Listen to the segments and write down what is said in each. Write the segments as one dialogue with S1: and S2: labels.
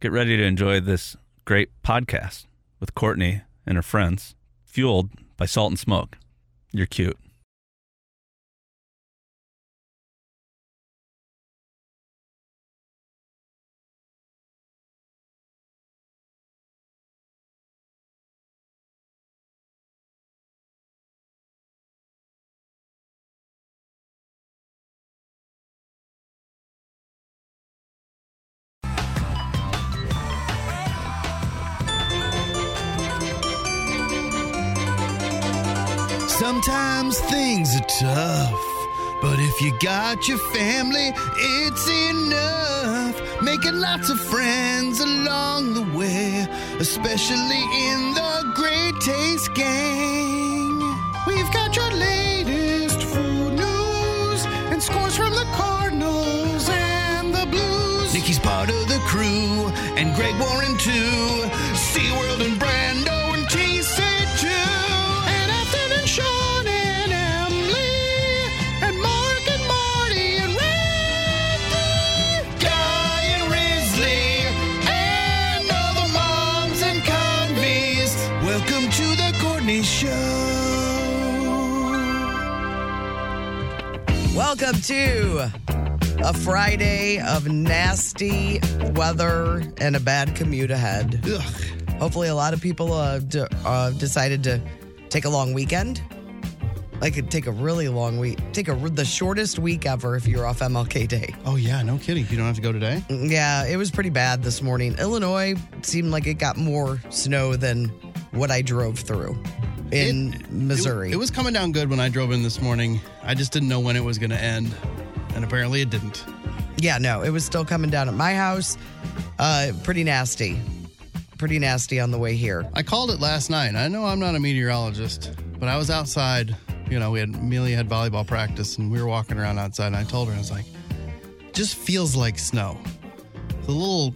S1: get ready to enjoy this great podcast with Courtney and her friends, fueled by salt and smoke. You're cute.
S2: Sometimes things are tough, but if you got your family, it's enough. Making lots of friends along the way, especially in the Great Taste Gang. We've got your latest food news and scores from the Cardinals and the Blues. Nikki's part of the crew, and Greg Warren too. SeaWorld and Brando and TC too. And Ethan and Sean and Emily. And Mark and Marty and Randy. Guy and Risley. And all the moms and convies. Welcome to the Courtney Show.
S3: Welcome to a Friday of nasty weather and a bad commute ahead. Hopefully, a lot of people uh, d- uh, decided to take a long weekend. Like, take a really long week, take a, the shortest week ever if you're off MLK Day.
S2: Oh, yeah, no kidding. You don't have to go today?
S3: Yeah, it was pretty bad this morning. Illinois seemed like it got more snow than what I drove through in Missouri.
S2: It, it was coming down good when I drove in this morning. I just didn't know when it was going to end, and apparently it didn't.
S3: Yeah, no, it was still coming down at my house. Uh, pretty nasty. Pretty nasty on the way here.
S2: I called it last night. I know I'm not a meteorologist, but I was outside. You know, we had Amelia had volleyball practice, and we were walking around outside. And I told her, I was like, "Just feels like snow. The little,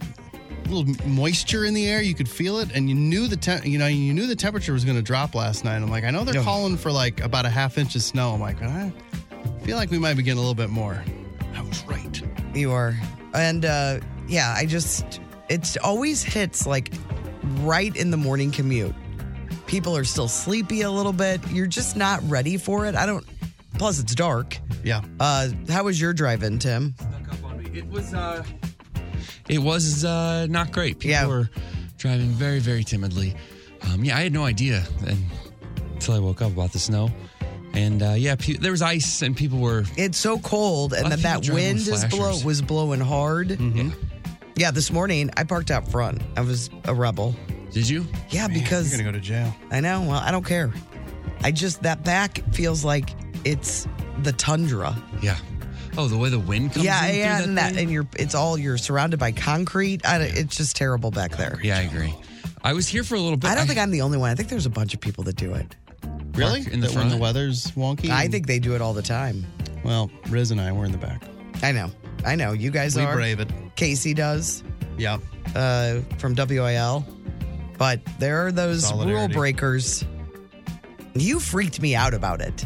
S2: little moisture in the air. You could feel it, and you knew the temp. You know, you knew the temperature was going to drop last night. I'm like, I know they're
S3: Yeah.
S2: calling for like about a half inch of snow. I'm like, I feel like we might be getting a little bit more. I was right.
S3: You are. And uh, yeah, I just, it always hits like right in the morning commute. People are still sleepy a little bit. You're just not ready for it. I don't, plus it's dark.
S2: Yeah.
S3: Uh, how was your drive in, Tim?
S4: snuck up on me. It was uh it was uh not great. People
S3: Yeah.
S4: were driving very, very timidly. Um yeah, I had no idea and, until I woke up about the snow. And uh yeah, pe- there was ice and people were
S3: It's so cold,
S4: A lot
S3: and then
S4: of
S3: that
S4: people driving
S3: wind
S4: with
S3: is blow
S4: flashers.
S3: was blowing hard.
S4: Mm-hmm.
S3: Yeah, this morning I parked out front. I was a rebel.
S4: Did you?
S3: Yeah,
S2: You're
S3: because
S2: gonna go to jail.
S3: I know. Well, I don't care. I just that back feels like it's the tundra.
S4: Yeah. Oh, the way the wind comes
S3: yeah,
S4: in through
S3: yeah,
S4: that
S3: and that,
S4: thing?
S3: and you're it's all you're surrounded by concrete. I, don't- it's just terrible back there.
S4: Yeah, I agree. I was here for a little bit.
S3: I don't think I'm the only one. I think there's a bunch of people that do it.
S2: Really?
S4: in the
S2: That when the
S4: front?
S2: weather's wonky.
S3: I
S2: and-
S3: think they do it all the time.
S2: Well, Riz and I were in the back.
S3: I know. I know. You guys
S2: We
S3: are.
S2: brave it.
S3: Casey does
S2: Yeah.
S3: uh, from WIL, but there are those rule
S2: Solidarity.
S3: breakers. You freaked me out about it,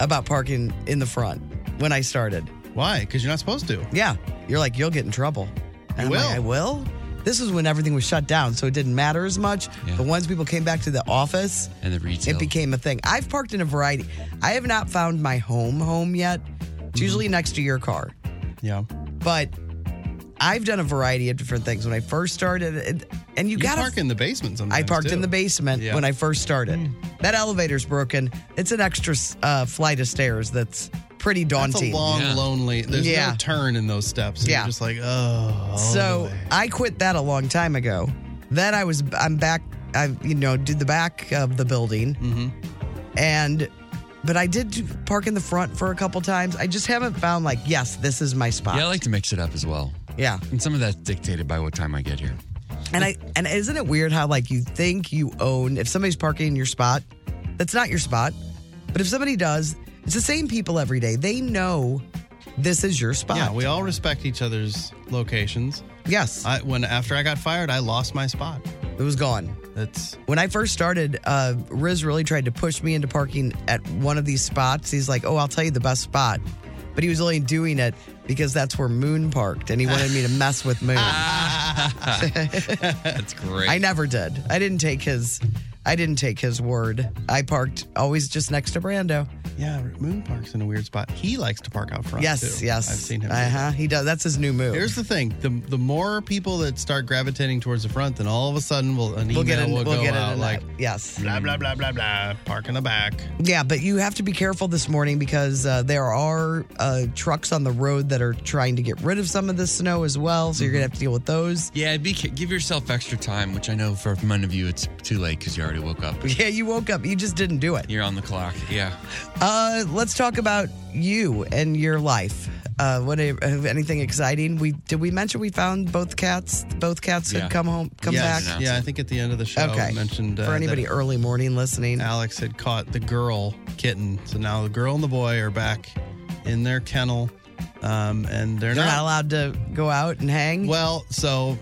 S3: about parking in the front when I started.
S2: Why? Because you're not supposed to.
S3: Yeah. You're like, you'll get in trouble. And
S2: You
S3: I'm like, I
S2: will.
S3: will? This was when everything was shut down, so it didn't matter as much.
S4: Yeah.
S3: But once people came back to the office,
S4: and the retail.
S3: it became a thing. I've parked in a variety. I have not found
S2: Mm-hmm.
S3: my home home yet. It's usually next to your car.
S2: Yeah.
S3: But I've done a variety of different things when I first started, and, and you,
S5: You
S3: got
S5: park
S3: to.
S5: in the basement
S3: I
S5: sometimes.
S3: parked
S5: too.
S3: in the basement
S5: Yeah. Hmm.
S3: when I first started. That elevator's broken. It's an extra uh, flight of stairs that's pretty
S5: It's
S3: daunting.
S5: a long,
S4: Yeah.
S5: lonely. There's
S3: Yeah.
S5: no turn in those steps.
S3: Yeah.
S5: You're just like, oh. all the
S3: so
S5: way.
S3: I quit that a long time ago. Then I was I'm back. I you know did the back of the building,
S5: Mm-hmm.
S3: and but I did do- park in the front for a couple times. I just haven't found like yes, this is my spot.
S4: Yeah, I like to mix it up as well.
S3: yeah.
S4: And some of that's dictated by what time I get here.
S3: And I and isn't it weird how like you think you own if somebody's parking in your spot, that's not your spot. But if somebody does, it's the same people every day. They know this is your spot.
S5: yeah, we all respect each other's locations.
S3: yes,
S5: I, when after I got fired, I lost my spot.
S3: it was gone.
S5: That's
S3: When I first started, uh, Riz really tried to push me into parking at one of these spots. He's like, "Oh, I'll tell you the best spot," but he was only doing it because that's where Moon parked, and he wanted me to mess with Moon.
S4: That's great.
S3: I never did. I didn't take his. I didn't take his word. I parked always just next to Brando.
S5: yeah. Moon parks in a weird spot. He likes to park out front.
S3: Yes,
S5: too.
S3: yes.
S5: I've seen him. do
S3: Uh
S5: that.
S3: huh. He does. That's his new move.
S5: Here's the thing: the the more people that start gravitating towards the front, then all of a sudden, we'll an
S3: we'll
S5: email
S3: get it.
S5: will
S3: We'll,
S5: go
S3: get it.
S5: out
S3: in
S5: like
S3: that. yes.
S5: blah blah blah blah blah. Park in the back.
S3: Yeah, but you have to be careful this morning because uh, there are uh, trucks on the road that are trying to get rid of some of the snow as well. So you're gonna have to deal with those.
S4: yeah, be, ca- give yourself extra time, which I know for none of you it's too late because you already woke up.
S3: Yeah, you woke up. You just didn't do it.
S4: You're on the clock. Yeah.
S3: Uh, let's talk about you and your life. Uh, what uh, anything exciting? We did we mention we found both cats? Both cats had
S4: Yeah.
S3: come home, come
S5: Yes.
S3: back.
S5: Yeah, I think at the end of the show,
S3: Okay.
S5: I mentioned uh,
S3: For
S5: that
S3: anybody early morning listening,
S5: Alex had caught the girl kitten. So now the girl and the boy are back in their kennel, um, and they're,
S3: they're
S5: not.
S3: not allowed to go out and hang.
S5: Well, so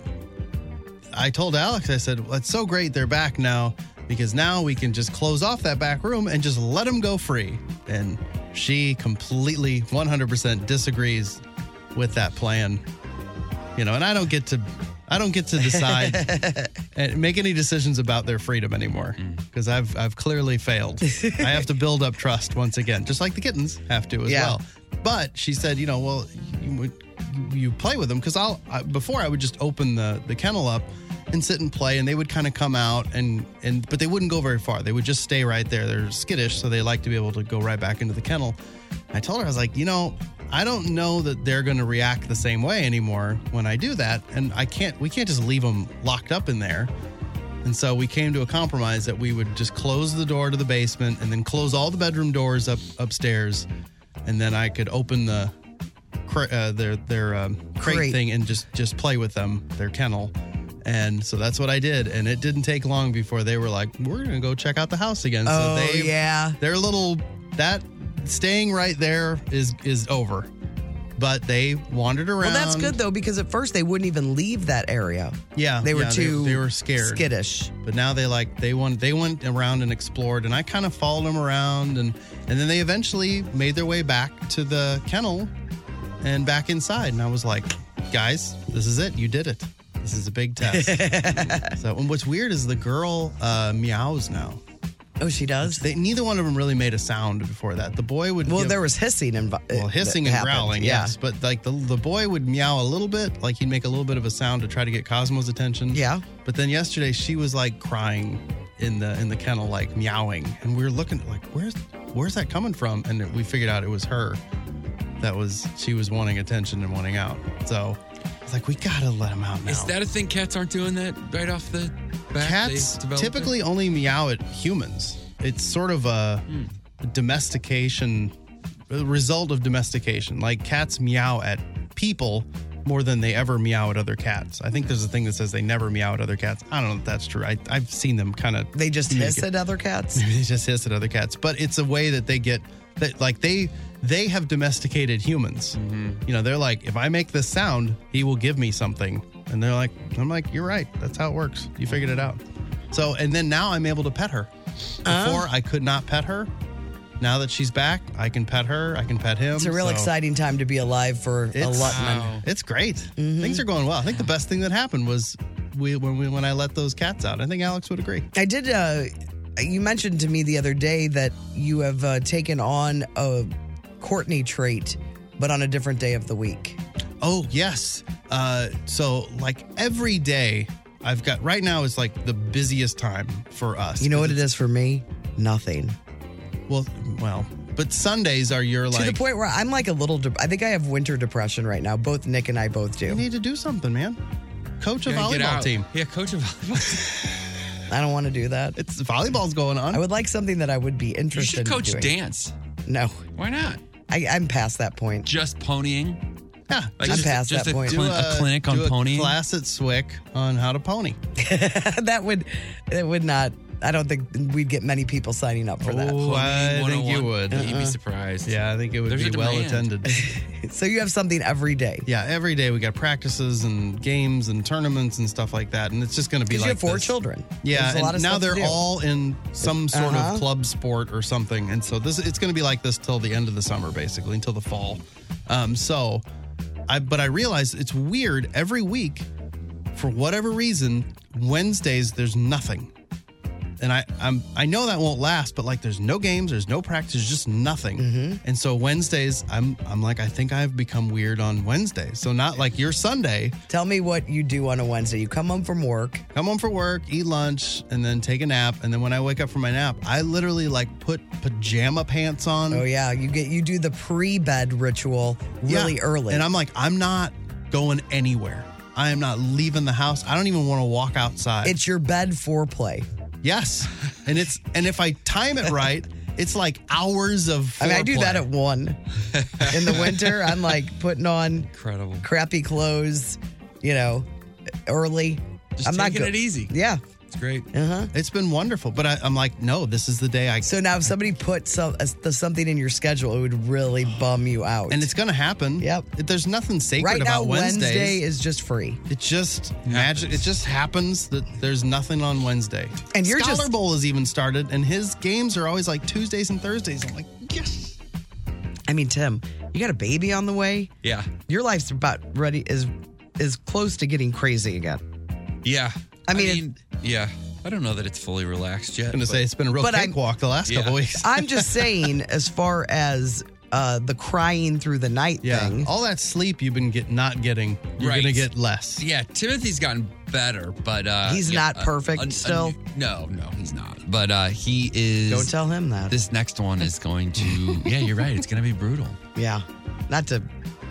S5: I told Alex, I said, well, it's so great they're back now because now we can just close off that back room and just let them go free. And she completely 100% disagrees with that plan. You know, and I don't get to. I don't get to decide and make any decisions about their freedom anymore because I've I've clearly failed. I have to build up trust once again, just like the kittens have to as
S3: Yeah.
S5: well. But she said, you know, well, you, would- you play with them because I'll I, before I would just open the the kennel up and sit and play, and they would kind of come out and and but they wouldn't go very far. They would just stay right there. They're skittish, so they like to be able to go right back into the kennel. I told her I was like, you know, I don't know that they're going to react the same way anymore when I do that, and I can't. We can't just leave them locked up in there. And so we came to a compromise that we would just close the door to the basement and then close all the bedroom doors up upstairs, and then I could open the cra- uh, their their um, crate,
S3: Crate.
S5: thing and just just play with them their kennel. And so that's what I did, and it didn't take long before they were like, "We're gonna go check out the house again."
S3: oh
S5: so they
S3: yeah,
S5: their little that staying right there is is over. But they wandered
S3: Well,
S5: around.
S3: that's good though because at first they wouldn't even leave that area.
S5: Yeah,
S3: They were
S5: yeah,
S3: too
S5: They, were scared.
S3: skittish.
S5: But now they like they went they went around and explored, and I kind of followed them around, and and then they eventually made their way back to the kennel and back inside, and I was like, guys, this is it. You did it. This is a big test. so, and what's weird is the girl uh, meows now.
S3: Oh, she does.
S5: They neither one of them really made a sound before that. The boy would
S3: well,
S5: give-
S3: there was hissing and
S5: well, hissing and growling, yes. But like the the boy would meow a little bit, like he'd make a little bit of a sound to try to get Cosmo's attention.
S3: Yeah.
S5: But then yesterday she was like crying in the in the kennel, like meowing, and we were looking like where's where's that coming from? And we figured out it was her. That was she was wanting attention and wanting out. So it's like we gotta let him out now.
S4: Is that a thing? Cats aren't doing that right off the bat.
S5: Cats
S4: They developed it?
S5: typically only meow at humans. It's sort of a
S4: Hmm.
S5: domestication a result of domestication. Like cats meow at people more than they ever meow at other cats. I think there's a thing that says they never meow at other cats. I don't know if that's true. I, I've seen them kind of
S3: They just
S5: Make
S3: hiss
S5: it.
S3: at other cats.
S5: Maybe they just hiss at other cats, but it's a way that they get that like they they have domesticated humans.
S3: Mm-hmm.
S5: You know, they're like, if I make this sound, he will give me something, and they're like, I'm like, you're right. That's how it works. You figured it out. So, and then now I'm able to pet her.
S3: Oh.
S5: Before I could not pet her. Now that she's back, I can pet her. I can pet him.
S3: It's a real
S5: so
S3: exciting time to be alive for a Mm-hmm.
S5: It's,
S3: Lutman.
S5: it's great. Things are going well. I think the best thing that happened was we when we when I let those cats out. I think Alex would agree.
S3: I did. Uh, you mentioned to me the other day that you have uh, taken on a Courtney trait, but on a different day of the week.
S5: Oh, yes. Uh, so, like every day, I've got right now is like the busiest time for us.
S3: You know what it is for me? Nothing.
S5: Well, well, but Sundays are your like.
S3: to the point where I'm like a little. De- I think I have winter depression right now. Both Nick and I both
S5: you
S3: do.
S5: need to do something, man. Coach a
S4: Yeah, get
S5: volleyball
S4: out.
S5: team.
S4: Yeah, coach a volleyball.
S3: I don't want to do that.
S5: It's volleyball's going on.
S3: I would like something that I would be
S4: You
S3: interested.
S4: should coach
S3: in doing.
S4: dance.
S3: No,
S4: Why not?
S3: I, I'm past that point.
S4: Just ponying.
S5: yeah,
S4: Like
S3: I'm
S4: just,
S3: past
S4: just
S3: that
S4: a,
S3: point.
S4: clin-
S5: do
S4: a clinic on
S5: do a
S4: ponying.
S5: Class at Swick on how to pony.
S3: that would, that would not. I don't think we'd get many people signing up for that. Uh-uh.
S4: Ponying
S5: I think you
S4: 101.
S5: would.
S4: You'd
S3: Uh-huh.
S4: be surprised.
S5: Yeah, I think it would
S4: There's a
S5: be well
S4: demand.
S5: attended.
S3: So you have something every day.
S5: yeah, every day we got practices and games and tournaments and stuff like that, and it's just going to be
S3: Because
S5: like
S3: you have four
S5: this.
S3: children.
S5: Yeah,
S3: There's
S5: and
S3: a lot of
S5: now
S3: stuff to
S5: they're
S3: do.
S5: all in some sort
S3: Uh-huh.
S5: of club sport or something, and so this it's going to be like this till the end of the summer, basically until the fall. Um, so, I but I realize it's weird every week, for whatever reason, Wednesdays there's nothing, and I I'm I know that won't last, but like there's no games, there's no practice, just nothing,
S3: Mm-hmm.
S5: and so Wednesdays I'm I'm like I think I've become weird on Wednesdays, so not like your Sunday.
S3: Tell me what you do on a Wednesday. You come home from work.
S5: come home for work, eat lunch, and then take a nap. And then when I wake up from my nap, I literally like put pajama pants on
S3: Oh yeah, you get you do the pre-bed ritual really
S5: Yeah.
S3: early.
S5: And I'm like, I'm not going anywhere. I am not leaving the house. I don't even want to walk outside.
S3: it's your bed foreplay.
S5: yes. and it's and if I time it right, it's like hours of
S3: I mean, I do
S5: foreplay.
S3: that at one in the winter. I'm like putting on
S4: Incredible.
S3: crappy clothes, you know, early.
S4: Just
S3: I'm not
S4: taking
S3: good.
S4: it easy.
S3: Yeah.
S4: It's great.
S3: Uh huh.
S5: it's been wonderful. But I, I'm like, no, this is the day I
S3: So now, if somebody put some uh, th- something in your schedule, it would really bum you out.
S5: and it's gonna happen.
S3: Yep.
S5: It- There's nothing sacred
S3: right now
S5: about Wednesdays.
S3: Wednesday is just free,
S5: It just magic. It just happens that there's nothing on Wednesday.
S3: And you're
S5: Scholar
S3: just-
S5: Bowl is even started, and his games are always like Tuesdays and Thursdays. I'm like, yes.
S3: I mean, Tim, you got a baby on the way.
S4: Yeah.
S3: Your life's about ready is is close to getting crazy again.
S4: Yeah.
S3: I mean,
S4: yeah. I don't know that it's fully relaxed yet.
S5: I'm gonna
S4: but-
S5: say it's been a real
S3: but I'm-
S5: cakewalk the last
S4: Yeah.
S5: couple weeks.
S3: I'm just saying, as far as uh, the crying through the night
S5: yeah,
S3: thing,
S5: all that sleep you've been get, not getting, you're
S4: Right.
S5: gonna get less.
S4: Yeah, Timothy's gotten better, but uh
S3: He's
S4: yeah,
S3: not
S4: uh,
S3: perfect
S4: a- a
S3: still?
S4: new- no, no, he's not. But uh he is
S3: don't tell him that.
S4: this next one is going to Yeah, you're right. It's gonna be brutal.
S3: yeah, not to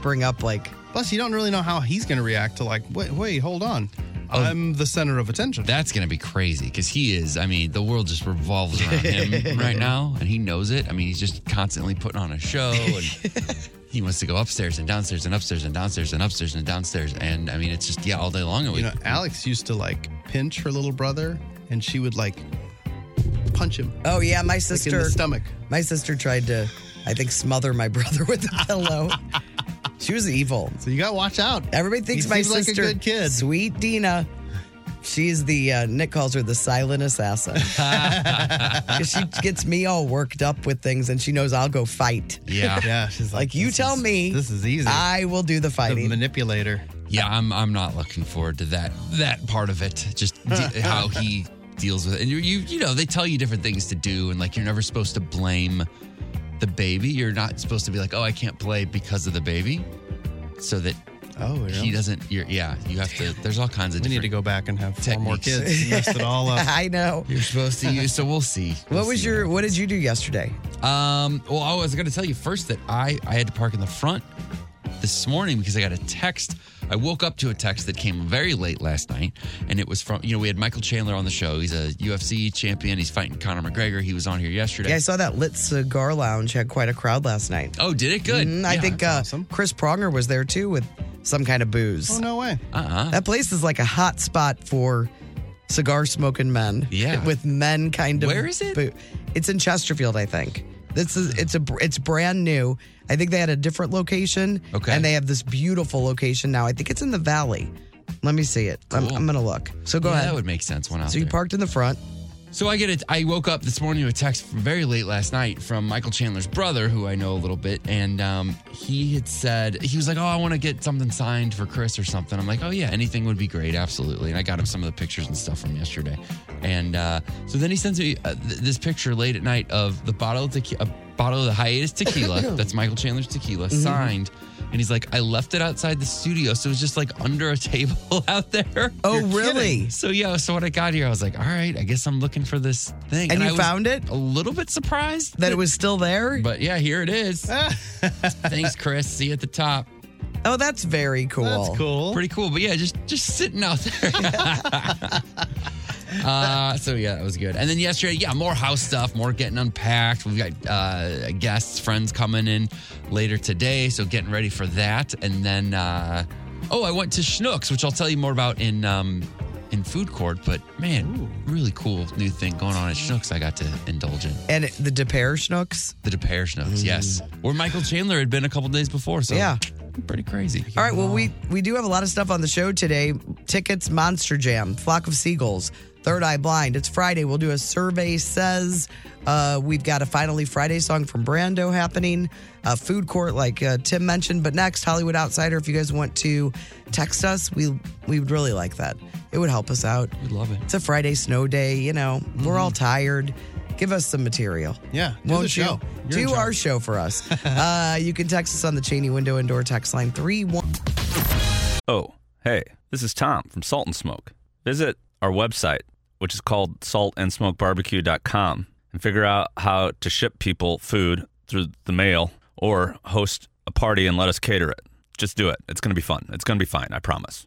S3: bring up like
S5: Plus, you don't really know how he's gonna react to like, wait, wait, hold on, I'm the center of attention.
S4: Oh. That's gonna be crazy because he is. I mean, the world just revolves around him right now, and he knows it. I mean, he's just constantly putting on a show, and he wants to go upstairs and downstairs and upstairs and downstairs and upstairs and downstairs. And I mean, it's just yeah, all day long. And we,
S5: you know, Alex used to like pinch her little brother, and she would like punch him
S3: Oh yeah, my
S5: like, in
S3: sister.
S5: the stomach.
S3: my sister tried to, I think, smother my brother with a pillow. she was evil.
S5: So you gotta watch out.
S3: Everybody thinks
S5: He
S3: my
S5: seems like a
S3: sister,
S5: good kid.
S3: sweet Dina. She's the uh, Nick calls her the silent assassin. 'Cause she gets me all worked up with things, and she knows I'll go fight.
S4: yeah,
S5: Yeah, she's
S3: Like you
S5: "This
S3: tell
S5: is-
S3: me,
S5: This is easy.
S3: I will do the
S5: the
S3: fighting.
S5: manipulator.
S4: yeah. I'm I'm not looking forward to that that part of it. Just de- how he deals with it. And you, you you know they tell you different things to do, and like you're never supposed to blame the baby. You're not supposed to be like, oh, I can't play because of the baby, so that
S5: Oh,
S4: He doesn't. You're, yeah, you have to. There's all kinds of.
S5: We need to
S4: different-
S5: go back and have four more
S4: Techniques.
S5: kids. and Mess it all up.
S3: I know.
S4: You're supposed to use. So we'll see. We'll
S3: What was
S4: see
S3: your? What did you do yesterday?
S4: happens. Um. Well, I was gonna tell you first that I I had to park in the front this morning because I got a text. I woke up to a text that came very late last night, and it was from you know we had Michael Chandler on the show. He's a UFC champion. He's fighting Conor McGregor. He was on here yesterday.
S3: Yeah, I saw that lit cigar lounge had quite a crowd last night.
S4: Oh, did it good?
S3: Mm, I
S4: Yeah.
S3: think uh, Chris Pronger was there too with some kind of booze.
S5: Oh no way.
S4: Uh-uh.
S3: That place is like a hot spot for cigar smoking men.
S4: Yeah.
S3: with men kind of.
S4: Where is it?
S3: boo- it's in Chesterfield, I think. This is it's a it's brand new. I think they had a different location.
S4: Okay.
S3: and they have this beautiful location now. I think it's in the valley. Let me see it. I'm,
S4: Cool.
S3: I'm gonna look. So go
S4: Yeah,
S3: ahead.
S4: That would make sense. When I
S3: so you parked in the front.
S4: So I get it. I woke up this morning to a text from very late last night from Michael Chandler's brother, who I know a little bit, and um, he had said he was like, "Oh, I want to get something signed for Chris or something." I'm like, "Oh yeah, anything would be great, absolutely." And I got him some of the pictures and stuff from yesterday, and uh, so then he sends me uh, th- this picture late
S3: Mm-hmm.
S4: at night of the bottle of tequila, a bottle of the hiatus tequila. that's Michael Chandler's tequila signed And he's like, I left it outside the studio. So it was just like under a table out there.
S3: Oh, really?
S4: So yeah, so when I got here, I was like, all right, I guess I'm looking for this thing.
S3: And you
S4: I was
S3: found it?
S4: A little bit surprised.
S3: That it was still there?
S4: But yeah, here it is. Thanks, Chris. See you at the top.
S3: Oh, that's very cool.
S5: That's cool.
S4: Pretty cool. But yeah, just just sitting out there. uh, so yeah, that was good. And then yesterday, yeah, more house stuff, more getting unpacked. We've got uh, guests, friends coming in later today, so getting ready for that. And then uh, oh, I went to Schnucks, which I'll tell you more about in. Um, in food court, but man, really cool new thing going on at Schnucks. I got to indulge in
S3: And it- the DePere Schnooks.
S4: the DePere Schnucks, yes, where Michael Chandler had been a couple days before. So
S3: Yeah.
S4: pretty crazy.
S3: All right, well, we, we do have a lot of stuff on the show today tickets, Monster Jam, Flock of Seagulls, Third Eye Blind. It's Friday. We'll do a survey says. Uh, we've got a Finally Friday song from Brando happening, a food court, like uh, Tim mentioned. But next, Hollywood Outsider, if you guys want to text us, we, we would really like that. It would help us out.
S4: we love it. Mm-hmm.
S3: It's a Friday snow day, you know, we're all tired. Give us some material.
S5: Yeah, do
S3: Won't
S5: the show.
S3: you?
S5: You're in
S3: do our show for us. uh, you can text us on the Cheney window and door text line 31.
S1: Oh, hey, this is Tom from Salt and Smoke. Visit our website, which is called saltandsmokebarbecue.com, and figure out how to ship people food through the mail or host a party and let us cater it. Just do it. It's going to be fun. It's going to be fine. I promise.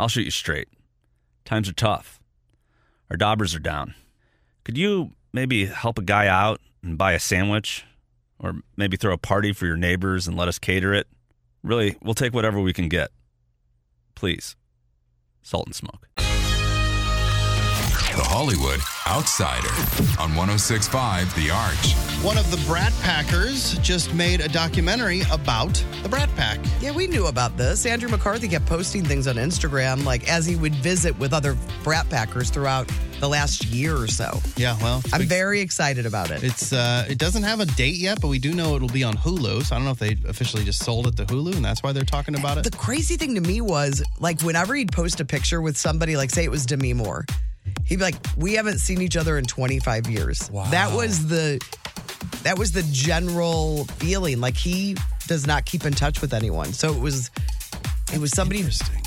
S1: I'll shoot you straight. Times are tough. Our daubers are down. Could you maybe help a guy out and buy a sandwich? Or maybe throw a party for your neighbors and let us cater it? Really, we'll take whatever we can get. Please. Salt and Smoke.
S6: The Hollywood Outsider on 1065 The Arch.
S5: One of the Brat Packers just made a documentary about the Brat Pack.
S3: Yeah, we knew about this. Andrew McCarthy kept posting things on Instagram, like as he would visit with other Brat Packers throughout the last year or so.
S5: Yeah, well,
S3: I'm
S5: it's-
S3: very excited about it.
S5: It's uh, it doesn't have a date yet, but we do know it'll be on Hulu. So I don't know if they officially just sold it to Hulu, and that's why they're talking about
S3: The
S5: it.
S3: crazy thing to me was, like, whenever he'd post a picture with somebody, like, say it was Demi Moore, he'd be like, "We haven't seen each other in 25 years." Wow. That was the that was the general feeling. Like he does not keep in touch with anyone, so it was it was somebody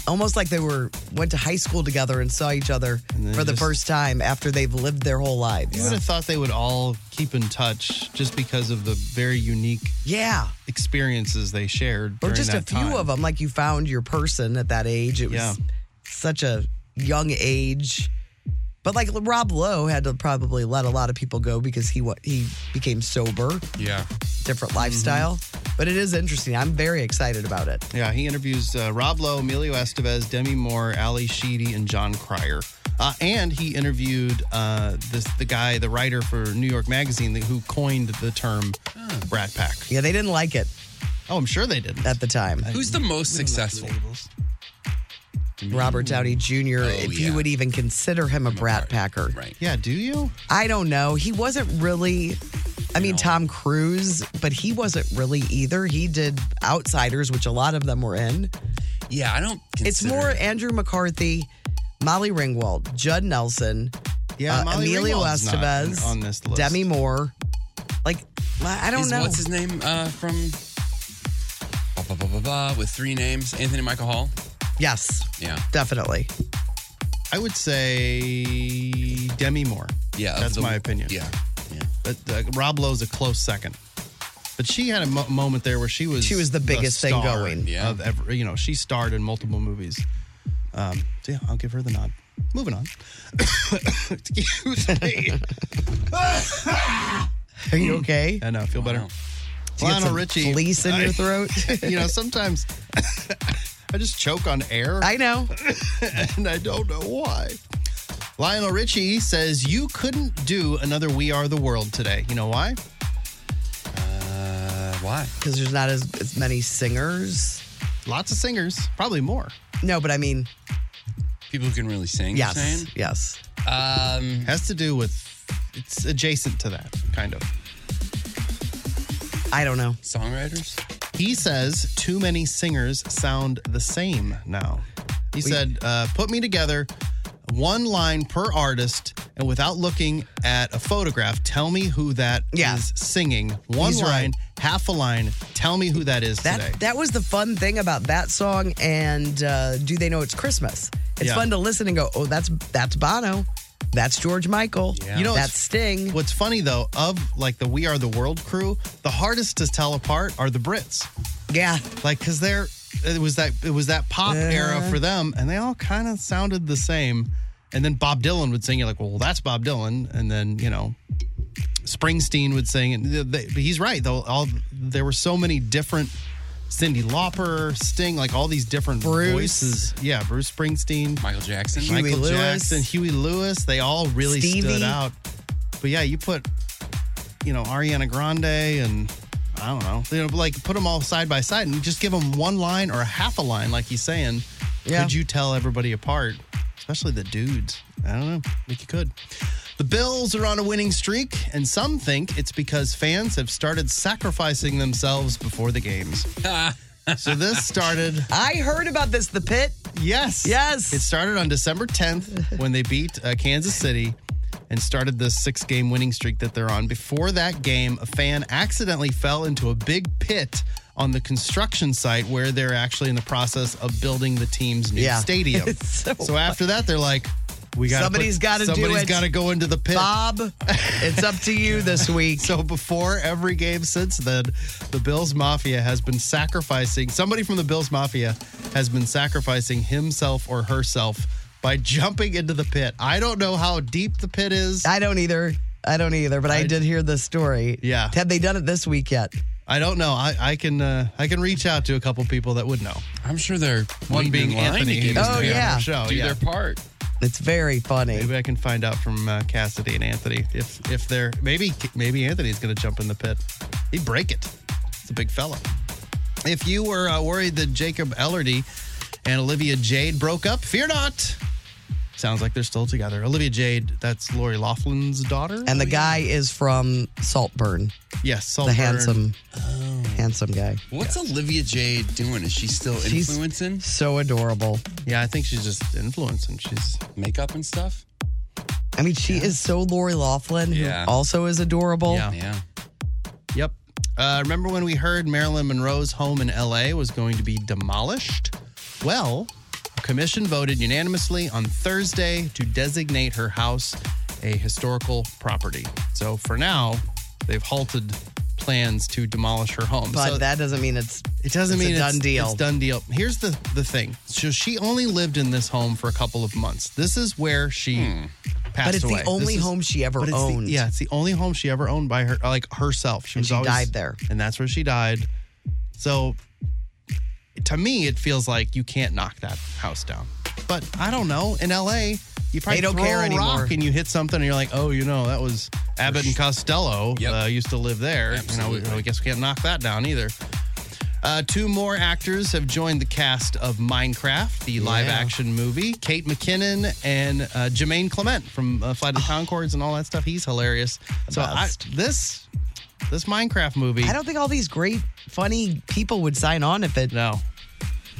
S3: almost like they were went to high school together and saw each other
S5: then
S3: for the
S5: just-
S3: first time after they've lived their whole lives.
S5: You would have thought they would all keep in touch just because of the very unique
S3: Yeah.
S5: experiences they shared.
S3: Or
S5: during
S3: just a
S5: that
S3: few
S5: time.
S3: of them. Like you found your person at that age. It was
S5: Yeah.
S3: such a young age. But like Rob Lowe had to probably let a lot of people go because he wa- he became sober,
S4: Yeah.
S5: Mm-hmm.
S3: different lifestyle. But it is interesting. I'm very excited about it.
S5: Yeah, he interviews uh, Rob Lowe, Emilio Estevez, Demi Moore, Ali Sheedy, and John Cryer. Uh, and he interviewed uh, this the guy, the writer for New York Magazine, that, who coined the term Brat Pack.
S3: Yeah, they didn't like it
S5: Oh, I'm sure they didn't.
S3: at the time.
S4: Who's the most successful?
S3: Robert Downey Jr.
S5: Oh,
S3: if you
S4: yeah.
S3: would even consider him a brat packer.
S4: Right.
S5: yeah, do you?
S3: I don't know. He wasn't really. I mean, Tom Cruise, but he wasn't really either. He did Outsiders, which a lot of them were in.
S4: Yeah, I don't.
S3: It's
S4: consider
S3: more
S4: it.
S3: Andrew McCarthy, Molly Ringwald, Judd Nelson,
S5: Yeah,
S3: uh,
S5: Molly
S3: Emilio
S5: Ringwald's not
S3: Estevez,
S5: on this list.
S3: Demi Moore. Like, I I don't
S4: Is-
S3: know.
S4: What's his name uh, from? Ba, ba, ba, ba, ba, with three names, Anthony Michael Hall.
S3: yes,
S4: Yeah,
S3: definitely.
S5: I would say Demi Moore.
S4: Yeah, of
S5: that's
S4: the-
S5: my opinion.
S4: Yeah, yeah.
S5: But, uh, Rob Lowe's a close second. But she had a mo- moment there where she was
S3: She was the biggest thing
S5: star
S3: going.
S4: Yeah.
S5: Of every, you know, she starred in multiple movies. Um, so yeah, I'll give her the nod. Moving on. Excuse me.
S3: Are you okay?
S5: I know. Feel better.
S3: Did you get
S5: Lionel
S3: some
S5: Richie.
S3: Fleece in your
S5: I-
S3: throat.
S5: you know, sometimes I just choke on air.
S3: I know.
S5: and I don't know why. Lionel Richie says you couldn't do another We Are the World today. You know why?
S4: Uh, why?
S3: Because there's not as, as many singers.
S5: Lots of singers, probably more.
S3: No, but I mean,
S4: People who can really sing.
S3: yes.
S4: You're saying?
S3: Yes.
S4: Um,
S5: Has to do with it's adjacent to that kind of.
S3: I don't know.
S4: songwriters.
S5: He says too many singers sound the same now. He said, uh, "Put me together, one line per artist, and without looking at a photograph, tell me who that is
S3: Yeah.
S5: singing. One
S3: He's
S5: line, half a line. Tell me who that is
S3: That
S5: today."
S3: that was the fun thing about that song and uh, Do They Know It's Christmas? It's
S5: Yeah.
S3: fun to listen and go, oh, that's that's Bono. That's George Michael.
S5: You know,
S3: that's
S5: it's-
S3: Sting.
S5: What's funny though, of like the We Are the World crew, the hardest to tell apart are the Brits.
S3: Yeah. Uh-huh.
S5: Like, cause they're it was that it was that pop era for them, and they all kind of sounded the same. And then Bob Dylan would sing, you're like, well, that's Bob Dylan. And then you know, Springsteen would sing, and th- they, but he's right though. All there were so many different. Cindy Lauper, Sting, like all these different
S3: Bruce.
S5: voices. Yeah, Bruce Springsteen.
S4: Michael Jackson.
S3: Huey
S5: Michael
S3: Lewis.
S5: Jackson, Huey Lewis, they all really stood
S3: Stevie.
S5: out. But yeah, you put, you know, Ariana Grande and I don't know, you know, like put them all side by side and just give them one line or a half a line, like he's saying.
S3: Yeah.
S5: Could you tell everybody apart, especially the dudes? I don't know. I think you could. The Bills are on a winning streak, and some think it's because fans have started sacrificing themselves before the games. so this started
S3: I heard about this, The Pit.
S5: Yes.
S3: Yes.
S5: It started on December 10th when they beat uh, Kansas City and started the six game winning streak that they're on. Before that game, a fan accidentally fell into a big pit on the construction site where they're actually in the process of building the team's new
S3: Yeah.
S5: stadium.
S3: It's so
S5: after that, they're like, we got
S3: Somebody's gotta do
S5: Somebody's
S3: it.
S5: got to go into the pit.
S3: Bob, it's up to you this week.
S5: So before every game since then, the Bills Mafia has been sacrificing somebody from the Bills Mafia has been sacrificing himself or herself by jumping into the pit. I don't know how deep the pit is.
S3: I don't either. I don't either, but I, did hear the story.
S5: Yeah.
S3: Have they done it this week yet?
S5: I don't know. I, I can uh, I can reach out to a couple people that would know.
S4: I'm sure they're
S5: One
S4: waiting in
S5: being
S4: line to
S5: Anthony.
S4: get
S5: who's
S4: in
S3: Oh,
S5: gonna be on
S4: there.
S3: yeah.
S5: our Show.
S4: Do
S5: yeah.
S4: their part.
S3: It's very funny.
S5: Maybe I can find out from uh, Cassidy and Anthony if if they're maybe maybe Anthony's going to jump in the pit. He'd break it. It's a big fella. If you were uh, worried that Jacob Ellerdy and Olivia Jade broke up, fear not. Sounds like they're still together. Olivia Jade, that's Lori Laughlin's daughter.
S3: And the guy is from Saltburn,
S5: yes,
S3: the
S5: Oh, Saltburn. Oh.
S3: handsome, handsome guy.
S4: What's Olivia Jade doing? Is she still
S3: She's-
S4: influencing
S3: So adorable.
S5: Yeah, I think she's just influencing. She's
S4: makeup and stuff?
S3: I mean, she is so Lori Laughlin,
S4: Yeah.
S3: who also is adorable.
S5: Yeah.
S4: Yeah.
S5: Yep. Uh, remember when we heard Marilyn Monroe's home in LA was going to be demolished? Well, a commission voted unanimously on Thursday to designate her house a historical property. So for now, they've halted plans to demolish her home.
S3: But
S5: So-
S3: that doesn't mean it's
S5: it doesn't
S3: it's
S5: mean
S3: a done deal.
S5: It's done deal. Here's the the thing. So she only lived in this home for a couple of months. This is where she
S3: Hmm.
S5: passed
S3: But it's the
S5: away. This
S3: only
S5: is-
S3: home she ever
S5: but it's the-
S3: owned.
S5: yeah, it's the only home she ever owned by her like herself. She
S3: And
S5: was
S3: she
S5: always
S3: died there.
S5: and that's where she died. So to me, it feels like you can't knock that house down. But I don't know. In L.A., you probably
S3: They don't
S5: throw
S3: care
S5: a
S3: anymore.
S5: rock and you hit something, and you're like, oh, you know, that was Abbott and Costello.
S4: Yep.
S5: Uh, used to live there. You know, we-
S4: Absolutely.
S5: I guess we can't knock that down either. Uh, two more actors have joined the cast of Minecraft, the live action movie. Kate McKinnon and uh, Jermaine Clement from uh, Flight of the Concords and all that stuff. He's hilarious. So I,
S3: Oh. best.
S5: this this Minecraft movie,
S3: I don't think all these great, funny people would sign on if it
S5: no,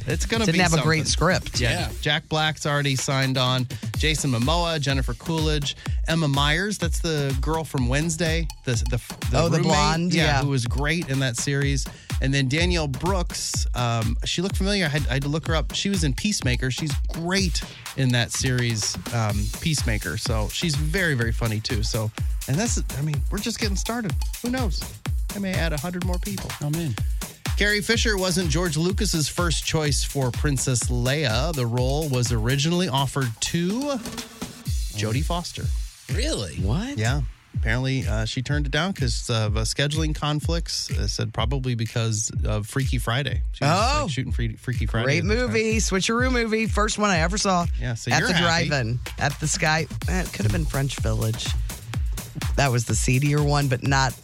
S5: it's gonna
S3: didn't
S5: be
S3: have a
S5: something.
S3: great script.
S5: Yeah.
S4: Yeah.
S5: Jack Black's already signed on. Jason Momoa, Jennifer Coolidge, Emma Myers. That's the girl from Wednesday. The the,
S3: Oh, the
S5: roommate,
S3: blonde, yeah.
S5: who was great in that series. And then Danielle Brooks, um, she looked familiar. I had, I had to look her up. She was in Peacemaker. She's great in that series, um, Peacemaker. So she's very, very funny too. So, and that's, I mean, we're just getting started. Who knows? I may add 100 more people.
S4: I'm in.
S5: Carrie Fisher wasn't George Lucas's first choice for Princess Leia. The role was originally offered to Jodie Foster.
S3: Really? What?
S5: Yeah. Apparently, uh, she turned it down because of uh, scheduling conflicts. Uh, said probably because of Freaky Friday. She was,
S3: Oh.
S5: like, shooting Free- Freaky Friday.
S3: Great
S5: at the time.
S3: movie, switcheroo movie, first one I ever saw.
S5: Yeah, so
S3: at
S5: you're
S3: the
S5: happy.
S3: drive-in, at the Sky. eh, It could have been French Village. That was the seedier one, but not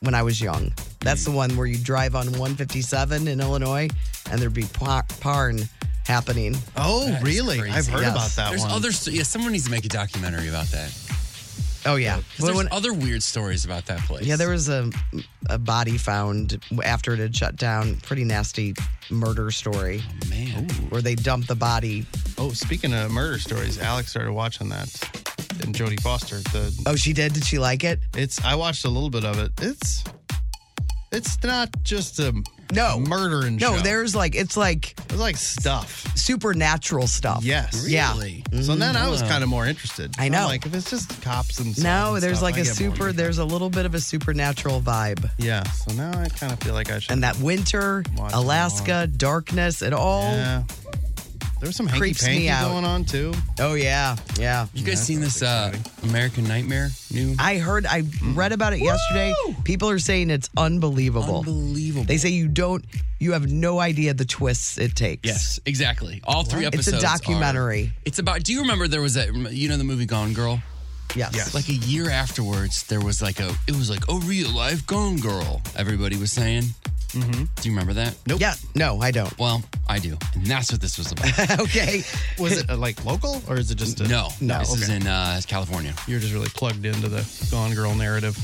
S3: when I was young. That's
S5: Hmm.
S3: the one where you drive on 157 in Illinois, and there'd be par- parn happening.
S5: Oh,
S4: That is
S5: really?
S4: crazy.
S5: I've heard
S3: Yes.
S5: about that
S4: There's
S5: one.
S4: other. sto- Yeah, someone needs to make a documentary about that. 'Cause
S3: Oh yeah, Well,
S4: There's
S3: when-
S4: other weird stories about that place.
S3: yeah. There was a a body found after it had shut down. Pretty nasty murder story
S4: man.
S3: where they dumped the body.
S5: oh, speaking of murder stories, Alex started watching that. And Jodie Foster. The
S3: Oh, she did. Did she like it?
S5: it's. I watched a little bit of it. It's. It's not just a
S3: No.
S5: murder and
S3: No,
S5: show.
S3: there's like it's like
S5: It's like stuff.
S3: supernatural stuff.
S5: Yes.
S3: Yeah. Mm-hmm.
S4: Really?
S5: So then I was kind of more interested.
S3: I
S5: I'm
S3: know.
S5: like if it's just cops and stuff
S3: No,
S5: and
S3: there's
S5: stuff,
S3: like
S5: I
S3: a
S5: get bored.
S3: super, there's a little bit of a supernatural vibe.
S5: Yeah. So now I kind of feel like I should.
S3: And that winter,
S5: Watch it
S3: Alaska, darkness, it all.
S5: yeah. There was some hanky
S3: Creeps me
S5: panky
S3: out.
S5: going on too.
S3: Oh, yeah. Yeah.
S4: You guys seen this uh, American Nightmare? New
S3: I heard, I read about it yesterday. People are saying it's unbelievable.
S4: unbelievable.
S3: They say you don't, you have no idea the twists it takes.
S4: yes, exactly. All three
S3: It's
S4: episodes.
S3: a
S4: are-
S3: documentary.
S4: it's about. Do you remember there was that? You know the movie Gone Girl.
S3: Yes.
S4: Like a year afterwards, there was like a. It was like a real life Gone Girl. Everybody was saying. Mm-hmm. Do you remember that?
S5: Nope.
S3: yeah. No, I don't.
S4: Well, I do, and that's what this was about.
S3: okay.
S5: Was it uh, like local or is it just a,
S4: no,
S3: No,
S4: this is
S5: okay.
S4: in uh, California.
S5: You're just really plugged into the Gone Girl narrative.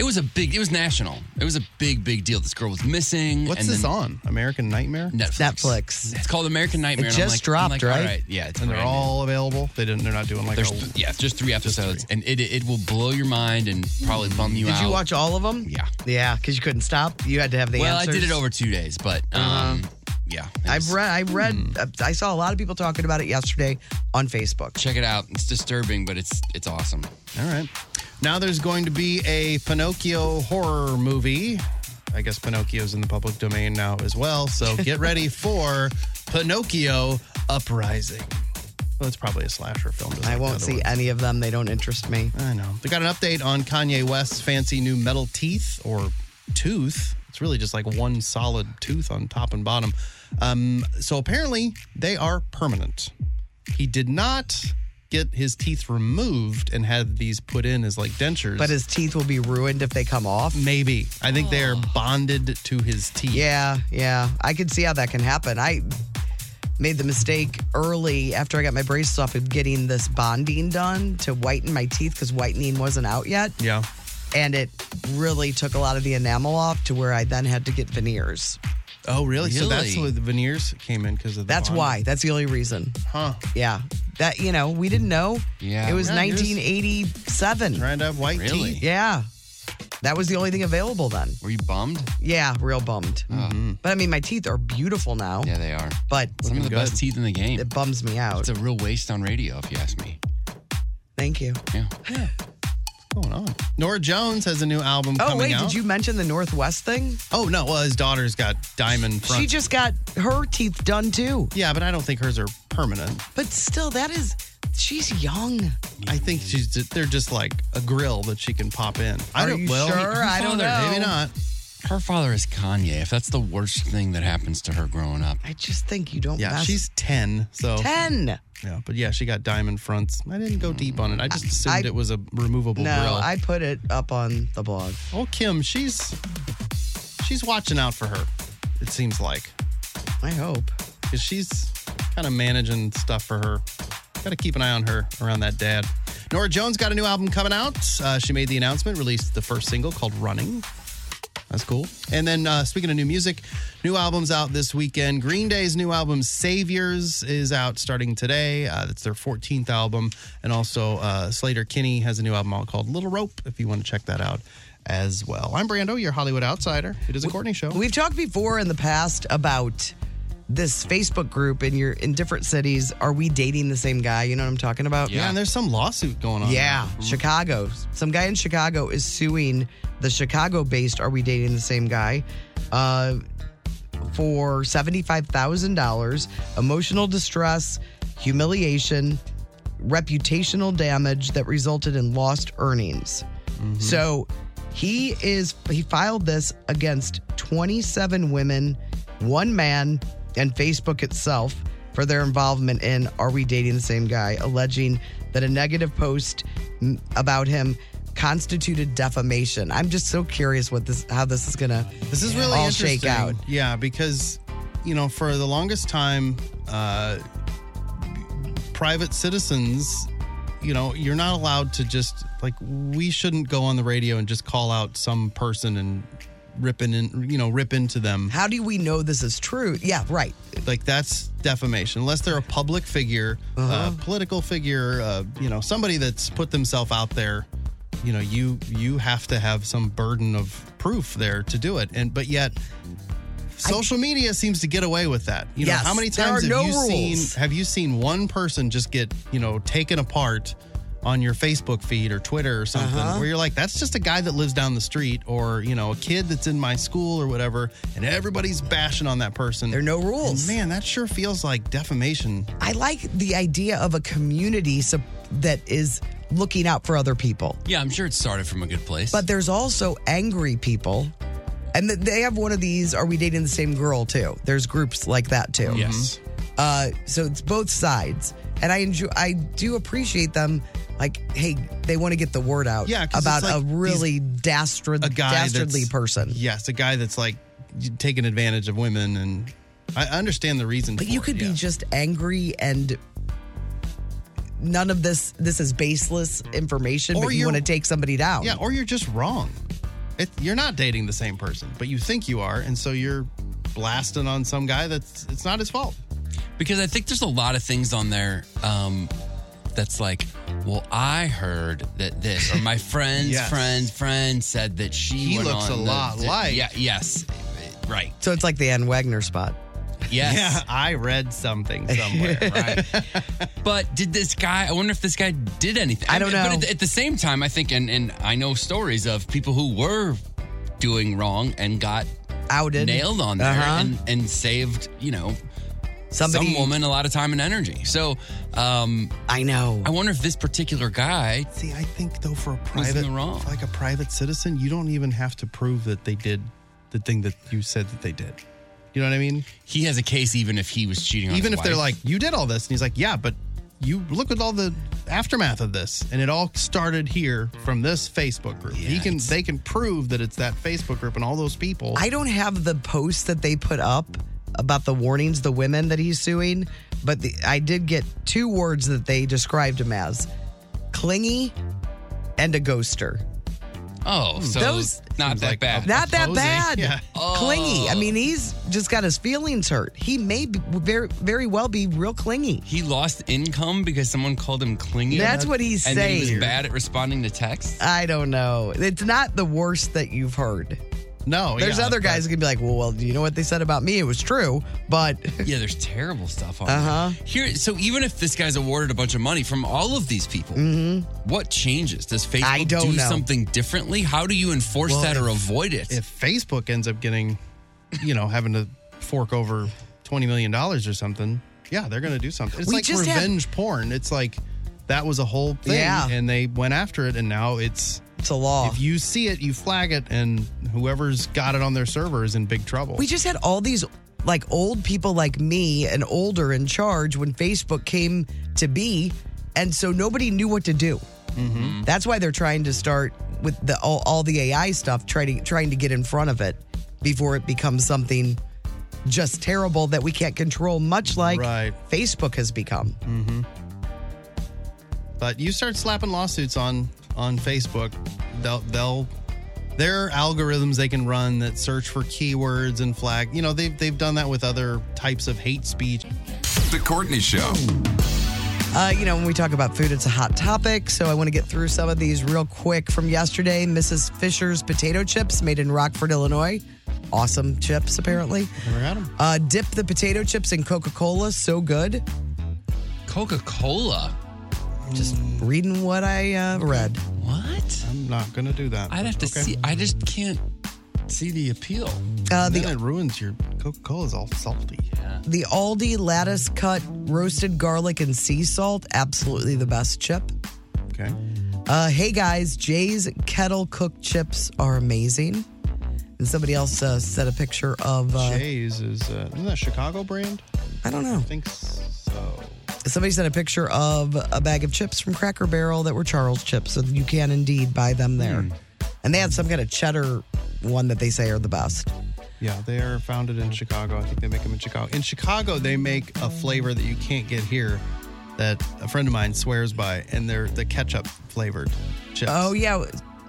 S4: It was a big. It was national. It was a big, big deal. This girl was missing.
S5: What's
S4: and
S5: this
S4: then
S5: on? American Nightmare.
S4: Netflix.
S3: Netflix.
S4: It's called American Nightmare. and I'm
S3: just
S4: like- I'm
S3: dropped,
S4: like,
S3: right?
S4: All right. Yeah, it's
S5: And they're
S4: brand new.
S5: all available. They didn't. They're not doing like.
S4: There's
S5: a,
S4: th- yeah, it's just three episodes, and it it will blow your mind and probably bum you
S3: Did
S4: out.
S3: you watch all of them?
S4: Yeah.
S3: Yeah, because you couldn't stop. You had to have the
S4: Well,
S3: answers. Uh-huh.
S4: I did it over two days, but um, yeah, it
S3: I've
S4: was-
S3: read. I read. uh, I saw a lot of people talking about it yesterday on Facebook.
S4: Check it out. It's disturbing, but it's it's awesome.
S5: all right. Now there's going to be a Pinocchio horror movie. I guess Pinocchio's in the public domain now as well. So get ready for Pinocchio Uprising. Well, it's probably a slasher film. just
S3: I
S5: like the
S3: won't
S5: other
S3: see
S5: one.
S3: any of them. They don't interest me.
S5: I know. They got an update on Kanye West's fancy new metal teeth or tooth. It's really just like one solid tooth on top and bottom. Um, so apparently they are permanent. He did not get his teeth removed and had these put in as like dentures.
S3: But his teeth will be ruined if they come off.
S5: maybe. I think they are bonded to his teeth.
S3: Yeah, yeah. I can see how that can happen. I made the mistake early after I got my braces off of getting this bonding done to whiten my teeth because whitening wasn't out yet,
S5: Yeah.
S3: and it really took a lot of the enamel off to where I then had to get veneers.
S5: Oh, really? So that's
S4: Really?
S5: where the veneers came in because of the
S3: That's
S5: bond.
S3: why. That's the only reason.
S5: Huh.
S3: Yeah. That you know, we didn't know.
S4: Yeah.
S3: It was
S5: Yeah, you're just-
S3: 1987.
S5: Trying to have white
S4: Really?
S5: teeth.
S3: Yeah. That was the only thing available then.
S4: Were you bummed? Oh.
S3: Yeah, real bummed.
S5: Mm-hmm.
S3: But I mean, my teeth are beautiful now,
S4: Yeah, they are.
S3: but
S4: Some of the best teeth in the game.
S3: it bums me out.
S4: It's a real waste on radio, if you ask me.
S3: Thank you.
S4: Yeah.
S5: What's going on? Nora Jones has a new album
S3: Oh,
S5: coming
S3: wait,
S5: out.
S3: did you mention the Northwest thing?
S5: Oh no! Well, his daughter's got diamond front.
S3: She just got her teeth done too.
S5: yeah, but I don't think hers are permanent.
S3: But still, that is, she's young.
S5: I think she's. ju- They're just like a grill that she can pop in. I
S3: Are
S5: don't.
S3: you
S5: well,
S3: sure? I don't
S4: father,
S3: know.
S5: Maybe not.
S4: Her father is Kanye. If that's the worst thing that happens to her growing up,
S3: I just think you don't
S5: Yeah,
S3: mess-
S5: she's ten. So
S3: 10.
S5: yeah, but yeah, she got diamond fronts. I didn't go deep on it. I just assumed
S3: I-
S5: it was a removable
S3: No,
S5: grill.
S3: I put it up on the blog.
S5: oh, Kim, she's she's watching out for her. It seems like
S3: I hope.
S5: because she's kind of managing stuff for her. Got to keep an eye on her around that dad. Nora Jones got a new album coming out. Uh, she made the announcement, released the first single called Running. That's cool. And then, uh, speaking of new music, new albums out this weekend. Green Day's new album, Saviors, is out starting today. Uh, it's their 14th album. And also, uh, Slater Kinney has a new album out called Little Rope, if you want to check that out. as well. I'm Brando, your Hollywood outsider. It is a Courtney show.
S3: We've talked before in the past about this Facebook group in your in different cities. Are we dating the same guy? You know what I'm talking about?
S5: yeah, and there's some lawsuit going on. Mm.
S3: Yeah, Chicago. Some guy in Chicago is suing the Chicago-based "Are We Dating the Same Guy" uh, for seventy-five thousand dollars, emotional distress, humiliation, reputational damage that resulted in lost earnings.
S5: Mm-hmm.
S3: So he is he filed this against 27 women, one man, and Facebook itself for their involvement in Are We Dating the Same Guy, alleging that a negative post mm, about him constituted defamation. I'm just so curious what this how this is gonna
S5: This is really
S3: all
S5: interesting.
S3: shake out.
S5: Yeah, because you know, for the longest time, uh, private citizens, you know, you're not allowed to just like we shouldn't go on the radio and just call out some person and ripping in, you know, rip into them.
S3: How do we know this is true? Yeah, right.
S5: Like that's defamation, unless they're a public figure,
S3: Uh-huh.
S5: uh political figure, uh, you know, somebody that's put themselves out there. You know, you you have to have some burden of proof there to do it, and but yet, social media seems to get away with that. You
S3: Yes,
S5: know, how many
S3: there are
S5: times have
S3: no
S5: you
S3: rules.
S5: seen have you seen one person just get you know taken apart? On your Facebook feed or Twitter or something,
S3: Uh-huh.
S5: where you're like, that's just a guy that lives down the street, or you know, a kid that's in my school or whatever, and everybody's bashing on that person.
S3: There are no rules.
S5: Man, that sure feels like defamation.
S3: I like the idea of a community sup- that is looking out for other people.
S4: Yeah, I'm sure it started from a good place.
S3: But there's also angry people. And th- they have one of these, are we dating the same girl too? There's groups like that too.
S4: yes.
S3: Uh, so it's both sides. And I enjoy, I do appreciate them. Like, hey, they want to get the word out
S5: Yeah, 'cause it's
S3: about
S5: like
S3: a really dastard,
S5: A guy
S3: dastardly
S5: that's-
S3: person.
S5: Yes, a guy that's like taking advantage of women, and I understand the reason.
S3: But
S5: for
S3: you
S5: it,
S3: could
S5: yeah.
S3: be just angry and none of this, this is baseless information,
S5: Or
S3: but you
S5: you're-
S3: want to take somebody down.
S5: yeah, or you're just wrong. It, you're not dating the same person, but you think you are, and so you're blasting on some guy that's it's not his fault.
S4: Because I think there's a lot of things on there um, that's like, well, I heard that this, or my friend's
S5: Yes.
S4: friend friend said that she.
S5: He
S4: went
S5: looks
S4: on
S5: a
S4: the-
S5: lot
S4: the-
S5: like-
S4: Yeah. Yes. Right.
S3: So it's like the Ann Wagner spot.
S4: Yes.
S5: I read something somewhere.
S4: right? But did this guy? I wonder if this guy did anything.
S3: I don't
S4: mean, But
S3: know.
S4: at the, at the same time, I think, and and I know stories of people who were doing wrong and got
S3: Outed.
S4: nailed on there
S3: Uh-huh.
S4: and, and saved, you know,
S3: Somebody,
S4: some woman a lot of time and energy. So um,
S3: I know.
S4: I wonder if this particular guy.
S5: See, I think though for a
S4: Was in
S5: private,
S4: the wrong.
S5: for, like a private citizen, you don't even have to prove that they did the thing that you said that they did. You know what I mean?
S4: He has a case, even if he was cheating on
S5: even
S4: his
S5: if they're
S4: wife.
S5: like you did all this and he's like yeah but you look at all the aftermath of this and it all started here from this facebook group he can they can prove that it's that facebook group and all those people
S3: I don't have the post that they put up about the warnings, the women that he's suing, but the, I did get two words that they described him as clingy and a ghoster.
S4: Oh, so
S3: Those-
S4: not that
S5: Hmm. like,
S4: bad. Oh.
S3: Not that
S5: Opposing,
S3: bad.
S5: yeah. Oh.
S3: Clingy. I mean, he's just got his feelings hurt. He may be, very, very well be real clingy.
S4: he lost income because someone called him clingy.
S3: That's what he's
S4: and That he
S3: saying.
S4: was bad at responding to texts.
S3: I don't know. It's not the worst that you've heard.
S5: no
S3: There's
S5: yeah,
S3: other
S5: but-
S3: guys who can be like, well, well, you know what they said about me? It was true, but
S4: Yeah, there's terrible stuff on
S3: Uh-huh.
S4: there. Here, so even if this guy's awarded a bunch of money from all of these people, what changes? Does Facebook
S3: Mm-hmm. I don't
S4: do
S3: know.
S4: something differently? How do you enforce that or avoid it?
S5: if facebook ends up getting you know having to fork over 20 million dollars or something yeah they're gonna do something it's
S3: We
S5: like
S3: just have-
S5: revenge porn it's like that was a whole thing
S3: Yeah.
S5: and they went after it and now it's
S3: it's a law.
S5: if you see it you flag it and whoever's got it on their server is in big trouble
S3: We just had all these like old people like me and older in charge when Facebook came to be, and so nobody knew what to do. That's why they're trying to start with the all, all the AI stuff, trying to trying to get in front of it before it becomes something just terrible that we can't control, much like
S5: Right.
S3: Facebook has become.
S5: Mm-hmm. But you start slapping lawsuits on on Facebook, they'll they'll there are algorithms they can run that search for keywords and flag. You know, they've they've done that with other types of hate speech.
S6: The Courtney Show.
S3: Uh, you know, when we talk about food, it's a hot topic. So I want to get through some of these real quick from yesterday. Mrs. Fisher's potato chips made in Rockford, Illinois. Awesome chips, apparently.
S5: Never had 'em.
S3: Uh, dip the potato chips in Coca Cola. So good.
S4: Coca Cola.
S3: Just reading what I uh, read.
S4: What?
S5: I'm not gonna do that.
S4: I'd have to see. I just can't see the appeal.
S3: Uh,
S5: And
S3: the
S5: then it ruins your Coca Cola's all salty.
S3: The Aldi lattice cut roasted garlic and sea salt, absolutely the best chip.
S5: Okay.
S3: Uh, hey guys, Jay's kettle cooked chips are amazing. And somebody else uh, sent a picture of, uh,
S5: Jay's is uh, isn't that a Chicago brand?
S3: I don't know,
S5: I think so.
S3: somebody sent a picture of a bag of chips from Cracker Barrel that were Charles chips. So you can indeed buy them
S5: Hmm.
S3: there. And they had some kind of cheddar one that they say are the best.
S5: Yeah, they are founded in Chicago. I think they make them in Chicago. In Chicago, they make a flavor that you can't get here that a friend of mine swears by, and they're the ketchup flavored chips.
S3: Oh, yeah.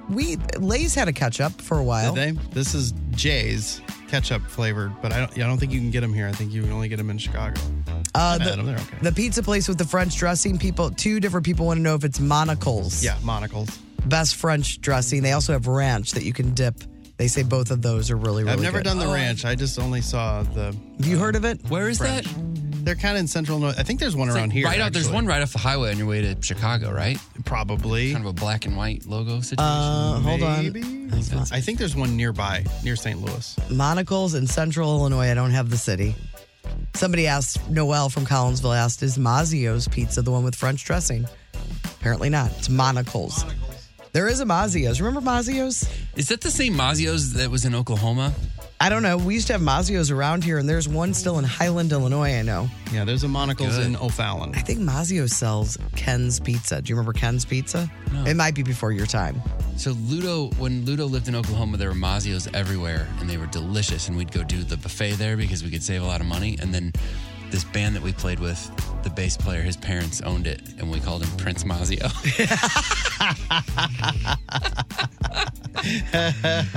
S3: We Lay's had a ketchup for a
S5: Did
S3: while.
S5: they? This is Jay's ketchup flavored, but I don't. I don't think you can get them here. I think you can only get them in Chicago.
S3: Uh,
S5: I've
S3: the-
S5: had 'em. They're okay.
S3: The pizza place with the French dressing, people, two different people want to know if it's monocles.
S5: yeah, monocles.
S3: Best French dressing. They also have ranch that you can dip. They say both of those are really, really
S5: I've never
S3: good. Oh.
S5: done the
S4: Oh.
S5: ranch. I just only saw the. um,
S3: Have you heard of it?
S4: Where is
S5: French.
S4: that?
S5: They're kind of in central. Illinois. I think there's one
S4: It's
S5: around
S4: like
S5: here.
S4: Right out. There's
S5: actually.
S4: one right off the highway on your way to Chicago, right?
S5: probably.
S4: Kind of a black and white logo situation.
S3: Uh, hold
S5: Maybe.
S3: on.
S5: I think, there's one nearby, near St. Louis.
S3: Monocles in central Illinois. I don't have the city. Somebody asked, Noel from Collinsville asked, is Mazio's pizza the one with French dressing? Apparently not. It's monocles. There is a Mazio's. Remember Mazio's?
S4: is that the same Mazio's that was in Oklahoma?
S3: I don't know. We used to have Mazio's around here, and there's one still in Highland, Illinois, I know.
S5: Yeah, there's a monocles in O'Fallon.
S3: I think Mazio sells Ken's Pizza. Do you remember Ken's Pizza? It might be before your time.
S4: So Ludo, when Ludo lived in Oklahoma, there were Mazio's everywhere, and they were delicious. And we'd go do the buffet there because we could save a lot of money. And then this band that we played with, the bass player, his parents owned it, and we called him Prince Mazio.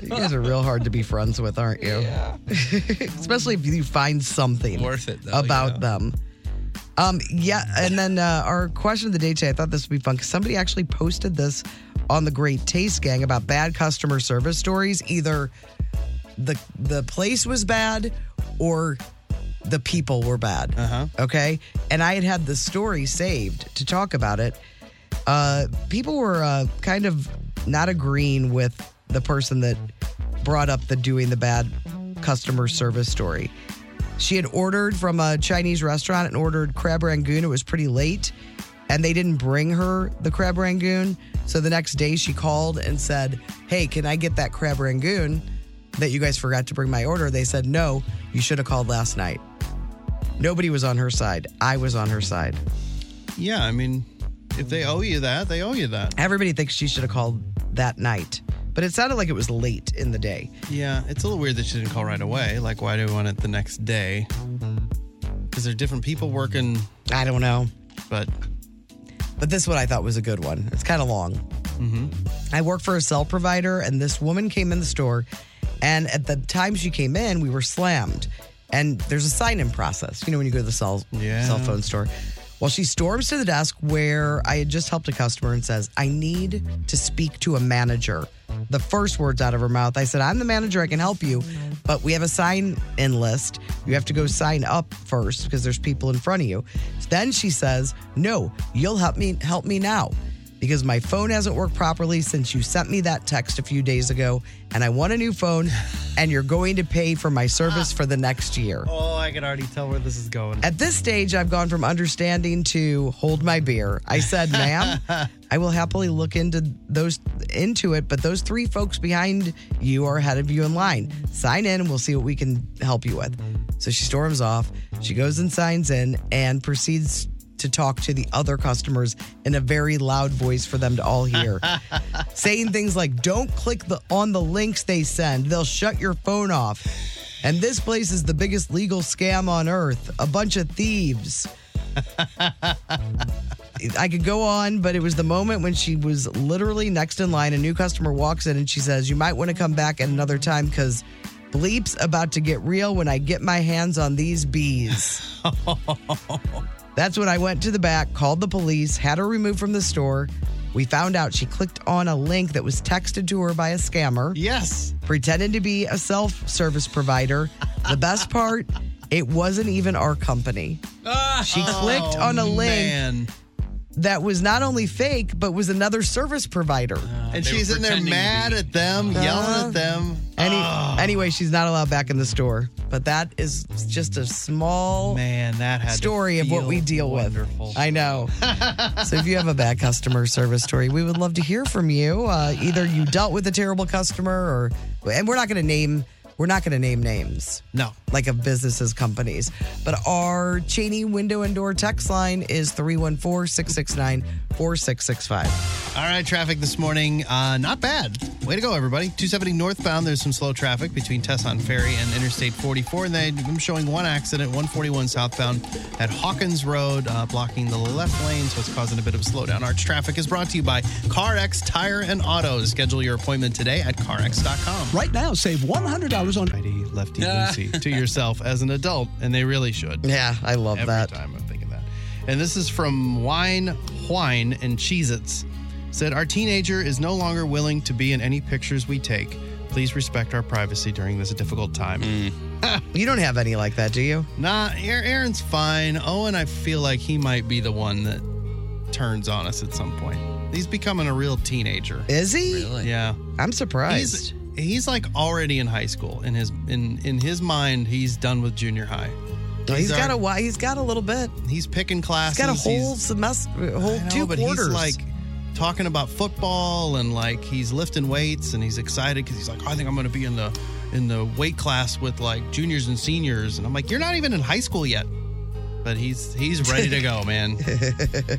S3: You guys are real hard to be friends with, aren't you? Especially if you find something
S4: Worth it, though,
S3: about them. Um, yeah, and then uh, our question of the day today, I thought this would be fun because somebody actually posted this on the Great Taste Gang about bad customer service stories. Either the the place was bad or the people were bad. Uh-huh. Okay, and I had had the story saved to talk about it. Uh, people were uh, kind of not agreeing with the person that brought up the doing the bad customer service story. She had ordered from a Chinese restaurant and ordered crab rangoon. It was pretty late, and they didn't bring her the crab rangoon. So the next day, she called and said, "Hey, can I get that crab rangoon that you guys forgot to bring my order?" They said, "No, you should have called last night." Nobody was on her side. I was on her side.
S5: Yeah, I mean, if they owe you that, they owe you that.
S3: Everybody thinks she should have called that night, but it sounded like it was late in the day.
S5: Yeah, it's a little weird that she didn't call right away. Like, why do we want it the next day? Because there are different people working,
S3: I don't know.
S5: but
S3: But this one I thought was a good one. It's kind of long. Mm-hmm. I work for a cell provider, and this woman came in the store, and at the time she came in, we were slammed. And there's a sign-in process, you know, when you go to the cell
S5: Yeah.
S3: cell phone store. Well, she storms to the desk where I had just helped a customer and says, "I need to speak to a manager." The first words out of her mouth, I said, "I'm the manager. I can help you, but we have a sign-in list. You have to go sign up first because there's people in front of you." Then she says, "No, you'll help me help me now." because my phone hasn't worked properly since you sent me that text a few days ago and I want a new phone and you're going to pay for my service for the next year.
S5: oh, I can already tell where this is going.
S3: At this stage, I've gone from understanding to hold my beer. I said, ma'am, I will happily look into those into it, but those three folks behind you are ahead of you in line. Sign in and we'll see what we can help you with. So she storms off, she goes and signs in and proceeds to talk to the other customers in a very loud voice for them to all hear. saying things like don't click the on the links they send they'll shut your phone off and this place is the biggest legal scam on earth a bunch of thieves i could go on but it was the moment when she was literally next in line a new customer walks in and she says you might want to come back at another time because bleep's about to get real when i get my hands on these bees That's when I went to the back, called the police, had her removed from the store. We found out she clicked on a link that was texted to her by a scammer
S5: Yes.
S3: pretended to be a self service provider. The best part, it wasn't even our company. She clicked
S5: Oh,
S3: on a link
S5: man.
S3: that was not only fake, but was another service provider.
S5: and
S4: they were
S5: she's in there
S4: pretending to
S5: mad
S4: be-
S5: at them, yelling at them.
S3: Any,
S5: Oh,
S3: Anyway, she's not allowed back in the store. But that is just a small
S5: man, that had to
S3: story of what
S5: feel
S3: we deal
S5: wonderful.
S3: with. I know. so if you have a bad customer service story, we would love to hear from you. Uh, either you dealt with a terrible customer, or and we're not going to name we're not going to name names.
S5: No.
S3: like of businesses, companies. But our Cheney window and door text line is 314 669 4665.
S5: All right, traffic this morning, uh, not bad. Way to go, everybody. 270 northbound, there's some slow traffic between Tesson Ferry and Interstate 44. And then I'm showing one accident, 141 southbound at Hawkins Road, uh, blocking the left lane, so it's causing a bit of a slowdown. Arch traffic is brought to you by CarX Tire and Autos. Schedule your appointment today at carx.com.
S7: Right now, save $100 on.
S5: Righty, lefty, loosey to yourself as an adult, and they really should.
S3: Yeah, I love
S5: Every
S3: that.
S5: time I'm thinking that. And this is from Wine, Wine, and Cheez Its. Said, Our teenager is no longer willing to be in any pictures we take. Please respect our privacy during this difficult time.
S3: Mm. You don't have any like that, do you?
S5: Nah, Aar- Aaron's fine. Owen, I feel like he might be the one that turns on us at some point. He's becoming a real teenager.
S3: Is he?
S5: Yeah.
S3: I'm surprised.
S5: He's he's like already in high school. In his in in his mind, he's done with junior high.
S3: he's got
S5: already-
S3: a whi- he's got a little bit.
S5: He's picking classes.
S3: He's got a whole
S5: he's-
S3: semester, whole
S5: I know,
S3: two
S5: but
S3: quarters.
S5: He's like talking about football and like he's lifting weights and he's excited because he's like, I think I'm going to be in the in the weight class with like juniors and seniors. And I'm like, you're not even in high school yet, but he's he's ready to go, man. That's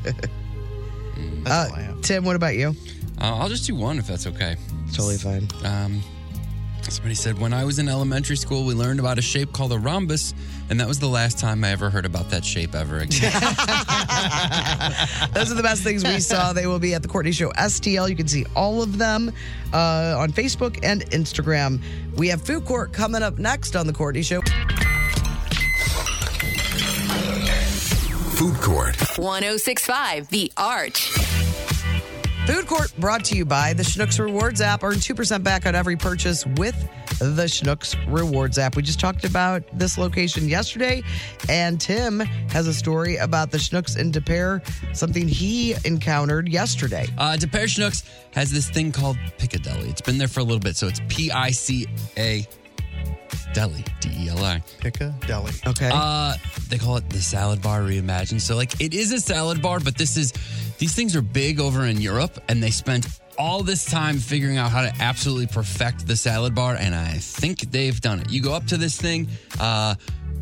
S5: all I have.
S3: Uh, Tim, what about you?
S4: Uh, I'll just do one if that's okay.
S3: Totally fine.
S4: Um, somebody said, When I was in elementary school, we learned about a shape called a rhombus, and that was the last time I ever heard about that shape ever again.
S3: Those are the best things we saw. They will be at the Courtney Show STL. You can see all of them uh, on Facebook and Instagram. We have Food Court coming up next on the Courtney Show.
S6: Food Court.
S8: 1065 The Arch.
S3: Food Court brought to you by the Schnucks Rewards app. Earn 2% back on every purchase with the Schnucks Rewards app. We just talked about this location yesterday, and Tim has a story about the Schnucks in De Pere, something he encountered yesterday.
S4: Uh, DePere Schnooks has this thing called Piccadilly. It's been there for a little bit, so it's P I C A Deli, D E L I.
S5: Piccadilly.
S3: Okay.
S4: Uh, they call it the salad bar reimagined. So like it is a salad bar, but this is these things are big over in Europe, and they spent all this time figuring out how to absolutely perfect the salad bar, and I think they've done it. You go up to this thing, uh,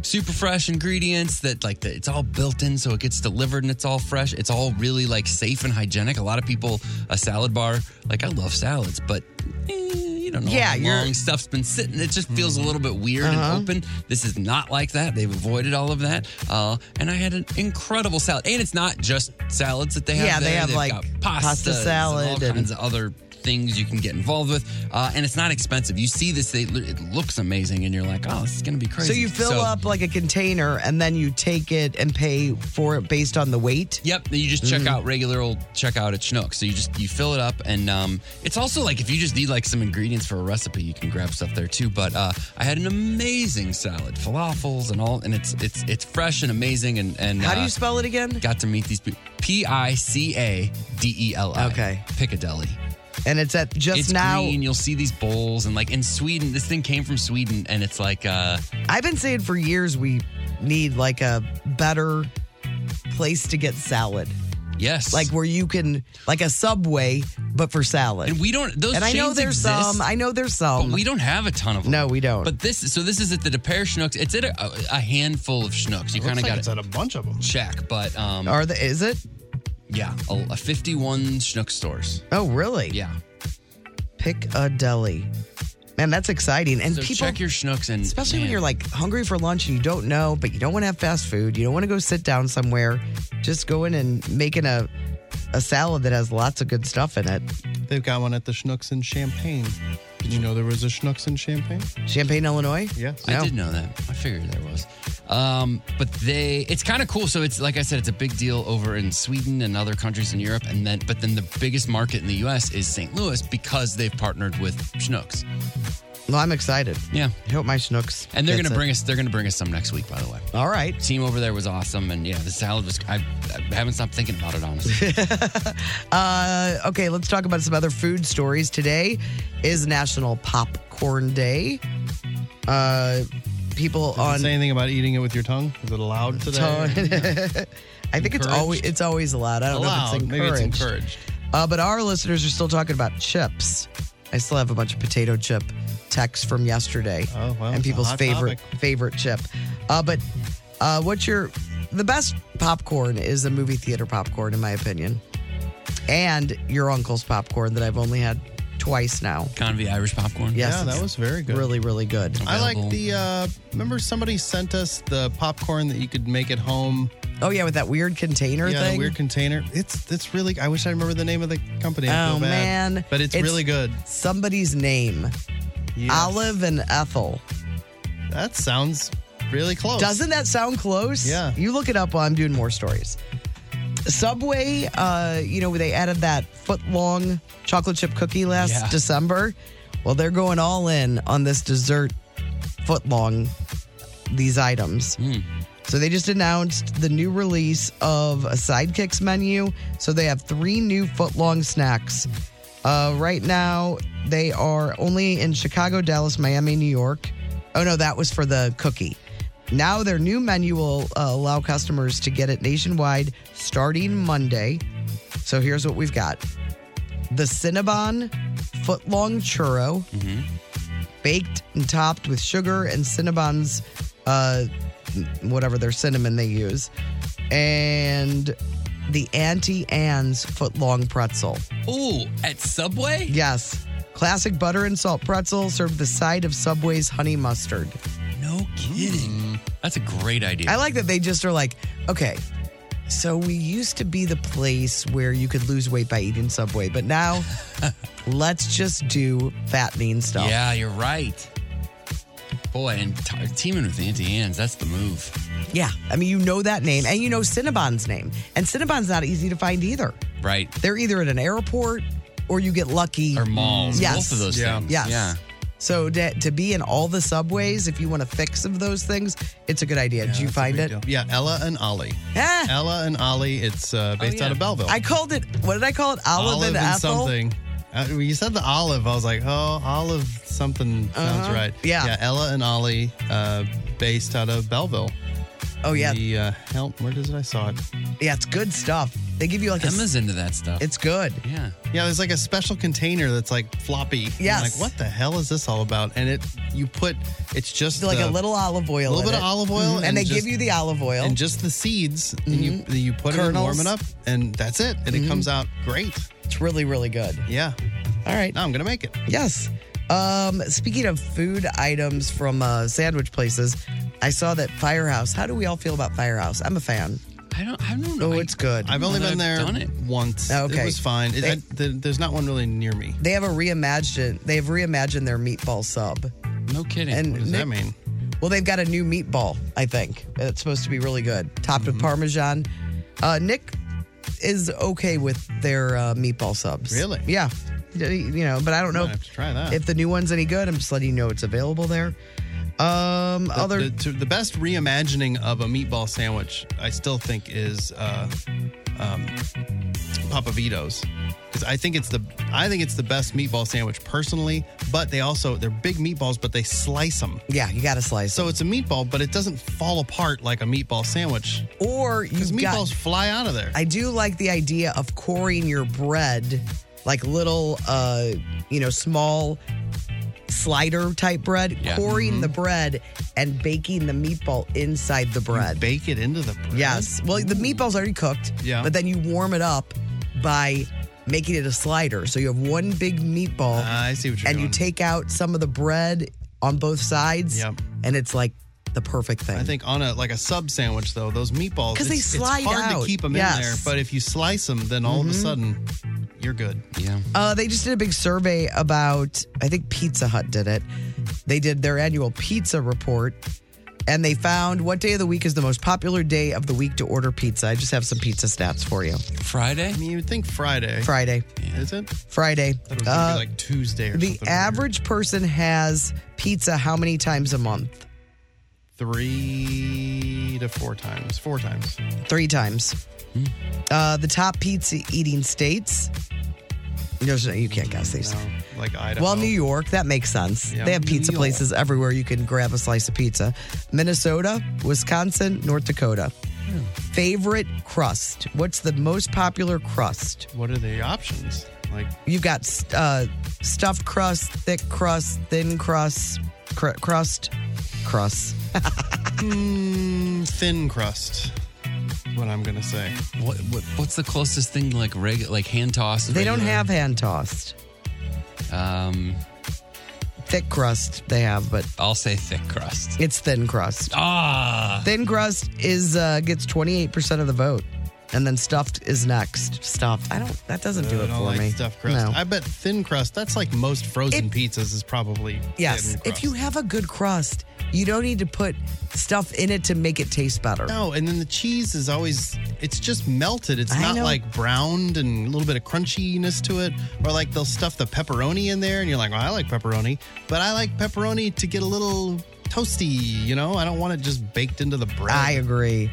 S4: super fresh ingredients that like the, it's all built in, so it gets delivered and it's all fresh. It's all really like safe and hygienic. A lot of people a salad bar like I love salads, but. eh, You don't know
S3: Yeah,
S4: how
S3: you're- Uh-huh.
S4: long stuff's been sitting. It just feels a little bit weird and open. This is not like that. They've avoided all of that. Uh, and I had an incredible salad. And it's not just salads that they have.
S3: Yeah, they
S4: there.
S3: have,
S4: They've
S3: like,
S4: got
S3: pasta
S4: pastas and
S3: salad
S4: all
S3: and-
S4: kinds of other things you can get involved with. Uh, and it's not expensive. You see this, they, it looks amazing, and you're like, oh, this is going to be crazy.
S3: So you fill up like a container and then you take it and pay for it based on the weight.
S4: Yep, then you just
S3: Mm.
S4: check out regular old checkout at Schnuck. So you just you fill it up, and um, it's also like if you just need like some ingredients for a recipe, you can grab stuff there too. But uh, I had an amazing salad, falafels, and all, and it's it's it's fresh and amazing. And and
S3: How do
S4: uh,
S3: you spell it again?
S4: got to meet these people? P I C A D E L I.
S3: Okay.
S4: Piccadilly.
S3: And it's at just
S4: it's
S3: now.
S4: green. You'll see these bowls, and like in Sweden, this thing came from Sweden, and it's like uh,
S3: I've been saying for years we need like a better place to get salad,
S4: yes,
S3: like where you can like a Subway, but for salad.
S4: and we don't those.
S3: And I know
S4: chains
S3: there's
S4: exist.
S3: some. I know there's
S4: But
S3: some.
S4: we don't have a ton of them.
S3: No, we don't.
S4: But this, so this is at the DePere Schnooks. It's at a, a handful of Schnooks. You
S5: Looks
S4: kind of
S5: like
S4: got
S5: it's
S4: to
S5: at a bunch of them.
S4: check, but um,
S3: Are the is it?
S4: yeah, a, a 51 Schnook stores.
S3: Oh, really?
S4: Yeah.
S3: Pick a deli. Man, that's exciting. And
S4: So
S3: people
S4: check your Schnooks and
S3: especially when
S4: man,
S3: you're like hungry for lunch and you don't know, but you don't want to have fast food. You don't want to go sit down somewhere. Just go in and making a a salad that has lots of good stuff in it.
S5: They've got one at the Schnucks in Champagne. Did you know there was a Schnucks in Champagne?
S3: Champagne, Illinois.
S5: Yes.
S4: I did know that. I figured there was. Um, but they, it's kind of cool. So it's like I said, it's a big deal over in Sweden and other countries in Europe, and then but then the biggest market in the U.S. is St. Louis because they've partnered with Schnucks.
S3: Well, I'm excited.
S4: Yeah,
S3: I hope my Schnooks.
S4: And they're
S3: gets
S4: gonna
S3: it.
S4: bring us. They're gonna bring us some next week. By the way.
S3: All right.
S4: Team over there was awesome, and yeah, the salad was. I, I haven't stopped thinking about it honestly.
S3: Uh, okay, let's talk about some other food stories. Today is National Popcorn Day. Uh, people
S5: Does it
S3: on
S5: say anything about eating it with your tongue? Is it allowed today?
S3: I think it's
S5: Encouraged?
S3: always it's always allowed.
S4: Oh,
S3: I don't know if
S5: Allowed.
S3: it's
S5: Maybe
S3: encouraged.
S5: it's encouraged.
S3: Uh, but our listeners are still talking about chips. I still have a bunch of potato chip texts from yesterday.
S5: Oh, well,
S3: and
S5: it's a
S3: people's
S5: hot
S3: favorite
S5: topic.
S3: favorite chip. Uh, but uh, what's your the best popcorn is the movie theater popcorn in my opinion, and your uncle's popcorn that I've only had twice now.
S4: Convy Irish popcorn.
S3: Yes,
S5: yeah,
S3: it's
S5: that was very good.
S3: really really good.
S5: I like
S4: available.
S5: the. Uh, remember, somebody sent us the popcorn that you could make at home.
S3: Oh yeah, with that weird container
S5: yeah,
S3: thing.
S5: the weird container. It's it's really. I wish I remember the name of the company. I
S3: Oh,
S5: feel bad.
S3: man.
S5: but it's,
S3: It's-
S5: really good.
S3: Somebody's name,
S5: Yes.
S3: Olive and Ethel.
S5: That sounds really close.
S3: Doesn't that sound close?
S5: Yeah.
S3: You look it up while I'm doing more stories. Subway, uh, you know, they added that foot long chocolate chip cookie last
S4: Yeah.
S3: December. Well, they're going all in on this dessert foot long, these items.
S5: Hmm.
S3: So they just announced the new release of a Sidekicks menu. So they have three new foot long snacks. Uh, right now, they are only in Chicago, Dallas, Miami, New York. Oh, no, that was for the cookie. Now, their new menu will uh, allow customers to get it nationwide starting Monday. So here's what we've got the Cinnabon foot long churro, baked and topped with sugar and Cinnabon's, uh, whatever their cinnamon they use, and the Auntie Anne's foot long pretzel.
S4: Ooh, at Subway.
S3: Yes. Classic butter and salt pretzel served the side of Subway's honey mustard.
S4: No kidding. Hmm. That's a great idea.
S3: I like that they just are like, okay, so we used to be the place where you could lose weight by eating Subway, but now let's just do fattening stuff.
S4: Yeah, you're right. Boy, and t- teaming with Auntie Anne's, that's the move.
S3: Yeah. I mean, you know that name and you know Cinnabon's name. And Cinnabon's not easy to find either.
S4: Right.
S3: They're either at an airport or you get lucky.
S4: Or malls.
S3: Yes.
S4: Both of those
S5: Yeah.
S4: things.
S3: Yes.
S4: Yeah.
S3: So to, to be in all the subways, if you want a fix of those things, it's a good idea. Did you find it?
S5: Yeah, Ella and Ollie.
S3: Ah! Oh,
S5: Ella and Ollie. It's uh, based
S4: Oh,
S5: out of Belleville.
S3: I called it. What did I call it? Olive,
S5: olive
S3: and,
S5: and
S3: apple.
S5: something. Uh, when you said the olive, I was like, oh, olive something sounds right.
S3: Uh-huh. Yeah.
S5: Yeah, Ella and Ollie, uh, based out of Belleville.
S3: Oh yeah,
S5: The uh, help. Where does it? I saw it.
S3: yeah. It's good stuff. They give you like a.
S4: Emma's into that stuff.
S3: It's good.
S4: yeah.
S5: Yeah, there's like a special container that's like floppy. I'm
S3: Yes.
S5: like what the hell is this all about? And it you put it's just
S3: Like
S5: the-
S3: a little olive oil.
S5: a little
S3: in
S5: bit of
S3: it.
S5: olive oil,
S3: Mhm. and,
S5: and
S3: they
S5: just-
S3: give you the olive oil. Mm-hmm.
S5: and just the seeds and you you put it in,
S3: Kernels. Mm-hmm.
S5: warm it up, and that's it. And it comes out great.
S3: it's really, really good.
S5: Yeah.
S3: All right.
S5: Now I'm gonna make it.
S3: Yes. Um, speaking of food items from uh, sandwich places, I saw that Firehouse. How do we all feel about Firehouse? I'm a fan.
S4: I don't. I don't know.
S3: Oh, it's good.
S5: I've only
S4: that
S5: been there
S4: I've done it.
S5: once.
S3: Okay.
S5: It was fine. It,
S3: They-
S5: I, th- there's not one really near me.
S3: they have a reimagined. They have reimagined their meatball sub.
S4: no kidding.
S3: And
S5: What does
S3: Nick-
S5: that mean?
S3: Well, they've got a new meatball, I think. It's supposed to be really good, topped with
S5: Mm-hmm.
S3: Parmesan. Uh, Nick is okay with their uh, meatball subs.
S5: Really?
S3: Yeah. You know, but I don't
S5: I
S3: know
S5: have to try that.
S3: if the new one's any good. I'm just letting you know it's available there. Um,
S5: the,
S3: other
S5: the, to- the best reimagining of a meatball sandwich, I still think, is uh, um, Papa Vito's. Because I think it's the I think it's the best meatball sandwich personally. But they also they're big meatballs, but they slice them.
S3: yeah, you got to slice.
S5: So it's a meatball, but it doesn't fall apart like a meatball sandwich.
S3: or
S5: Because
S3: you've
S5: meatballs
S3: got.
S5: fly out of there.
S3: I do like the idea of coring your bread, like little, uh, you know, small slider type bread,
S4: Yeah.
S3: coring
S5: Mm-hmm.
S3: the bread and baking the meatball inside the bread.
S5: Bake it into the bread.
S3: Yes. Well, the meatball's already cooked.
S5: Yeah.
S3: But then you warm it up by making it a slider. So you have one big meatball,
S5: Ah, I see what you're
S3: and
S5: doing.
S3: you take out some of the bread on both sides.
S5: Yep.
S3: And it's like the perfect thing.
S5: I think on a like a sub sandwich though, those meatballs
S3: 'Cause they
S5: it's-
S3: slide
S5: It's hard
S3: out.
S5: to keep them
S3: Yes. Mm-hmm.
S5: in there, but if you slice them, then all of a sudden you're good.
S4: yeah.
S3: Uh, they just did a big survey about, I think Pizza Hut did it. They did their annual pizza report, and they found what day of the week is the most popular day of the week to order pizza. I just have some pizza stats for you.
S4: Friday? I
S5: mean, you would think Friday.
S3: Friday.
S5: Is it?
S3: Friday.
S5: I thought it was gonna
S3: Uh,
S5: be like Tuesday or
S3: the
S5: something.
S3: average person has pizza how many times a month?
S5: Three to four times. Four times.
S3: Three times. Uh, the top pizza eating states. There's no, you can't guess these.
S5: Like Idaho.
S3: Well, New York, that makes sense.
S5: Yeah,
S3: they have pizza
S5: New York.
S3: places everywhere you can grab a slice of pizza. Minnesota, Wisconsin, North Dakota.
S5: Hmm.
S3: Favorite crust. What's the most popular crust?
S5: What are the options? Like
S3: You've got uh, stuffed crust, thick crust, thin crust, cr- crust, crust.
S5: mm, thin crust. is What I'm gonna say.
S4: What, what what's the closest thing like reg like hand tossed?
S3: They don't have hand tossed.
S4: Um,
S3: Thick crust they have, but
S4: I'll say thick crust.
S3: it's thin crust.
S4: Ah,
S3: Thin crust is uh, gets 28% of the vote. And then stuffed is next. Stuffed. I don't that doesn't do
S5: I
S3: it
S5: don't
S3: for
S5: like
S3: me.
S5: stuffed crust.
S3: No.
S5: I bet thin crust. That's like most frozen pizzas is probably
S3: Yes.
S5: thin
S3: If
S5: crust.
S3: you have a good crust, you don't need to put stuff in it to make it taste better.
S5: No, and then the cheese is always it's just melted. It's
S3: I
S5: not
S3: know.
S5: like browned and a little bit of crunchiness to it. Or like they'll stuff the pepperoni in there and you're like, well, I like pepperoni, but I like pepperoni to get a little toasty, you know? I don't want it just baked into the bread.
S3: I agree.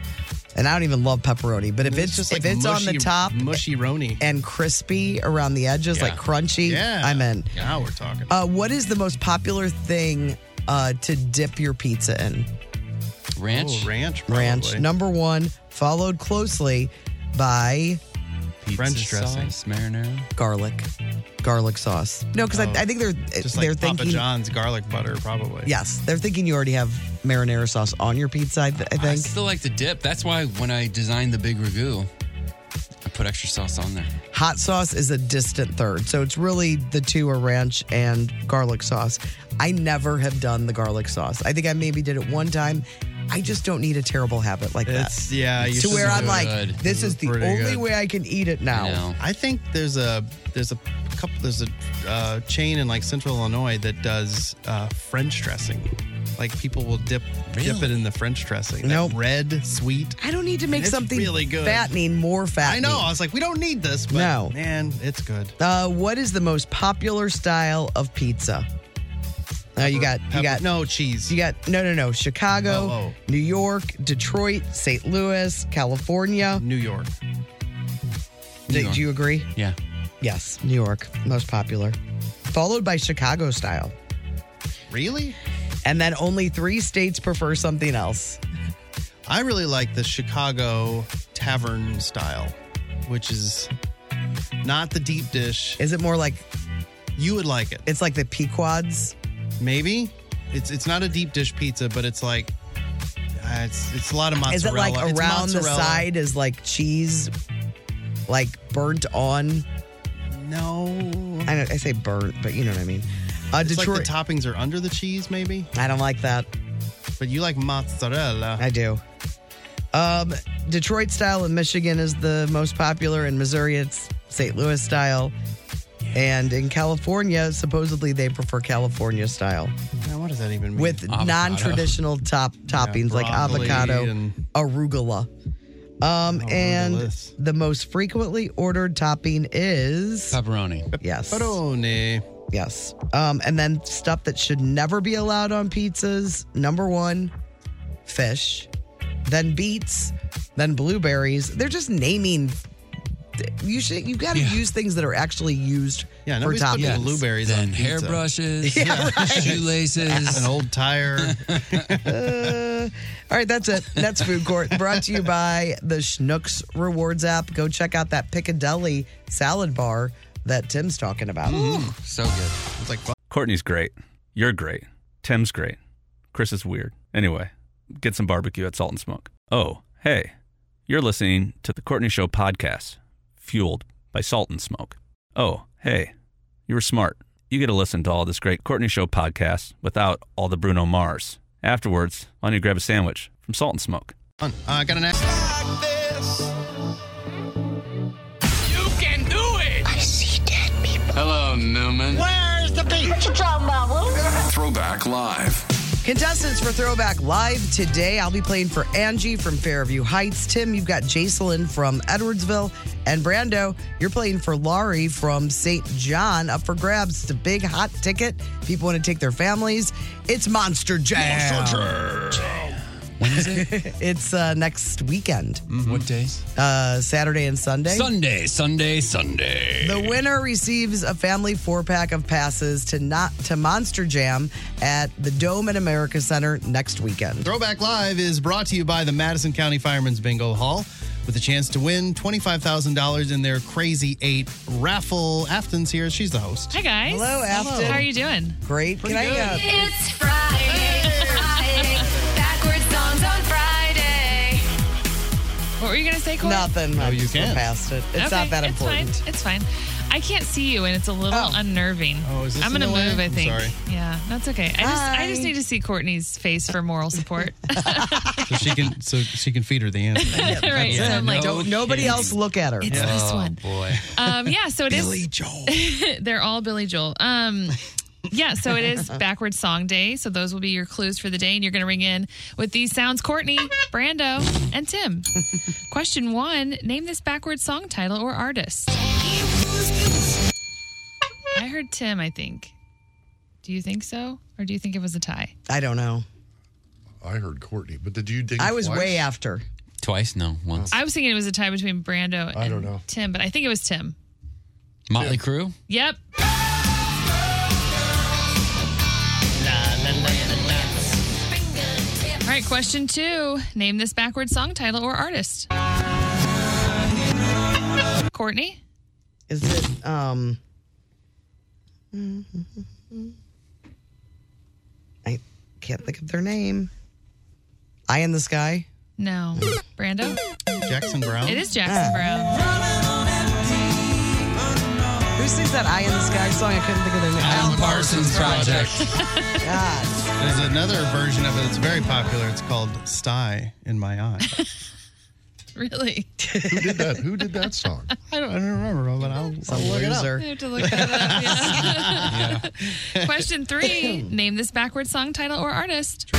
S3: And I don't even love pepperoni, but if
S5: And
S3: it's,
S5: just
S3: if
S5: like
S3: it's on the
S5: mushy-
S3: top
S5: mushy roni.
S3: and crispy around the edges, like
S5: Yeah.
S3: crunchy,
S5: Yeah.
S3: I'm in.
S5: Now we're talking.
S3: Uh, what is the most popular thing uh, to dip your pizza in?
S4: ranch.
S5: Oh, ranch,
S3: Ranch,
S5: probably.
S3: number one, followed closely by
S4: Pizza
S5: French dressing.
S4: sauce, marinara.
S3: garlic, garlic sauce. No, because
S5: Oh,
S3: I, I think they're
S5: Just
S3: they're
S5: like Papa
S3: thinking.
S5: John's garlic butter, probably.
S3: Yes, they're thinking you already have marinara sauce on your pizza. I, th- I
S4: I
S3: think.
S4: still like the dip. That's why when I designed the big ragu, I put extra sauce on there.
S3: Hot sauce is a distant third. So it's really the two are ranch and garlic sauce. I never have done the garlic sauce. I think I maybe did it one time. I just don't need a terrible habit like
S5: It's
S3: that.
S5: yeah, you
S3: to where
S5: should-
S3: I'm like,
S4: good.
S3: this is the
S5: Pretty
S3: only
S5: good.
S3: way I can eat it now.
S4: You know?
S5: I think there's a there's a couple there's a uh, chain in like Central Illinois that does uh, French dressing. Like people will dip dip
S4: Really?
S5: it in the French dressing. That
S3: Nope.
S5: red sweet.
S3: I don't need to make
S5: It's
S3: something
S5: really good.
S3: fattening more
S5: I
S3: fattening.
S5: know. I was like, we don't need this, but
S3: No.
S5: man, it's good.
S3: Uh, what is the most popular style of pizza? Now you got you
S5: Pepper-
S3: got
S5: no cheese.
S3: You got no, no, no. Chicago,
S5: Oh, oh.
S3: New York, Detroit, St. Louis, California.
S5: New York.
S3: Do-
S4: York.
S3: Do you agree?
S4: Yeah.
S3: Yes, New York, most popular, followed by Chicago style,
S5: Really?
S3: and then only three states prefer something else.
S5: I really like the Chicago tavern style, which is not the deep dish.
S3: Is it more like
S5: You would like it.
S3: it's like the Pequods?
S5: Maybe it's it's not a deep dish pizza, but it's like uh, it's it's a lot of mozzarella.
S3: Is it like
S5: It's
S3: around the
S5: mozzarella.
S3: side is like cheese, like burnt on?
S5: No,
S3: I, don't, I say burnt, but you know what I mean. Uh,
S5: it's
S3: Detroit.
S5: like the toppings are under the cheese, maybe.
S3: I don't like that.
S5: But you like mozzarella.
S3: I do. Um, Detroit style in Michigan is the most popular. In Missouri, it's St. Louis style. And in California, supposedly they prefer California style
S5: Now, what does that even mean?
S3: with
S4: Avocado.
S3: non-traditional top toppings like
S5: broccoli
S3: avocado,
S5: and-
S3: arugula. Um, and
S5: Arugulous.
S3: the most frequently ordered topping is
S4: Pepperoni.
S3: yes,
S5: pepperoni.
S3: yes. Um, and then stuff that should never be allowed on pizzas. Number one, fish, then beets, then blueberries. They're just naming. You should. You got to
S4: Yeah.
S3: use things that are actually used
S5: Yeah,
S3: for
S5: nobody's
S3: toppings.
S5: putting blueberries
S4: Then
S5: on pizza.
S4: hairbrushes.
S3: Yeah,
S4: Shoelaces.
S5: An old tire.
S3: Uh, all right, that's it. That's Food Court brought to you by the Schnucks Rewards app. Go check out that Piccadilly salad bar that Tim's talking about.
S5: Mm-hmm.
S4: so good.
S5: it's like
S1: Courtney's great. You're great. Tim's great. Chris is weird. Anyway, get some barbecue at Salt and Smoke. Oh, hey, you're listening to the Courtney Show podcast, fueled by Salt and Smoke. Oh, hey, you were smart. You get to listen to all this great Courtney Show podcast without all the Bruno Mars. Afterwards, why don't you grab a sandwich from Salt and Smoke?
S5: fun. Uh, I got an ass.
S9: You can do it! I see dead people. Hello, Newman. Where's the beach? What you talking about,
S6: Throwback Live.
S3: Contestants for Throwback Live today. I'll be playing for Angie from Fairview Heights. Tim, you've got Jacelyn from Edwardsville. And Brando, you're playing for Laurie from St. John. Up for grabs. It's a big hot ticket. People want to take their families. It's Monster Jam.
S4: When is it?
S3: it's uh, next weekend.
S4: What days?
S3: Uh, Saturday and Sunday.
S4: Sunday, Sunday, Sunday.
S3: The winner receives a family four pack of passes to not to Monster Jam at the Dome at America Center next weekend.
S5: Throwback Live is brought to you by the Madison County Firemen's Bingo Hall with a chance to win $25,000 in their Crazy Eight raffle. Afton's here. She's the host.
S10: Hi guys.
S3: Hello, Afton.
S10: How are you doing?
S3: Great. Can I, uh,
S11: It's Friday. Friday. Backward songs on Friday.
S10: What were you gonna say, Corey?
S3: Nothing. No, you can. Past it. It's
S10: Okay,
S3: not that important.
S10: It's fine. It's fine. I can't see you, and it's a little unnerving. Oh,
S3: is this
S10: I'm
S3: in
S10: gonna
S3: the way?
S10: move. I
S3: I'm
S10: think.
S3: sorry.
S10: Yeah, that's okay. I just
S3: Hi.
S10: I just need to see Courtney's face for moral support.
S5: So she can so she can feed her the answer.
S10: Right, so I'm like-
S3: Don't nobody else look at her.
S10: It's Yeah. this one.
S5: Oh, boy.
S10: um, yeah, so it is.
S3: Billy
S10: Joel. they're all Billy Joel. Um, yeah, so it is backwards song day. So those will be your clues for the day, and you're going to ring in with these sounds: Courtney, Brando, and Tim. Question one: Name this backwards song title or artist. I heard Tim. I think. Do you think so, or do you think it was a tie?
S3: I don't know.
S12: I heard Courtney, but did you dig?
S10: I was way
S3: after.
S4: Twice? No, once.
S10: I was thinking it was a tie between Brando and Tim, but I think it was Tim.
S4: Motley Crue?
S10: Yep. All right, question two. Name this backward song title or artist. Courtney?
S3: Is it um mm-hmm.
S10: Mm-hmm.
S3: I can't think of their name. Eye in the sky.
S10: No. Brando?
S5: Jackson Brown.
S10: It is Jackson Brown.
S3: Ah, Who sings that Eye in the Sky song? I couldn't think of their name. Alan
S5: Parsons Project.
S3: God.
S5: There's another version of it that's very popular. It's called Sty in My Eye.
S10: Really?
S12: Who did that? Who did that song?
S5: I don't, I don't remember, but I'll, I'll
S12: look it up.
S10: I have to look that up. yeah. Question three. Name this backward song title or artist.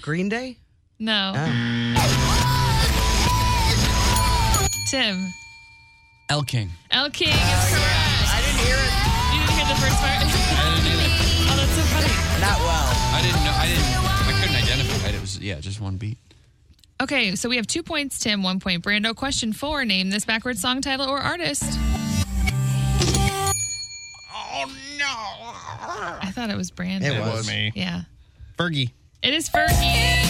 S3: Green Day? Ah.
S10: No. Tim.
S4: El King.
S10: El King is correct. I didn't hear it. You didn't hear the first part? oh, that's so funny.
S3: Not well.
S4: I didn't know. I didn't. I couldn't identify it. It was, yeah, just one beat.
S10: Okay, so we have two points, Tim, one point. Brando, question four. Name this backward song title or artist. Oh, no. I thought it was Brando.
S5: It was me.
S10: Yeah.
S5: Fergie.
S10: It is Fergie.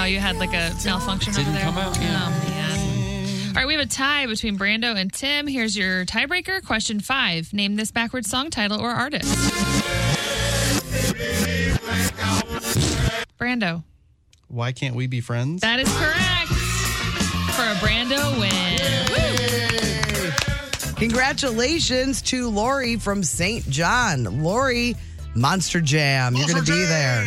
S10: Oh, you had like a malfunction over there. Oh, man. All right, we have a tie between Brando and Tim. Here's your tiebreaker. Question five Name this backward song title or artist. Brando.
S5: Why can't we be friends?
S10: That is correct for a Brando win. Woo!
S3: Congratulations to Lori from St. John. Lori, Monster Jam. You're going to be there.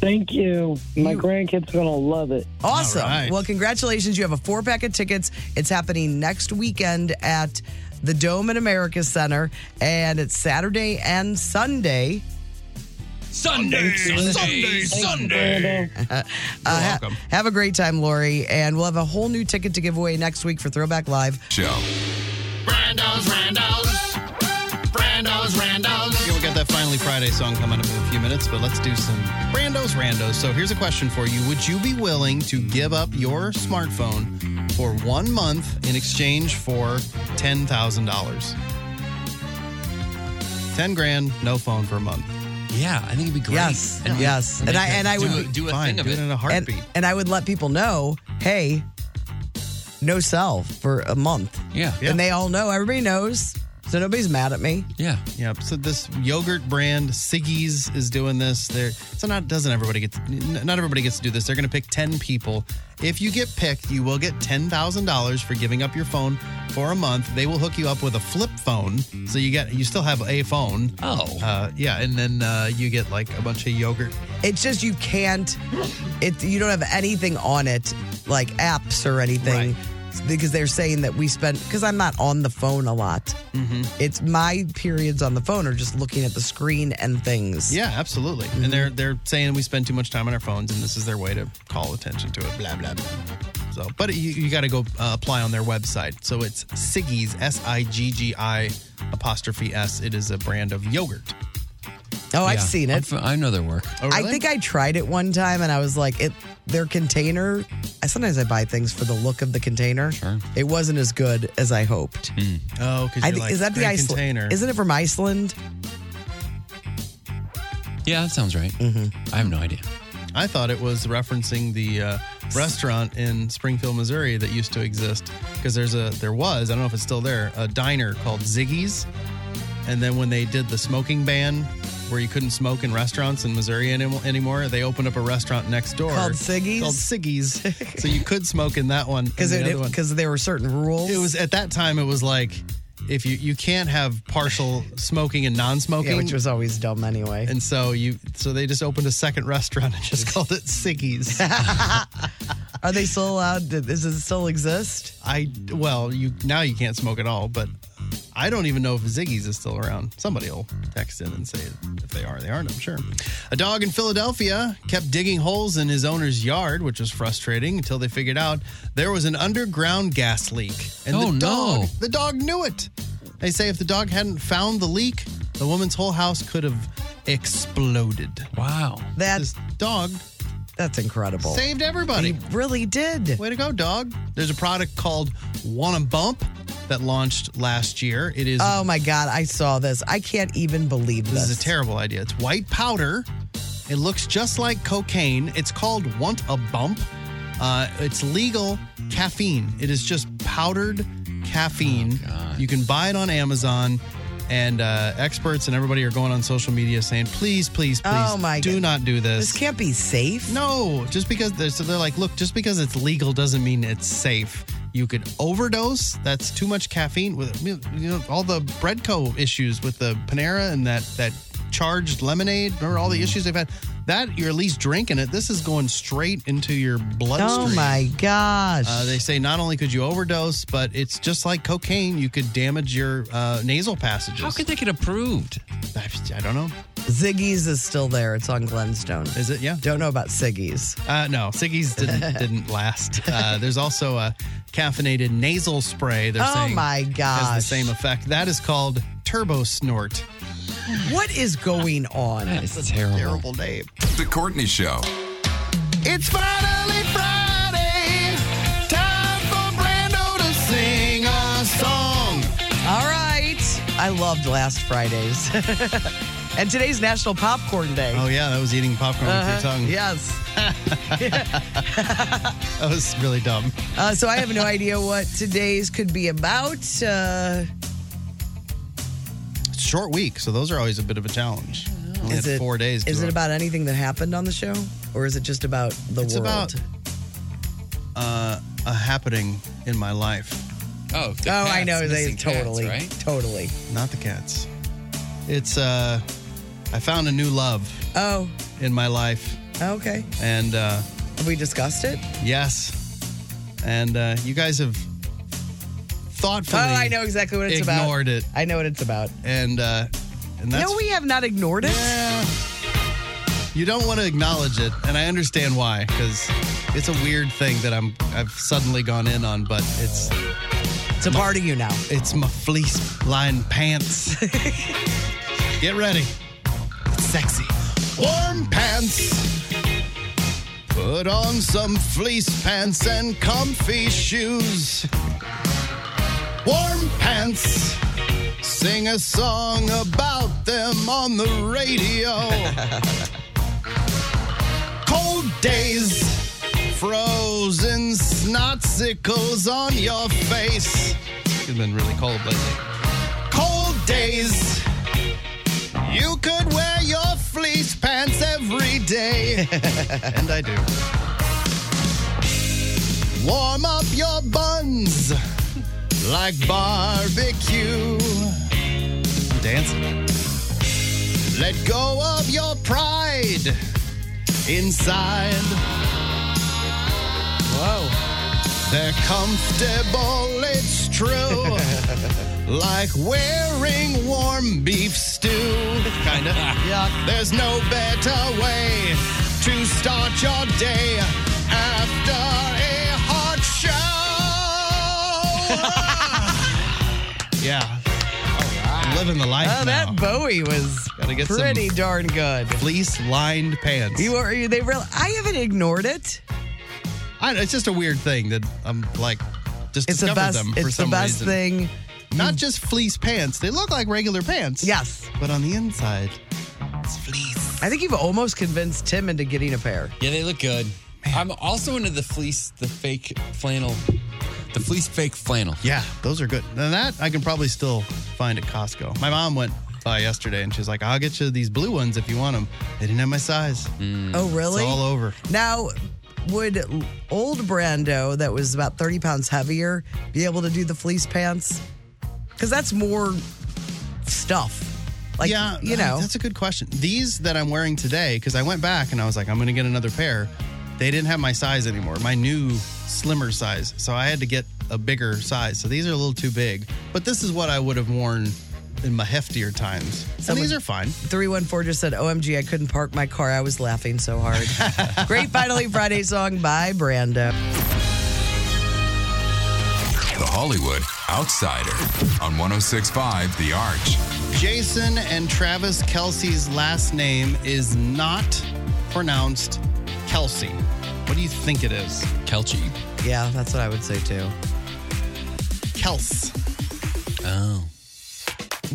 S13: Thank you. My grandkids are going to love it.
S3: Awesome. Well, congratulations. You have a four pack of tickets. It's happening next weekend at the Dome at America Center, and it's Saturday and Sunday.
S4: Sunday, Sunday, Sunday.
S3: Uh, ha- have a great time, Lori, and we'll have a whole new ticket to give away next week for Throwback Live.
S6: Show.
S2: Brando's, Brando's. Brando's, Brando's.
S5: Yeah, we got that Finally Friday song coming up in a few minutes, but let's do some Brando's Randos. So here's a question for you Would you be willing to give up your smartphone for one month in exchange for $10,000? 10 grand, no phone for a month.
S4: Yeah, I think it'd be great.
S3: Yes, yes, and I and I would be-
S5: Fine, do it in a
S3: and,
S5: heartbeat.
S3: and I would let people know, hey, no cell for a month.
S4: Yeah.
S3: and they all know. Everybody knows, so nobody's mad at me.
S4: Yeah.
S5: Yep. So this yogurt brand Siggy's is doing this. They're so not doesn't everybody get to, n- not everybody gets to do this. They're going to pick ten people. If you get picked, you will get ten thousand dollars for giving up your phone for a month. They will hook you up with a flip phone, so you get you still have a phone.
S4: Oh,
S5: uh, yeah, and then uh, you get like a bunch of yogurt.
S3: It's just you can't. It you don't have anything on it like apps or anything. because they're saying that we spend because I'm not on the phone a lot.
S5: Mm-hmm.
S3: It's my periods on the phone are just looking at the screen and things.
S5: Yeah, absolutely.
S3: Mm-hmm.
S5: And they're they're saying we spend too much time on our phones, and this is their way to call attention to it. Blah blah blah. So, but you, you got to go uh, apply on their website. So it's Siggy's S I G G I apostrophe S. It is a brand of yogurt.
S3: Oh, I've seen it.
S4: I know their work.
S5: Oh,
S3: I think I tried it one time and I was like, it their container. I sometimes I buy things for the look of the container. Sure. It wasn't as good as I hoped.
S4: Hmm.
S5: Oh, because
S3: I
S5: you're
S3: think
S5: like,
S3: is that the
S5: "Great
S3: Iceland?
S5: container.
S3: Isn't it from Iceland?
S4: Yeah, that sounds right. I have no idea.
S5: Mm-hmm. I thought it was referencing the uh, restaurant in Springfield, Missouri that used to exist because there's a there was I don't know if it's still there a diner called Ziggy's, and then when they did the smoking ban where you couldn't smoke in restaurants in Missouri any- anymore, they opened up a restaurant next door
S3: Called Siggy's?
S5: called Siggy's, so you could smoke in that one and
S3: Because
S5: the
S3: it
S5: other one.
S3: because there were certain rules.
S5: It was at that time it was like if you you can't have partial smoking and non-smoking,
S3: Yeah, which was always dumb anyway.
S5: and so you so they just opened a second restaurant and just called it Siggy's.
S3: Are they still allowed? to- Does it still exist?
S5: I well, you now you can't smoke at all, but I don't even know if Ziggy's is still around. Somebody will text in and say if they are. They aren't. I'm sure. A dog in Philadelphia kept digging holes in his owner's yard, which was frustrating until they figured out there was an underground gas leak, and
S4: Oh,
S5: the
S4: no.
S5: dog the dog knew it. They say if the dog hadn't found the leak, the woman's whole house could have exploded.
S4: Wow,
S3: That
S5: this dog
S3: That's incredible.
S5: saved everybody.
S3: He really did.
S5: Way to go, dog. There's a product called Wanna Bump that launched last year. It is
S3: Oh my god, I saw this. I can't even believe
S5: this
S3: this.
S5: is a terrible idea. It's white powder. It looks just like cocaine. It's called Want a Bump. Uh, it's legal caffeine. It is just powdered caffeine. you can buy it on Amazon. And uh, experts and everybody are going on social media saying, please, please, please,
S3: Oh, my
S5: do
S3: goodness.
S5: not do this.
S3: this can't be safe.
S5: No, just because they're, so they're like, look, just because it's legal doesn't mean it's safe. You could overdose. That's too much caffeine. With you know all the Breadco issues with the Panera and that that charged lemonade. Remember all the issues they've had. That you're at least drinking it. This is going straight into your bloodstream.
S3: Oh my gosh.
S5: Uh, they say not only could you overdose, but it's just like cocaine. You could damage your uh, nasal passages.
S4: How could they get approved?
S5: I, I don't know.
S3: Ziggy's is still there. It's on Glenstone.
S5: Is it? Yeah.
S3: Don't know about Siggy's.
S5: Uh, no, Siggy's didn't didn't last. Uh, there's also a caffeinated nasal spray. They're
S3: Oh
S5: saying
S3: my
S5: has the
S3: gosh.
S5: same effect. That is called Turbo Snort.
S3: What is going on?
S4: It's terrible.
S5: Terrible name.
S6: The Courtney Show.
S2: It's finally Friday. Time for Brando to sing a song.
S3: All right. I loved last Fridays. and today's National Popcorn Day.
S5: Oh yeah, that was eating popcorn
S3: Uh-huh.
S5: with your tongue.
S3: Yes.
S5: that was really dumb.
S3: Uh, so I have no idea what today's could be about. Uh,
S5: It's a short week, so those are always a bit of a challenge. Only
S3: Oh, is
S5: had
S3: it
S5: four days? to
S3: Is
S5: do
S3: it about anything that happened on the show, or is it just about the
S5: It's
S3: world?
S5: about uh, a happening in my life?
S4: Oh, the
S3: oh, I
S4: cats,
S3: know. They
S4: missing cats,
S3: totally,
S4: right?
S3: totally.
S5: Not the cats. It's uh, I found a new love
S3: Oh,
S5: in my life,
S3: okay.
S5: and. Uh,
S3: Have we discussed it?
S5: Yes. And uh, you guys have thoughtfully
S3: oh, I know exactly what it's about.
S5: ignored it.
S3: I know what it's about.
S5: And uh, and that's
S3: no, we have not ignored it.
S5: Yeah. you don't want to acknowledge it, and I understand why, because it's a weird thing that I'm I've suddenly gone in on, but it's
S3: It's a part of you now.
S5: it's my fleece lined pants. Get ready. It's sexy. Warm pants. Put on some fleece pants and comfy shoes. Warm pants. Sing a song about them on the radio. Cold days. Frozen snotsicles on your face. It's been really cold lately cold days. You could wear your fleece pants every day. and I do. Warm up your buns like barbecue. Dance. Let go of your pride inside. Whoa. They're comfortable, it's true. like wearing warm beef stew. Kinda. yeah. There's no better way to start your day after a hot show. yeah. I'm living the life.
S3: Oh, that Bowie was
S5: Gotta get some
S3: pretty darn good.
S5: Fleece lined pants.
S3: You are you- they real? I haven't ignored it.
S5: I, it's just a weird thing that I'm like just
S3: It's the
S5: discovered
S3: best.
S5: them for
S3: It's the
S5: some
S3: best
S5: reason.
S3: thing.
S5: Not just fleece pants; they look like regular pants.
S3: Yes,
S5: but on the inside, it's fleece.
S3: I think you've almost convinced Tim into getting a pair.
S4: Yeah, they look good. I'm also into the fleece, the fake flannel, the fleece fake flannel.
S5: Yeah, those are good. And that I can probably still find at Costco. My mom went by yesterday, and she's like, "I'll get you these blue ones if you want them." They didn't have my size.
S4: Hmm.
S3: Oh, really?
S5: It's all over.
S3: Now, would old Brando, that was about 30 pounds heavier, be able to do the fleece pants? Because that's more stuff. Like,
S5: yeah,
S3: you
S5: uh,
S3: know.
S5: that's a good question. These that I'm wearing today, because I went back and I was like, I'm going to get another pair. They didn't have my size anymore, my new slimmer size. So I had to get a bigger size. So these are a little too big. But this is what I would have worn in my heftier times. and these are fine.
S3: 314 just said, OMG, I couldn't park my car. I was laughing so hard. Great Finally Friday song by Brando.
S6: The Hollywood Outsider on 1065 The Arch.
S5: Jason and Travis Kelsey's last name is not pronounced Kelsey. What do you think it is?
S4: Kelchi.
S3: Yeah, that's what I would say too.
S5: Kels.
S4: Oh.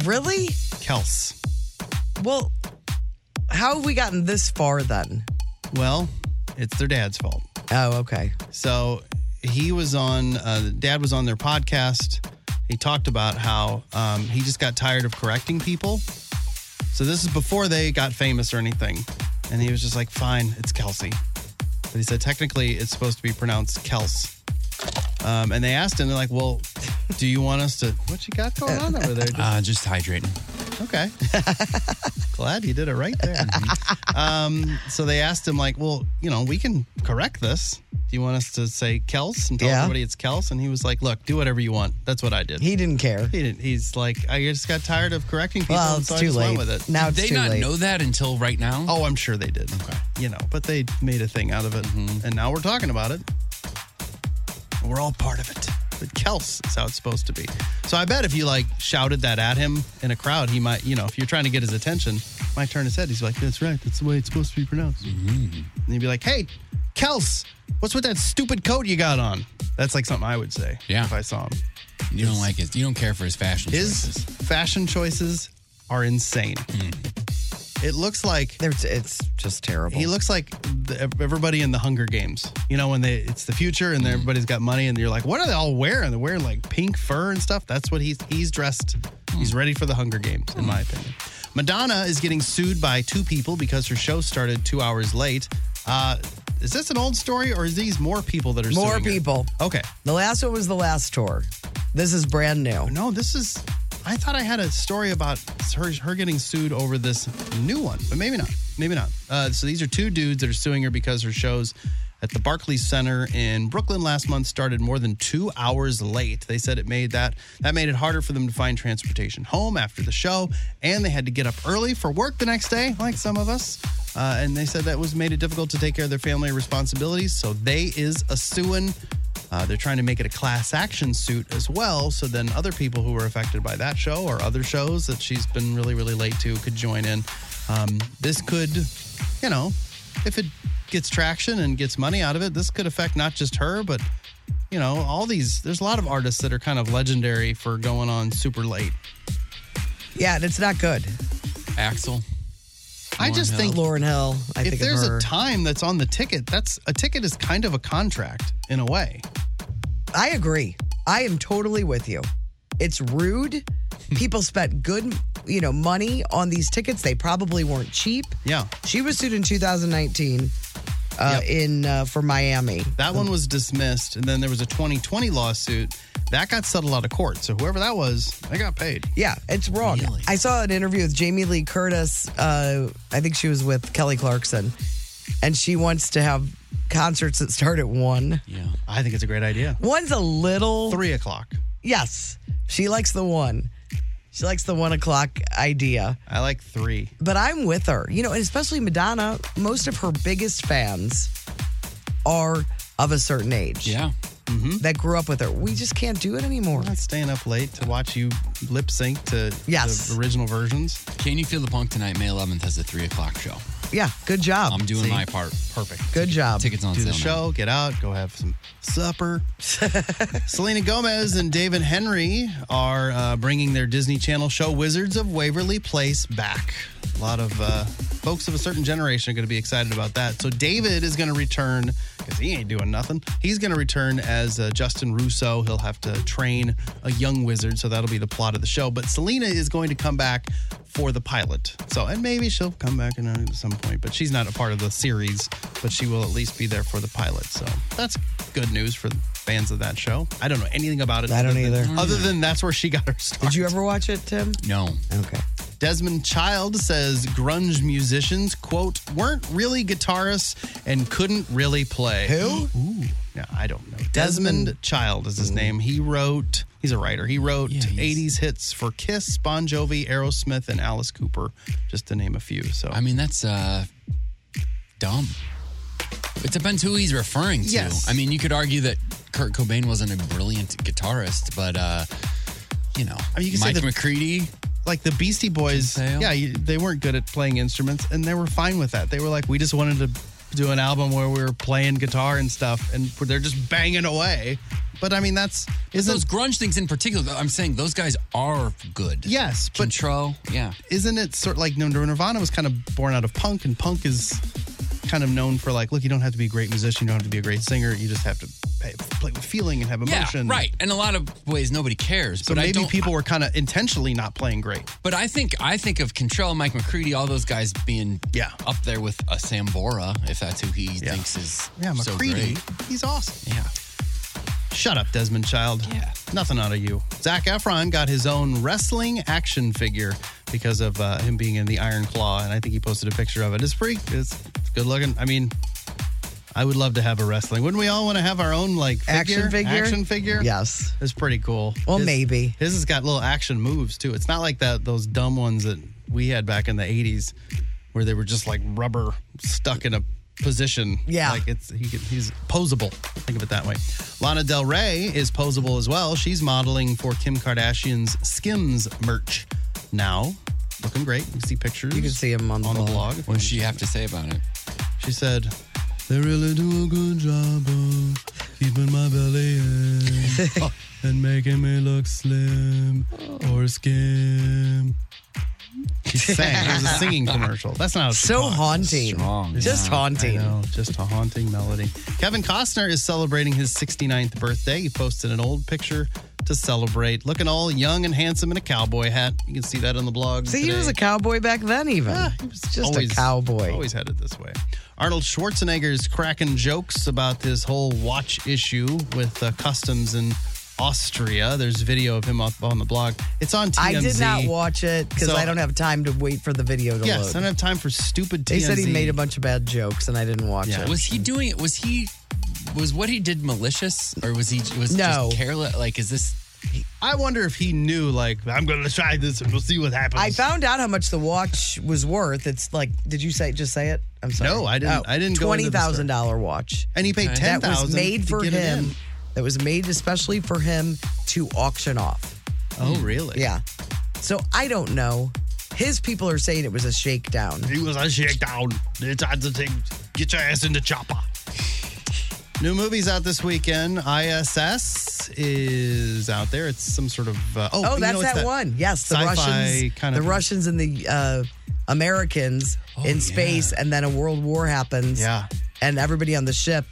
S3: Really?
S5: Kels.
S3: Well, how have we gotten this far then?
S5: Well, it's their dad's fault.
S3: Oh, okay.
S5: So he was on, uh, dad was on their podcast. He talked about how um, he just got tired of correcting people. So this is before they got famous or anything. And he was just like, fine, it's Kelsey. But he said, technically, it's supposed to be pronounced Kels. Um, and they asked him, they're like, well, do you want us to, what you got going on over there?
S4: Uh, just hydrating.
S5: Okay. Glad you did it right there. um, so they asked him, like, well, you know, we can correct this. Do you want us to say Kels and tell
S3: Yeah.
S5: everybody it's Kels? And he was like, look, do whatever you want. That's what I did.
S3: He didn't care.
S5: He didn't. He's like, I just got tired of correcting people.
S3: Well,
S5: and
S3: it's
S5: so I
S3: too
S5: just
S3: late.
S5: went with it.
S3: Now it's
S4: Did they
S3: too
S4: not
S3: late.
S4: know that until right now?
S5: Oh, I'm sure they did. Okay. You know, but they made a thing out of it. And now we're talking about it. We're all part of it. But Kels is how it's supposed to be. So I bet if you like shouted that at him in a crowd, he might, you know, if you're trying to get his attention, might turn his head. He's like, that's right. That's the way it's supposed to be pronounced. And he'd be like, hey, Kels, what's with that stupid coat you got on? That's like something I would say
S4: Yeah.
S5: if I saw him.
S4: You don't like it. You don't care for his fashion. choices. Hmm.
S5: His fashion choices are insane. It looks like
S3: It's, it's just terrible.
S5: He looks like the, everybody in the Hunger Games. You know, when they it's the future
S4: Hmm.
S5: and everybody's got money, and you're like, what are they all wearing? They're wearing like pink fur and stuff. That's what he's he's dressed.
S4: Hmm.
S5: He's ready for the Hunger Games, in my opinion. Madonna is getting sued by two people because her show started two hours late. Uh, is this an old story, or is these more people that are
S3: More
S5: suing her?
S3: people.
S5: Okay,
S3: The last one was the last tour. This is brand new.
S5: Oh, no, this is. I thought I had a story about her her getting sued over this new one, but maybe not. Maybe not. Uh, so these are two dudes that are suing her because her shows at the Barclays Center in Brooklyn last month started more than two hours late. They said it made that that made it harder for them to find transportation home after the show, and they had to get up early for work the next day, like some of us. Uh, and they said that was made it difficult to take care of their family responsibilities. So they is a suing. Uh, they're trying to make it a class action suit as well. So then other people who were affected by that show or other shows that she's been really, really late to could join in. Um, this could, you know, if it gets traction and gets money out of it, this could affect not just her, but, you know, all these. There's a lot of artists that are kind of legendary for going on super late.
S3: Yeah, and it's not good.
S4: Axel.
S5: I just think
S3: Lauren Hill. I
S5: if
S3: think
S5: there's
S3: of her.
S5: a time that's on the ticket, that's a ticket is kind of a contract in a way.
S3: I agree. I am totally with you. It's rude. People spent good, you know, money on these tickets. They probably weren't cheap.
S5: Yeah.
S3: She was sued in 2019 uh, in uh, for Miami.
S5: That one was dismissed, and then there was a 2020 lawsuit that got settled out of court. So whoever that was, they got paid.
S3: Yeah, it's wrong. I saw an interview with Jamie Lee Curtis. Uh, I think she was with Kelly Clarkson, and she wants to have concerts that start at one.
S4: Yeah.
S5: I think it's a great idea.
S3: One's a little
S5: Three o'clock.
S3: Yes. She likes the one. She likes the one o'clock idea.
S5: I like three.
S3: But I'm with her. You know, and especially Madonna, most of her biggest fans are of a certain age.
S4: Yeah. Mm-hmm.
S3: That grew up with her. We just can't do it anymore.
S5: Not staying up late to watch you lip sync to
S3: Yes.
S5: the original versions.
S4: Can you feel the punk tonight? May 11th has a three o'clock show.
S3: Yeah. Good
S5: Ah,
S3: job.
S4: I'm doing
S3: See?
S4: my part.
S5: Perfect.
S3: Good job.
S4: Tickets on
S5: Do the
S4: sale. now.
S5: show, get out, go have some supper. Selena Gomez and David Henry are uh, bringing their Disney Channel show Wizards of Waverly Place back. A lot of uh, folks of a certain generation are going to be excited about that. So David is going to return because he ain't doing nothing. He's going to return as uh, Justin Russo. He'll have to train a young wizard, so that'll be the plot of the show. But Selena is going to come back for the pilot. So and maybe she'll come back in, uh, at some point, but she's not a part of the series. But she will at least be there for the pilot. So that's good news for fans of that show. I don't know anything about it.
S3: I don't
S5: other than-
S3: either.
S5: Other than that's where she got her start.
S3: Did you ever watch it, Tim?
S4: No.
S3: Okay.
S5: Desmond Child says grunge musicians, quote, weren't really guitarists and couldn't really play.
S3: Who?
S5: Ooh. Yeah, I don't know. Desmond, Child is his name. He wrote, he's a writer. He wrote 80s hits for Kiss, Bon Jovi, Aerosmith, and Alice Cooper, just to name a few. So,
S4: I mean, that's uh, dumb. It depends who he's referring to.
S5: Yes.
S4: I mean, you could argue that Kurt Cobain wasn't a brilliant guitarist, but uh, you know,
S5: I mean, you could say
S4: Mike
S5: that-
S4: McCready.
S5: like the Beastie Boys,
S4: Sale.
S5: yeah, you, they weren't good at playing instruments and they were fine with that. They were like, we just wanted to do an album where we were playing guitar and stuff, and they're just banging away. But I mean, that's isn't
S4: Those grunge things in particular, though, I'm saying those guys are good.
S5: yes, but
S4: Control, yeah.
S5: isn't it sort of like Nirvana was kind of born out of punk, and punk is kind of known for like, look, you don't have to be a great musician, you don't have to be a great singer, you just have to pay, play with feeling and have emotion.
S4: Yeah, right. In a lot of ways, nobody cares.
S5: So
S4: but I
S5: maybe
S4: don't,
S5: people were kind of intentionally not playing great.
S4: But I think I think of Contrell, Mike McCready, all those guys being
S5: Yeah.
S4: up there with a Sambora, if that's who he thinks is
S5: Yeah,
S4: so
S5: McCready,
S4: great.
S5: he's awesome.
S4: Yeah.
S5: Shut up, Desmond Child.
S4: Yeah.
S5: Nothing out of you. Zach Efron got his own wrestling action figure because of uh, him being in the Iron Claw, and I think he posted a picture of it. It's pretty. It's, it's good looking. I mean, I would love to have a wrestling. Wouldn't we all want to have our own like
S3: Action figure?
S5: Action figure.
S3: Yes.
S5: it's pretty cool.
S3: Well,
S5: His-
S3: maybe.
S5: His has got little action moves too. It's not like that those dumb ones that we had back in the '80s, where they were just like rubber stuck in a position.
S3: Yeah.
S5: like it's he could, he's posable. Think of it that way. Lana Del Rey is posable as well. She's modeling for Kim Kardashian's Skims merch now. Looking great. You can see pictures.
S3: You can see him on the
S5: on the
S3: blog.
S5: blog.
S4: What does she have to say about it?
S5: She said, They really do a good job of keeping my belly in and making me look slim or skim. She sang. It was a singing commercial. That's not how she
S3: So
S5: talks.
S3: haunting.
S4: Strong.
S3: Just
S4: Yeah.
S3: haunting.
S5: I know, just a haunting melody. Kevin Costner is celebrating his 69th birthday. He posted an old picture to celebrate, looking all young and handsome in a cowboy hat. You can see that on the blog.
S3: See, he
S5: today.
S3: was a cowboy back then, even. he was just a cowboy.
S5: Always headed this way. Arnold Schwarzenegger's cracking jokes about this whole watch issue with uh, customs in Austria. There's video of him up on the blog. It's on TMZ.
S3: I did not watch it because
S5: So-
S3: I don't have time to wait for the video to
S5: Yes, I
S3: load.
S5: don't have time for stupid TMZ.
S3: They said he made a bunch of bad jokes, and I didn't watch
S5: Yeah.
S3: it.
S4: Was he doing it? Was he? Was what he did malicious, or was he was it
S3: No.
S4: just careless? Like, is this?
S5: I wonder if he knew, like, I'm going to try this and we'll see what happens.
S3: I found out how much the watch was worth. It's like, did you say just say it? I'm sorry. Oh,
S5: No, I didn't- I didn't go into
S3: Twenty
S5: the story.
S3: thousand dollar watch.
S5: and he paid ten
S3: that
S5: thousand.
S3: was made for him. That was made especially for him to auction off.
S5: Oh, really?
S3: Yeah. So I don't know. His people are saying it was a shakedown.
S5: He was a shakedown. It's on the thing. Get your ass in the chopper. New movies out this weekend. ISS is out there. It's some sort of uh, oh,
S3: Oh,
S5: you
S3: that's
S5: know, it's
S3: that, one. Yes, the
S5: sci-fi
S3: Russians,
S5: kind of- Oh,
S3: the Russians and the uh, Americans in space, and then a world war happens.
S5: Yeah.
S3: and everybody on the ship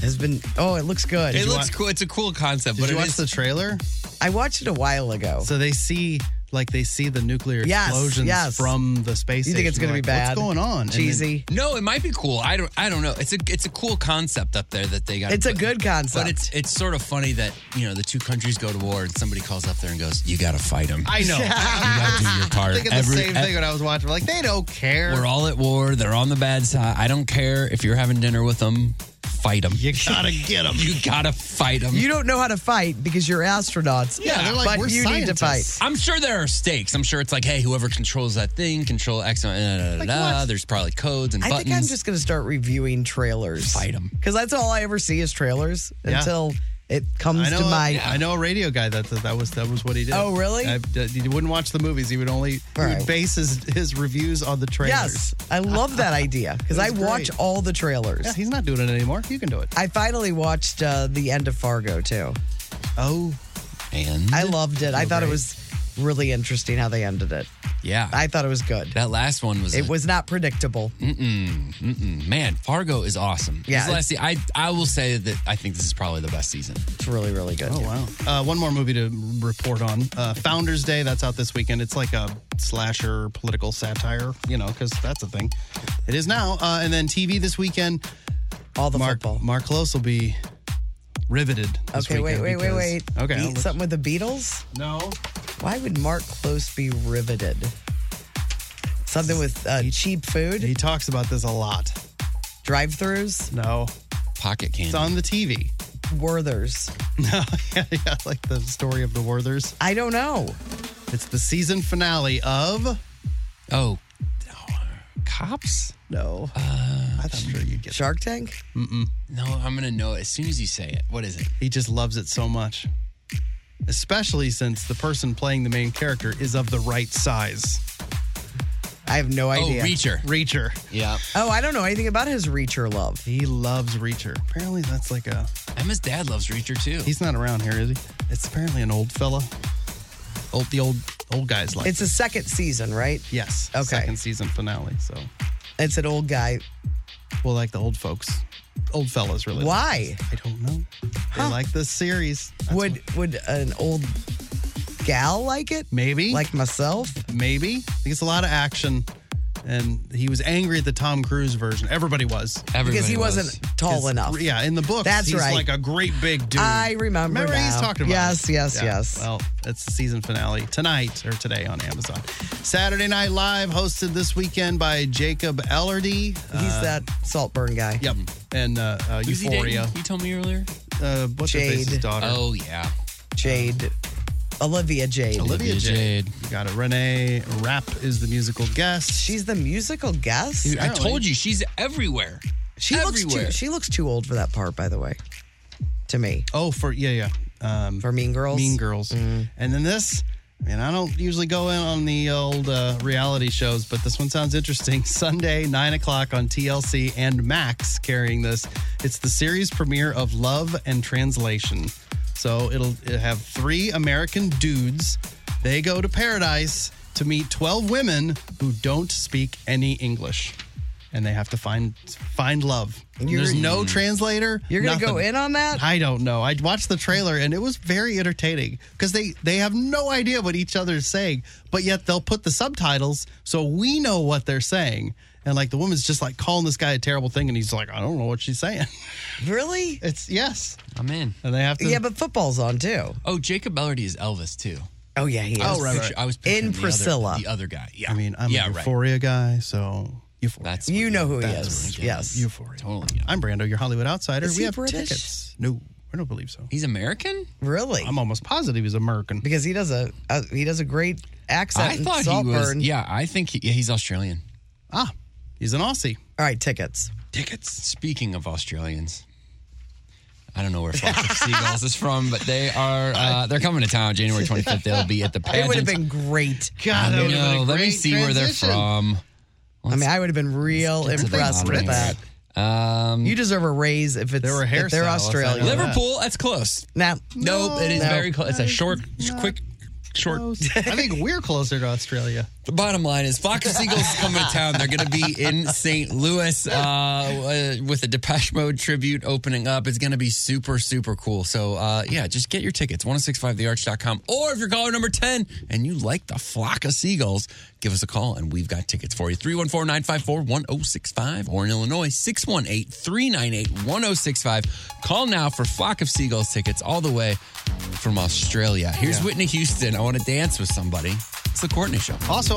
S3: has been. Oh, it looks good.
S4: It
S5: you
S4: looks
S5: wa-
S4: cool. It's a cool concept,
S5: Did
S4: but
S5: you
S4: it
S5: watch
S4: is-
S5: the trailer?
S3: I watched it a while ago.
S5: So they see like they see the nuclear
S3: Yes,
S5: explosions
S3: yes.
S5: from the space.
S3: you think it's
S5: station.
S3: going to be
S5: They're
S3: bad?
S5: like, What's going on? And then-
S3: Cheesy.
S4: no, it might be cool. I don't. I don't know. It's a it's a cool concept up there that they got.
S3: It's a good concept.
S4: But it's it's sort of funny that you know the two countries go to war and somebody calls up there and goes, "You got to fight them.
S5: I know.
S4: you got to do your
S5: I'm
S4: part."
S5: thinking
S4: Every-
S5: the same thing when I was watching. Like they don't care.
S4: We're all at war. They're on the bad side. I don't care if you're having dinner with them. fight them. You
S5: gotta get them.
S4: You gotta fight them.
S3: You don't know how to fight because you're astronauts. but you need to fight.
S4: I'm sure there are stakes. I'm sure it's like, hey, whoever controls that thing, control X. Da, da, da,
S3: Like
S4: da.
S3: what?
S4: There's probably codes and
S3: I
S4: buttons.
S3: think I'm just going to start reviewing trailers. Fight them. Because that's all I ever see is trailers
S5: Yeah.
S3: until it comes
S5: I know,
S3: to my.
S5: I know a radio guy that that, that was that was what he did.
S3: Oh, really?
S5: I, he wouldn't watch the movies. He would only he would
S3: right.
S5: base his, his reviews on the trailers.
S3: Yes, I love that idea because I
S5: It was
S3: watch
S5: great.
S3: all the trailers.
S5: Yeah, he's not doing it anymore. You can do it.
S3: I finally watched uh, the end of Fargo too.
S5: Oh,
S4: and
S3: I loved it. I
S4: You're
S3: thought it
S4: right.
S3: was really interesting how they ended it.
S4: yeah.
S3: I thought it was good.
S4: that last one was.
S3: It was not predictable.
S4: Mm-mm, mm-mm. Man, Fargo is awesome.
S3: Yeah,
S4: This last se- I I will say that I think this is probably the best season.
S3: It's really really good.
S5: Oh wow! Uh, one more movie to report on: uh, Founder's Day. That's out this weekend. It's like a slasher political satire, you know, because that's a thing. It is now. Uh, and then TV this weekend.
S3: All the
S5: Mark,
S3: football.
S5: Mark Close will be riveted. This
S3: Okay, wait,
S5: weekend
S3: wait, wait,
S5: because-
S3: wait.
S5: Okay, I'll
S3: Be-
S5: look-
S3: something with the Beatles?
S5: No.
S3: Why would Mark Close be riveted? Something with uh, cheap food?
S5: He talks about this a lot.
S3: Drive-throughs?
S5: No.
S4: Pocket candy.
S5: It's on the TV.
S3: Werthers.
S5: No, yeah, yeah, like the story of the Werthers.
S3: I don't know.
S5: It's the season finale of.
S4: Oh, cops?
S5: No. I thought sure you'd get
S3: Shark Tank?
S5: Mm-mm.
S4: Uh, No, I'm gonna know it as soon as you say it. What is it?
S5: He just loves it so much. Especially since the person playing the main character is of the right size.
S3: I have no idea.
S4: Oh, Reacher.
S5: Reacher.
S4: Yeah.
S3: Oh, I don't know anything about his Reacher love.
S5: He loves Reacher. Apparently, that's like a.
S4: Emma's dad loves Reacher too.
S5: He's not around here, is he? It's apparently an old fella. Old, the old old guys like.
S3: It's the
S5: it.
S3: second season, right?
S5: yes.
S3: Okay.
S5: Second season finale. So,
S3: It's an old guy.
S5: well, like the old folks, old fellas, really.
S3: Why?
S5: I don't know. They like this series.
S3: Would would an old gal like it?
S5: Maybe.
S3: Like myself?
S5: Maybe. I think it's a lot of action. And he was angry at the Tom Cruise version. Everybody was.
S4: Everybody
S3: Because he
S4: was.
S3: wasn't tall
S5: 'Cause,
S3: enough.
S5: Yeah, in the books,
S3: That's
S5: he's
S3: right.
S5: like a great big dude.
S3: I remember
S5: Remember he's
S3: now.
S5: talking about.
S3: Yes,
S5: it.
S3: yes,
S5: Yeah.
S3: yes.
S5: Well, that's the season finale tonight or today on Amazon. Saturday Night Live, hosted this weekend by Jacob Ellerdy.
S3: He's that Saltburn guy.
S5: Yep, and uh, uh,
S4: Who's he
S5: Euphoria.
S4: dating? You told me earlier.
S5: Uh, what's her face's
S3: Jade.
S5: daughter?
S4: Oh yeah.
S3: Jade. Olivia Jade.
S5: Olivia Jade. You got it. Renee Rapp is the musical guest.
S3: She's the musical guest.
S4: Dude, I told you she's everywhere.
S3: she looks
S4: everywhere.
S3: too she looks too old for that part, by the way. To me.
S5: Oh, for yeah, yeah. Um,
S3: For Mean Girls. Mm-hmm.
S5: Mean Girls. And then this, and I don't usually go in on the old uh, reality shows, but this one sounds interesting. Sunday, 9 o'clock on TLC and Max carrying this. It's the series premiere of Love and Translation. So it'll, it'll have three American dudes. They go to paradise to meet 12 women who don't speak any English. And they have to find find love. There's no translator.
S3: You're gonna go
S5: nothing.
S3: in on that?
S5: I don't know. I watched the trailer and it was very entertaining because they they have no idea what each other's saying, but yet they'll put the subtitles so we know what they're saying. And like the woman's just like calling this guy a terrible thing, and he's like, I don't know what she's saying.
S3: Really?
S5: It's yes,
S4: I'm in.
S5: and they have to.
S3: Yeah, but football's on too.
S4: Oh, Jacob Ellerty is Elvis too.
S3: Oh yeah, he is.
S4: I was
S5: right,
S4: pictu-
S5: right.
S4: I was
S3: In
S4: picturing the other-
S3: Priscilla.
S4: the other guy. Yeah.
S5: I mean, I'm
S4: yeah,
S5: a
S4: right.
S5: Euphoria guy, so Euphoria.
S4: That's
S3: You
S4: what-
S3: know who he
S4: that's
S3: is.
S4: what I'm getting.
S3: Yes.
S5: Euphoria.
S4: Totally. yeah.
S5: I'm Brando, your Hollywood outsider.
S3: Is
S5: we
S3: he
S5: have
S3: British?
S5: tickets. No, I don't believe so.
S4: He's American.
S3: Really?
S5: I'm almost positive he's American.
S3: because he does a uh, he does a great accent.
S4: I
S3: in
S4: thought he
S3: Saltburn.
S4: was. Yeah, I think he, yeah, he's Australian.
S5: Ah, he's an Aussie.
S3: All right, tickets.
S4: Tickets. Speaking of Australians, I don't know where Flock of Seagulls is from, but they are. Uh, they're coming to town January 25th. They'll be at the
S3: It would have
S4: pageant.
S3: been great.
S4: I
S5: that would've been
S4: know.
S5: a
S4: Let me
S5: great
S4: see where they're
S5: transition.
S4: from.
S3: I mean, I would have been real
S4: Get to the
S3: impressed with that.
S4: comments. Um,
S3: You deserve a raise if it's
S5: They were
S3: if
S5: hairstyle,
S3: they're
S5: I
S3: Australian.
S5: found out.
S4: Liverpool. That's close.
S3: Now,
S4: Nope, it is
S3: No.
S4: very close. It's a short,
S5: not
S4: quick, short.
S5: I think we're closer to Australia.
S4: The bottom line is Flock of Seagulls is coming to town. They're going to be in St. Louis uh, uh, with a Depeche Mode tribute opening up. It's going to be super, super cool. So, uh, yeah, just get your tickets, 1065thearch.com. Or if you're caller number 10 and you like the Flock of Seagulls, give us a call and we've got tickets for you. 314 954 1065 or in Illinois, 618 398 1065. Call now for Flock of Seagulls tickets all the way from Australia. Here's Whitney Houston. I want to dance with somebody. It's the Courtney Show.
S5: Also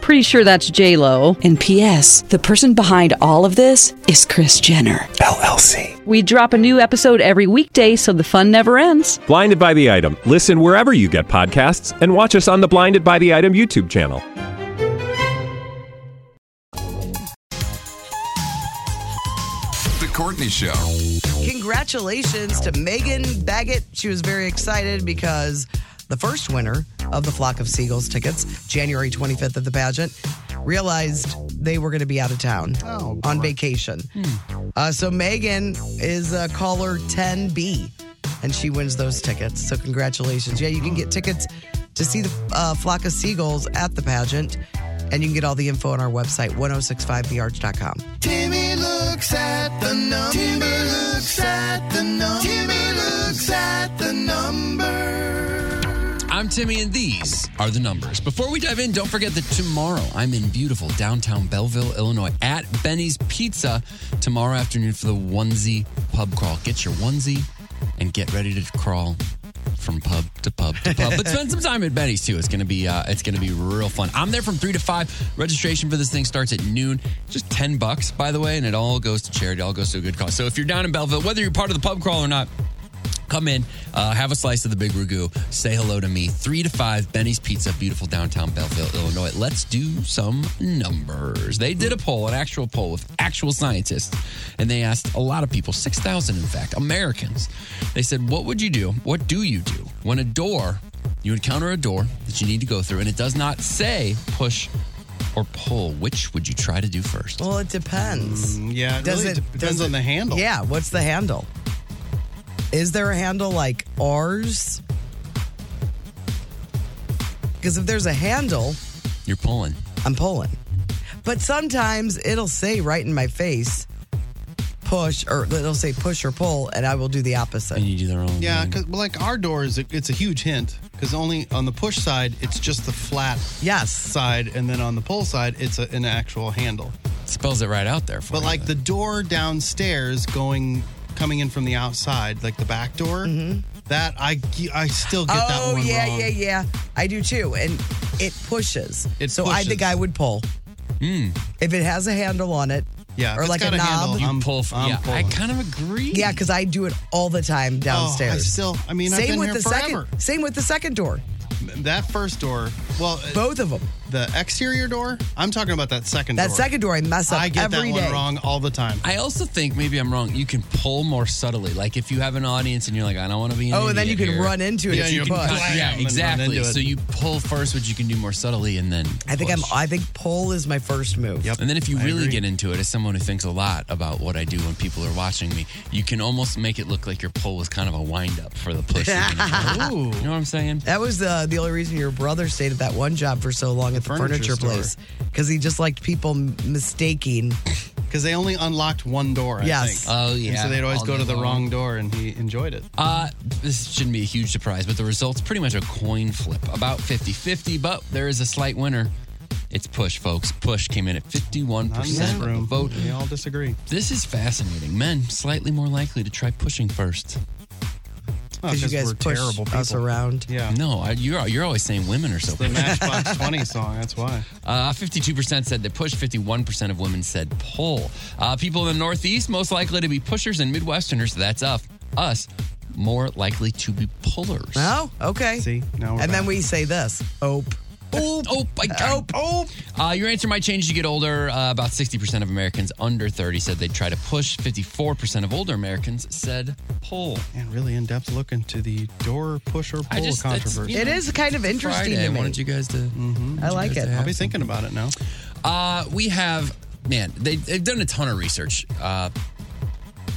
S14: Pretty sure that's J Lo.
S15: And P.S. The person behind all of this is Chris Jenner
S16: LLC.
S14: We drop a new episode every weekday, so the fun never ends.
S16: Blinded by the item. Listen wherever you get podcasts, and watch us on the Blinded by the Item YouTube channel.
S6: The Courtney Show.
S3: Congratulations to Megan Baggett. She was very excited because the first winner of the Flock of Seagulls tickets, January 25th of the pageant, realized they were going to be out of town on vacation. Uh, so Megan is uh, caller 10B and she wins those tickets. So congratulations. Yeah, you can get tickets to see the uh, Flock of Seagulls at the pageant. And you can get all the info on our website, 1065thearch.com.
S2: Timmy looks at the number. Timmy looks at the number. Timmy looks at the number.
S4: I'm Timmy, and these are the numbers. Before we dive in, don't forget that tomorrow I'm in beautiful downtown Belleville, Illinois at Benny's Pizza tomorrow afternoon for the onesie pub crawl. Get your onesie and get ready to crawl from pub to pub to pub. but spend some time at Benny's too. It's gonna be uh, it's gonna be real fun. I'm there from three to five. Registration for this thing starts at noon. Just ten bucks, by the way, and it all goes to charity. It all goes to a good cause. So if you're down in Belleville, whether you're part of the pub crawl or not, come in, uh, have a slice of the big ragu. Say hello to me. Three to five, Benny's Pizza, beautiful downtown Belleville, Illinois. Let's do some numbers. They did a poll, an actual poll with actual scientists, and they asked a lot of people, 6,000 in fact, Americans. They said, What would you do? What do you do when a door, you encounter a door that you need to go through, and it does not say push or pull? Which would you try to do first?
S3: Well, it depends.
S5: yeah, Uh, it really depends on the handle.
S3: Yeah, what's the handle? Is there a handle like ours? Because if there's a handle,
S4: You're pulling.
S3: I'm pulling. But sometimes it'll say right in my face, push, or it'll say push or pull, and I will do the opposite. And
S4: you do the wrong
S5: Yeah, because like our door is a, it's a huge hint because only on the push side it's just the flat
S3: yes
S5: side, and then on the pull side it's a, an actual handle.
S4: Spells it right out there. For
S5: but
S4: you,
S5: like the door downstairs going coming in from the outside, like the back door, that I I still get
S3: Mm-hmm. oh,
S5: that one
S3: yeah,
S5: wrong.
S3: yeah, yeah. I do too. And it pushes.
S5: It
S3: so I
S5: pushes. Hmm.
S3: think I would pull. If it has a handle on it,
S5: Yeah, if
S3: or
S5: it's
S3: like a
S5: got a
S3: knob.
S5: handle, You I'm- Oh,
S4: pull from- I'm yeah, I pulling. kind of agree.
S3: Yeah, because I do it all the time downstairs.
S5: still- I mean, I've
S3: same
S5: been
S3: with
S5: here
S3: the
S5: forever.
S3: second, same with the second door.
S5: That first door, well, uh,
S3: both of them.
S5: The exterior door. I'm talking about that second.
S3: That
S5: door.
S3: second door, I mess up
S5: I get
S3: every
S5: that one
S3: day.
S5: wrong all the time.
S4: I also think maybe I'm wrong. You can pull more subtly. Like if you have an audience and you're like, I don't want to be. An
S3: Oh, and then
S4: idiot
S3: you can
S4: here.
S3: run into it
S4: Yeah,
S3: if
S4: you
S3: you
S4: can
S3: push.
S4: cut-
S3: Blam,
S4: Yeah,
S3: and run
S4: exactly.
S3: into it.
S4: So you pull first, which you can do more subtly, and then.
S3: I think I'm. I think pull is my first move.
S4: Yep. And then if you really get into it, as someone who thinks a lot about what I do when people are watching me, you can almost make it look like your pull was kind of a wind up for the push.
S3: Ooh.
S4: You know what I'm saying?
S3: That was the the only reason your brother stayed at that one job for so long at the furniture,
S5: furniture store.
S3: place because he just liked people m- mistaking.
S5: Because they only unlocked one door. I
S3: Yes.
S5: think.
S4: Oh,
S5: And
S4: yeah.
S5: so they'd always
S4: All
S5: go to
S4: day
S5: the
S4: long.
S5: wrong door, and he enjoyed it.
S4: Uh, this shouldn't be a huge surprise, but the results pretty much a coin flip, about 50 50, but there is a slight winner. It's Push, folks. Push came in at 51%
S5: Not in this
S4: of the
S5: room.
S4: vote.
S5: We all disagree.
S4: This is fascinating. Men slightly more likely to try pushing first.
S5: Oh, 'Cause you 'cause guys we're push terrible us people.
S3: around.
S5: Yeah.
S4: No, I, you're you're always saying women are so.
S5: The Matchbox 20 song. That's why.
S4: Uh, 52% said they push. 51% of women said pull. Uh, people in the Northeast most likely to be pushers, and Midwesterners, that's us, us more likely to be pullers.
S3: Oh, okay.
S5: See, now Oh,
S3: and then we say this. Ope. Ope.
S4: Ope. Ope.
S3: Ope.
S4: Uh, your answer might change as you get older. Uh, about 60% of Americans under 30 said they'd try to push. 54% of older Americans said pull.
S5: And really in depth look into the door push or
S4: I
S5: pull
S4: just- it's,
S5: controversy. Mm-hmm.
S4: you It know, is kind of interesting Friday. to me. Wanted you guys to.
S3: I like it.
S5: I'll be thinking about it now.
S4: Uh, we have, man, they, they've done a ton of research. Uh,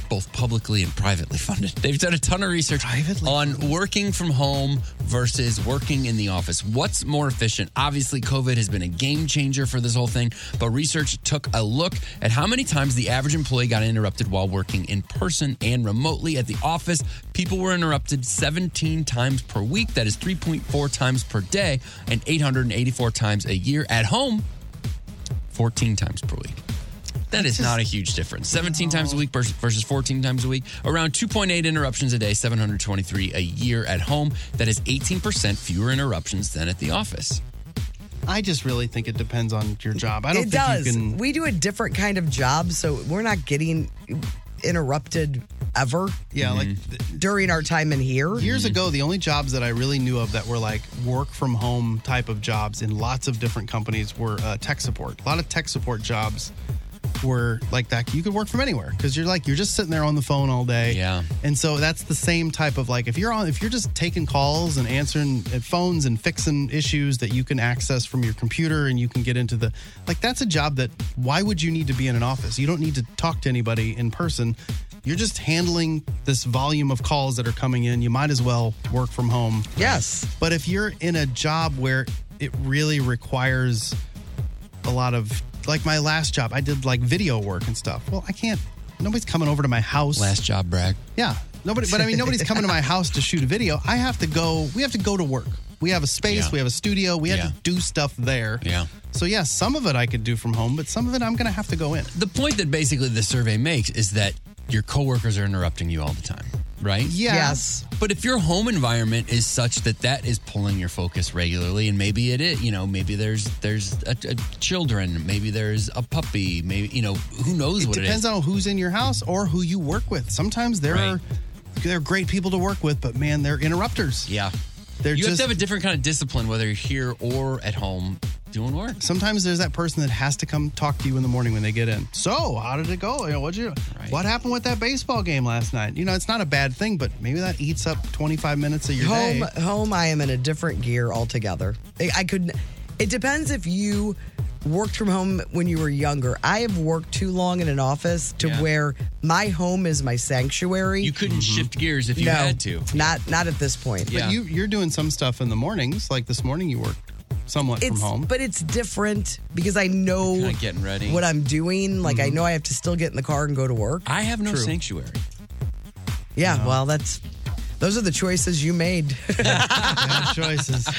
S4: both publicly and privately funded. They've done a ton of research on working from home versus working in the office. What's more efficient? Obviously, COVID has been a game changer for this whole thing, but research took a look at how many times the average employee got interrupted while working in person and remotely at the office. People were interrupted 17 times per week. That is 3.4 times per day and 884 times a year. At home, 14 times per week. That is not a huge difference. 17 times a week vers- versus 14 times a week. Around 2.8 interruptions a day, 723 a year at home. That is 18% fewer interruptions than at the office.
S5: I just really think it depends on your job. I don't
S3: it
S5: think
S3: does.
S5: you can.
S3: We do a different kind of job, so we're not getting interrupted ever.
S5: Yeah, like
S3: during our time in here.
S5: Years ago, the only jobs that I really knew of that were like work from home type of jobs in lots of different companies were uh, tech support. A lot of tech support jobs were like that. You could work from anywhere because you're like you're just sitting there on the phone all day. Yeah, and so that's the same type of like if you're on if you're just taking calls and answering uh, phones and fixing issues that you can access from your computer and you can get into the like that's a job that why would you need to be in an office? You don't need to talk to anybody in person you're just handling this volume of calls that are coming in. You might as well work from home.
S3: Yes.
S5: But if you're in a job where it really requires a lot of, like my last job, I did like video work and stuff. Well, I can't, nobody's coming over to my house.
S4: Last job brag.
S5: Yeah. Nobody, but I mean, nobody's coming to my house to shoot a video. I have to go, we have to go to work. We have a space,
S4: Yeah.
S5: we have a studio, we have
S4: Yeah.
S5: to do stuff there.
S4: Yeah.
S5: So, yeah, some of it I could do from home, but some of it I'm going to have to go in.
S4: The point that basically the survey makes is that your coworkers are interrupting you all the time, right?
S5: Yeah. Yes.
S4: But if your home environment is such that that is pulling your focus regularly, and maybe it is, you know, maybe there's there's a, a children, maybe there's a puppy, maybe you know, who knows what
S5: depends
S4: it is.
S5: on who's in your house or who you work with. Sometimes there are they're great people to work with, but man, they're interrupters.
S4: Yeah.
S5: They're
S4: you
S5: just
S4: have to have a different kind of discipline, whether you're here or at home doing work.
S5: sometimes there's that person that has to come talk to you in the morning when they get in. So, how did it go? You know, what you what happened with that baseball game last night? You know, it's not a bad thing, but maybe that eats up 25 minutes of your
S3: home
S5: day.
S3: home I am in a different gear altogether. I, I could it depends if you worked from home when you were younger. I have worked too long in an office to
S4: Yeah.
S3: where my home is my sanctuary.
S4: You couldn't
S5: Mm-hmm.
S4: shift gears if you
S3: No,
S4: had to.
S3: Not not at this point.
S5: But you you're doing some stuff in the mornings, like this morning you worked somewhat
S3: it's,
S5: from home.
S3: But it's different because I know
S5: You're kinda getting ready.
S3: what I'm doing. Like I know I have to still get in the car and go to work.
S4: Mm-hmm. I have no sanctuary.
S3: Yeah, well, that's those are the choices you made.
S5: choices.
S4: uh,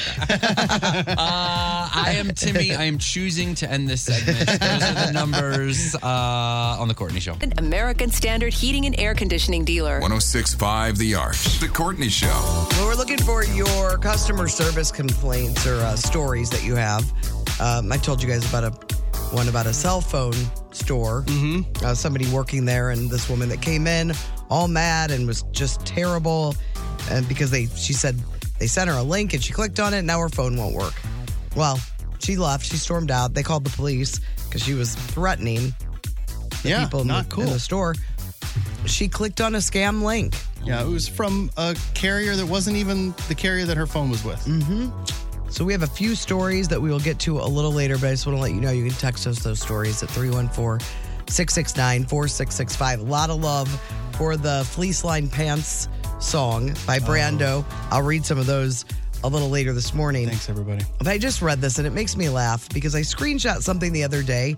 S4: I am Timmy. I am choosing to end this segment. Those are the numbers uh, on the Courtney Show.
S8: An American Standard Heating and Air Conditioning dealer.
S6: 1065 The Arch. The Courtney Show.
S3: Well, we're looking for your customer service complaints or uh, stories that you have. Um, I told you guys about a one about a cell phone store. Mm-hmm. Uh, somebody working there, and this woman that came in all mad and was just terrible, and because they she said they sent her a link and she clicked on it, and now her phone won't work. Well, she left. She stormed out. They called the police because she was threatening the
S5: Yeah,
S3: people in,
S5: not
S3: the,
S5: cool.
S3: in the store. She clicked on a scam link.
S5: Yeah, it was from a carrier that wasn't even the carrier that her phone was with.
S3: Mm-hmm. So we have a few stories that we will get to a little later, but I just want to let you know you can text us those stories at 314 669 4665. A lot of love for the Fleece Line Pants song
S5: Oh.
S3: by Brando. I'll read some of those a little later this morning. Thanks,
S5: everybody.
S3: But I just read this and it makes me laugh because I screenshot something the other day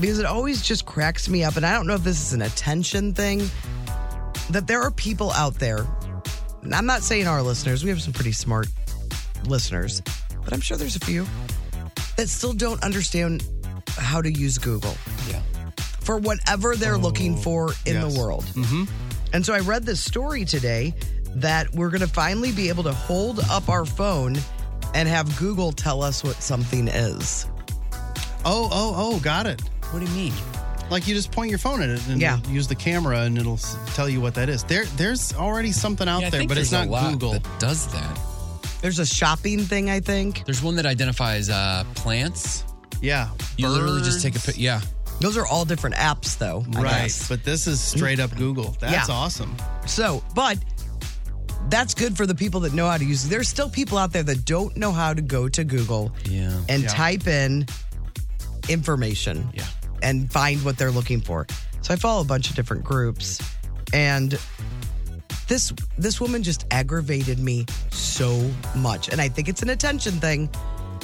S3: because it always just cracks me up. And I don't know if this is an attention thing, that there are people out there, and I'm not saying our listeners, we have some pretty smart listeners, but I'm sure there's a few that still don't understand how to use Google.
S4: Yeah.
S3: For whatever they're
S4: Oh,
S3: looking for in
S5: yes.
S3: the world.
S5: Mm-hmm.
S3: And so I read this story today that we're going to finally be able to hold up our phone and have Google tell us what something is.
S5: Oh, oh, oh, got it.
S4: What do you mean?
S5: Like you just point your phone at it and
S3: Yeah.
S5: use the camera and it'll s- tell you what that is. There, there's already something out
S4: Yeah, I
S5: there,
S4: think
S5: but it's
S4: there's
S5: not
S4: a lot
S5: Google.
S4: that does that.
S3: There's a shopping thing, I think.
S4: There's one that identifies uh, plants.
S5: Yeah.
S4: You literally just take a pic. Yeah.
S3: Those are all different apps, though. I
S5: Right,
S3: guess.
S5: but this is straight up Google. That's
S3: Yeah.
S5: awesome.
S3: So, but that's good for the people that know how to use it. There's still people out there that don't know how to go to Google
S4: Yeah.
S3: and
S4: Yeah.
S3: type in information
S4: yeah.
S3: and find what they're looking for. So I follow a bunch of different groups and this this woman just aggravated me so much and i think it's an attention thing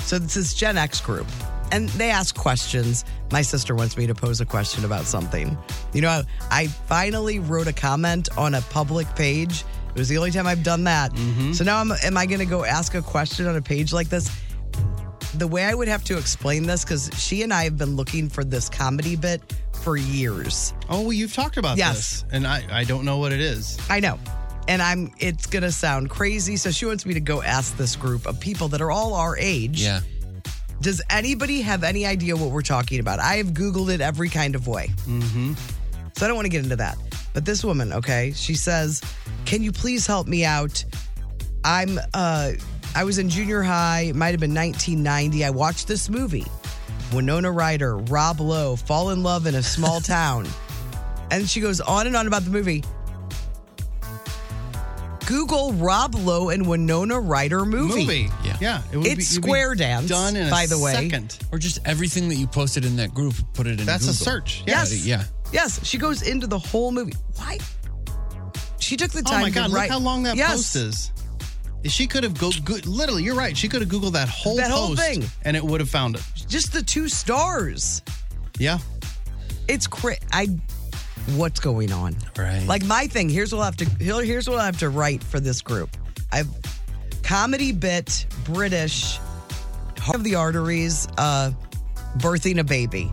S3: so this is gen x group and they ask questions my sister wants me to pose a question about something you know i, I finally wrote a comment on a public page it was the only time i've done that
S5: Mm-hmm.
S3: so now I'm, am i going to go ask a question on a page like this the way I would have to explain this, because she and I have been looking for this comedy bit for years.
S5: Oh, well, you've talked about
S3: yes.
S5: this, and I, I don't know what it is.
S3: I know. And I'm it's gonna sound crazy. So she wants me to go ask this group of people that are all our age.
S4: Yeah.
S3: Does anybody have any idea what we're talking about? I have Googled it every kind of way.
S5: Mm-hmm.
S3: So I don't want to get into that. But this woman, okay, she says, Can you please help me out? I'm uh I was in junior high, it might have been 1990. I watched this movie. Winona Ryder, Rob Lowe, fall in love in a small town. And she goes on and on about the movie. Google Rob Lowe and Winona Ryder movie.
S5: Movie. Yeah. Yeah. it would be-
S3: it's
S5: you'd be
S3: square dance.
S5: done in a
S3: by the way.
S5: second.
S4: Or just everything that you posted in that group, put it in
S3: That's a
S4: Google.
S3: search. Yes.
S4: Yeah.
S3: Yes, she goes into the whole movie. Why? She took the
S5: Oh
S3: time.
S5: my God!
S3: to write.
S5: Look how long that
S3: yes.
S5: post is. She could have go, go literally. You're right. She could have googled that whole
S3: That whole
S5: post
S3: thing.
S5: and it would have found it.
S3: Just the two stars.
S5: Yeah.
S3: It's cra I. What's going on?
S4: Right.
S3: Like my thing. Here's what I have to. here- Here's what I have to write for this group. I've comedy bit British, heart of the arteries, uh, birthing a baby.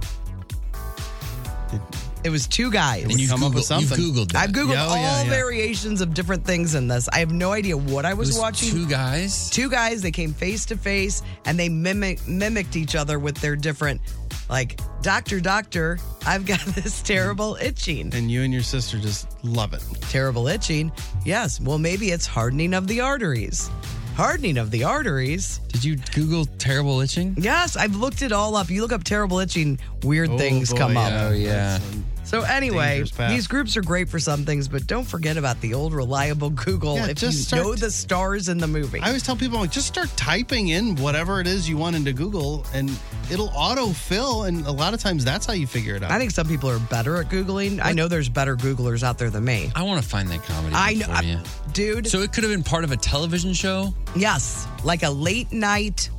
S3: It was two guys.
S5: And you Come up with Googled- you something. Googled that.
S3: I've googled
S5: Yeah, oh,
S3: all
S5: yeah, yeah.
S3: variations of different things in this. I have no idea what I was,
S4: was
S3: watching.
S4: two guys?
S3: Two guys. They came face to face and they mimic mimicked each other with their different, like, doctor, doctor, I've got this terrible itching.
S5: And you and your sister just love it.
S3: Terrible itching. Yes. Well, maybe it's hardening of the arteries. Hardening of the arteries.
S4: Did you Google terrible itching?
S3: Yes, I've looked it all up. You look up terrible itching, weird things
S4: boy,
S3: come up.
S4: yeah. Oh, yeah.
S3: So anyway,
S4: Dangerous path.
S3: these groups are great for some things, but don't forget about the old reliable Google.
S5: Yeah,
S3: if
S5: just
S3: you
S5: start-
S3: know the stars in the movie,
S5: I always tell people like just start typing in whatever it is you want into Google and it'll auto fill and a lot of times that's how you figure it out.
S3: I think some people are better at Googling. I know there's better Googlers out there than me.
S4: I want to find that comedy.
S3: I
S4: bit
S3: know-
S4: for you.
S3: dude.
S4: So it could have been part of a television show.
S3: Yes, like a late night.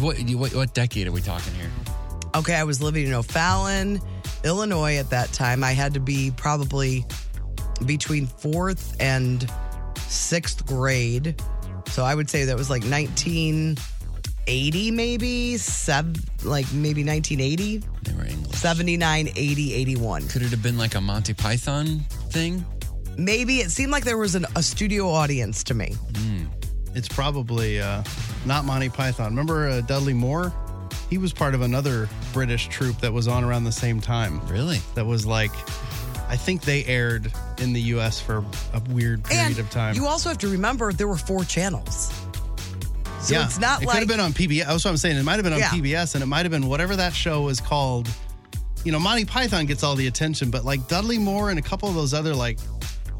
S4: What you- what, what decade are we talking here?
S3: Okay, I was living in O'Fallon, Illinois at that time. I had to be probably between fourth and sixth grade. So I would say that was like 1980, maybe, sev- like maybe 1980.
S4: They were English.
S3: 79, 80, 81.
S4: Could it have been like a Monty Python thing?
S3: Maybe it seemed like there was an, a studio audience to me.
S4: Hmm.
S5: it's probably uh, not Monty Python. Remember uh, Dudley Moore? He was part of another British troupe that was on around the same time.
S4: Really?
S5: That was like, I think they aired in the U.S. for a weird period
S3: And
S5: of time.
S3: you also have to remember there were four channels. So
S5: yeah,
S3: it's not
S5: it
S3: like
S5: could have been on PBS. That's what I'm saying. It might have been on
S3: Yeah.
S5: PBS, and it might have been whatever that show was called. You know, Monty Python gets all the attention, but like Dudley Moore and a couple of those other like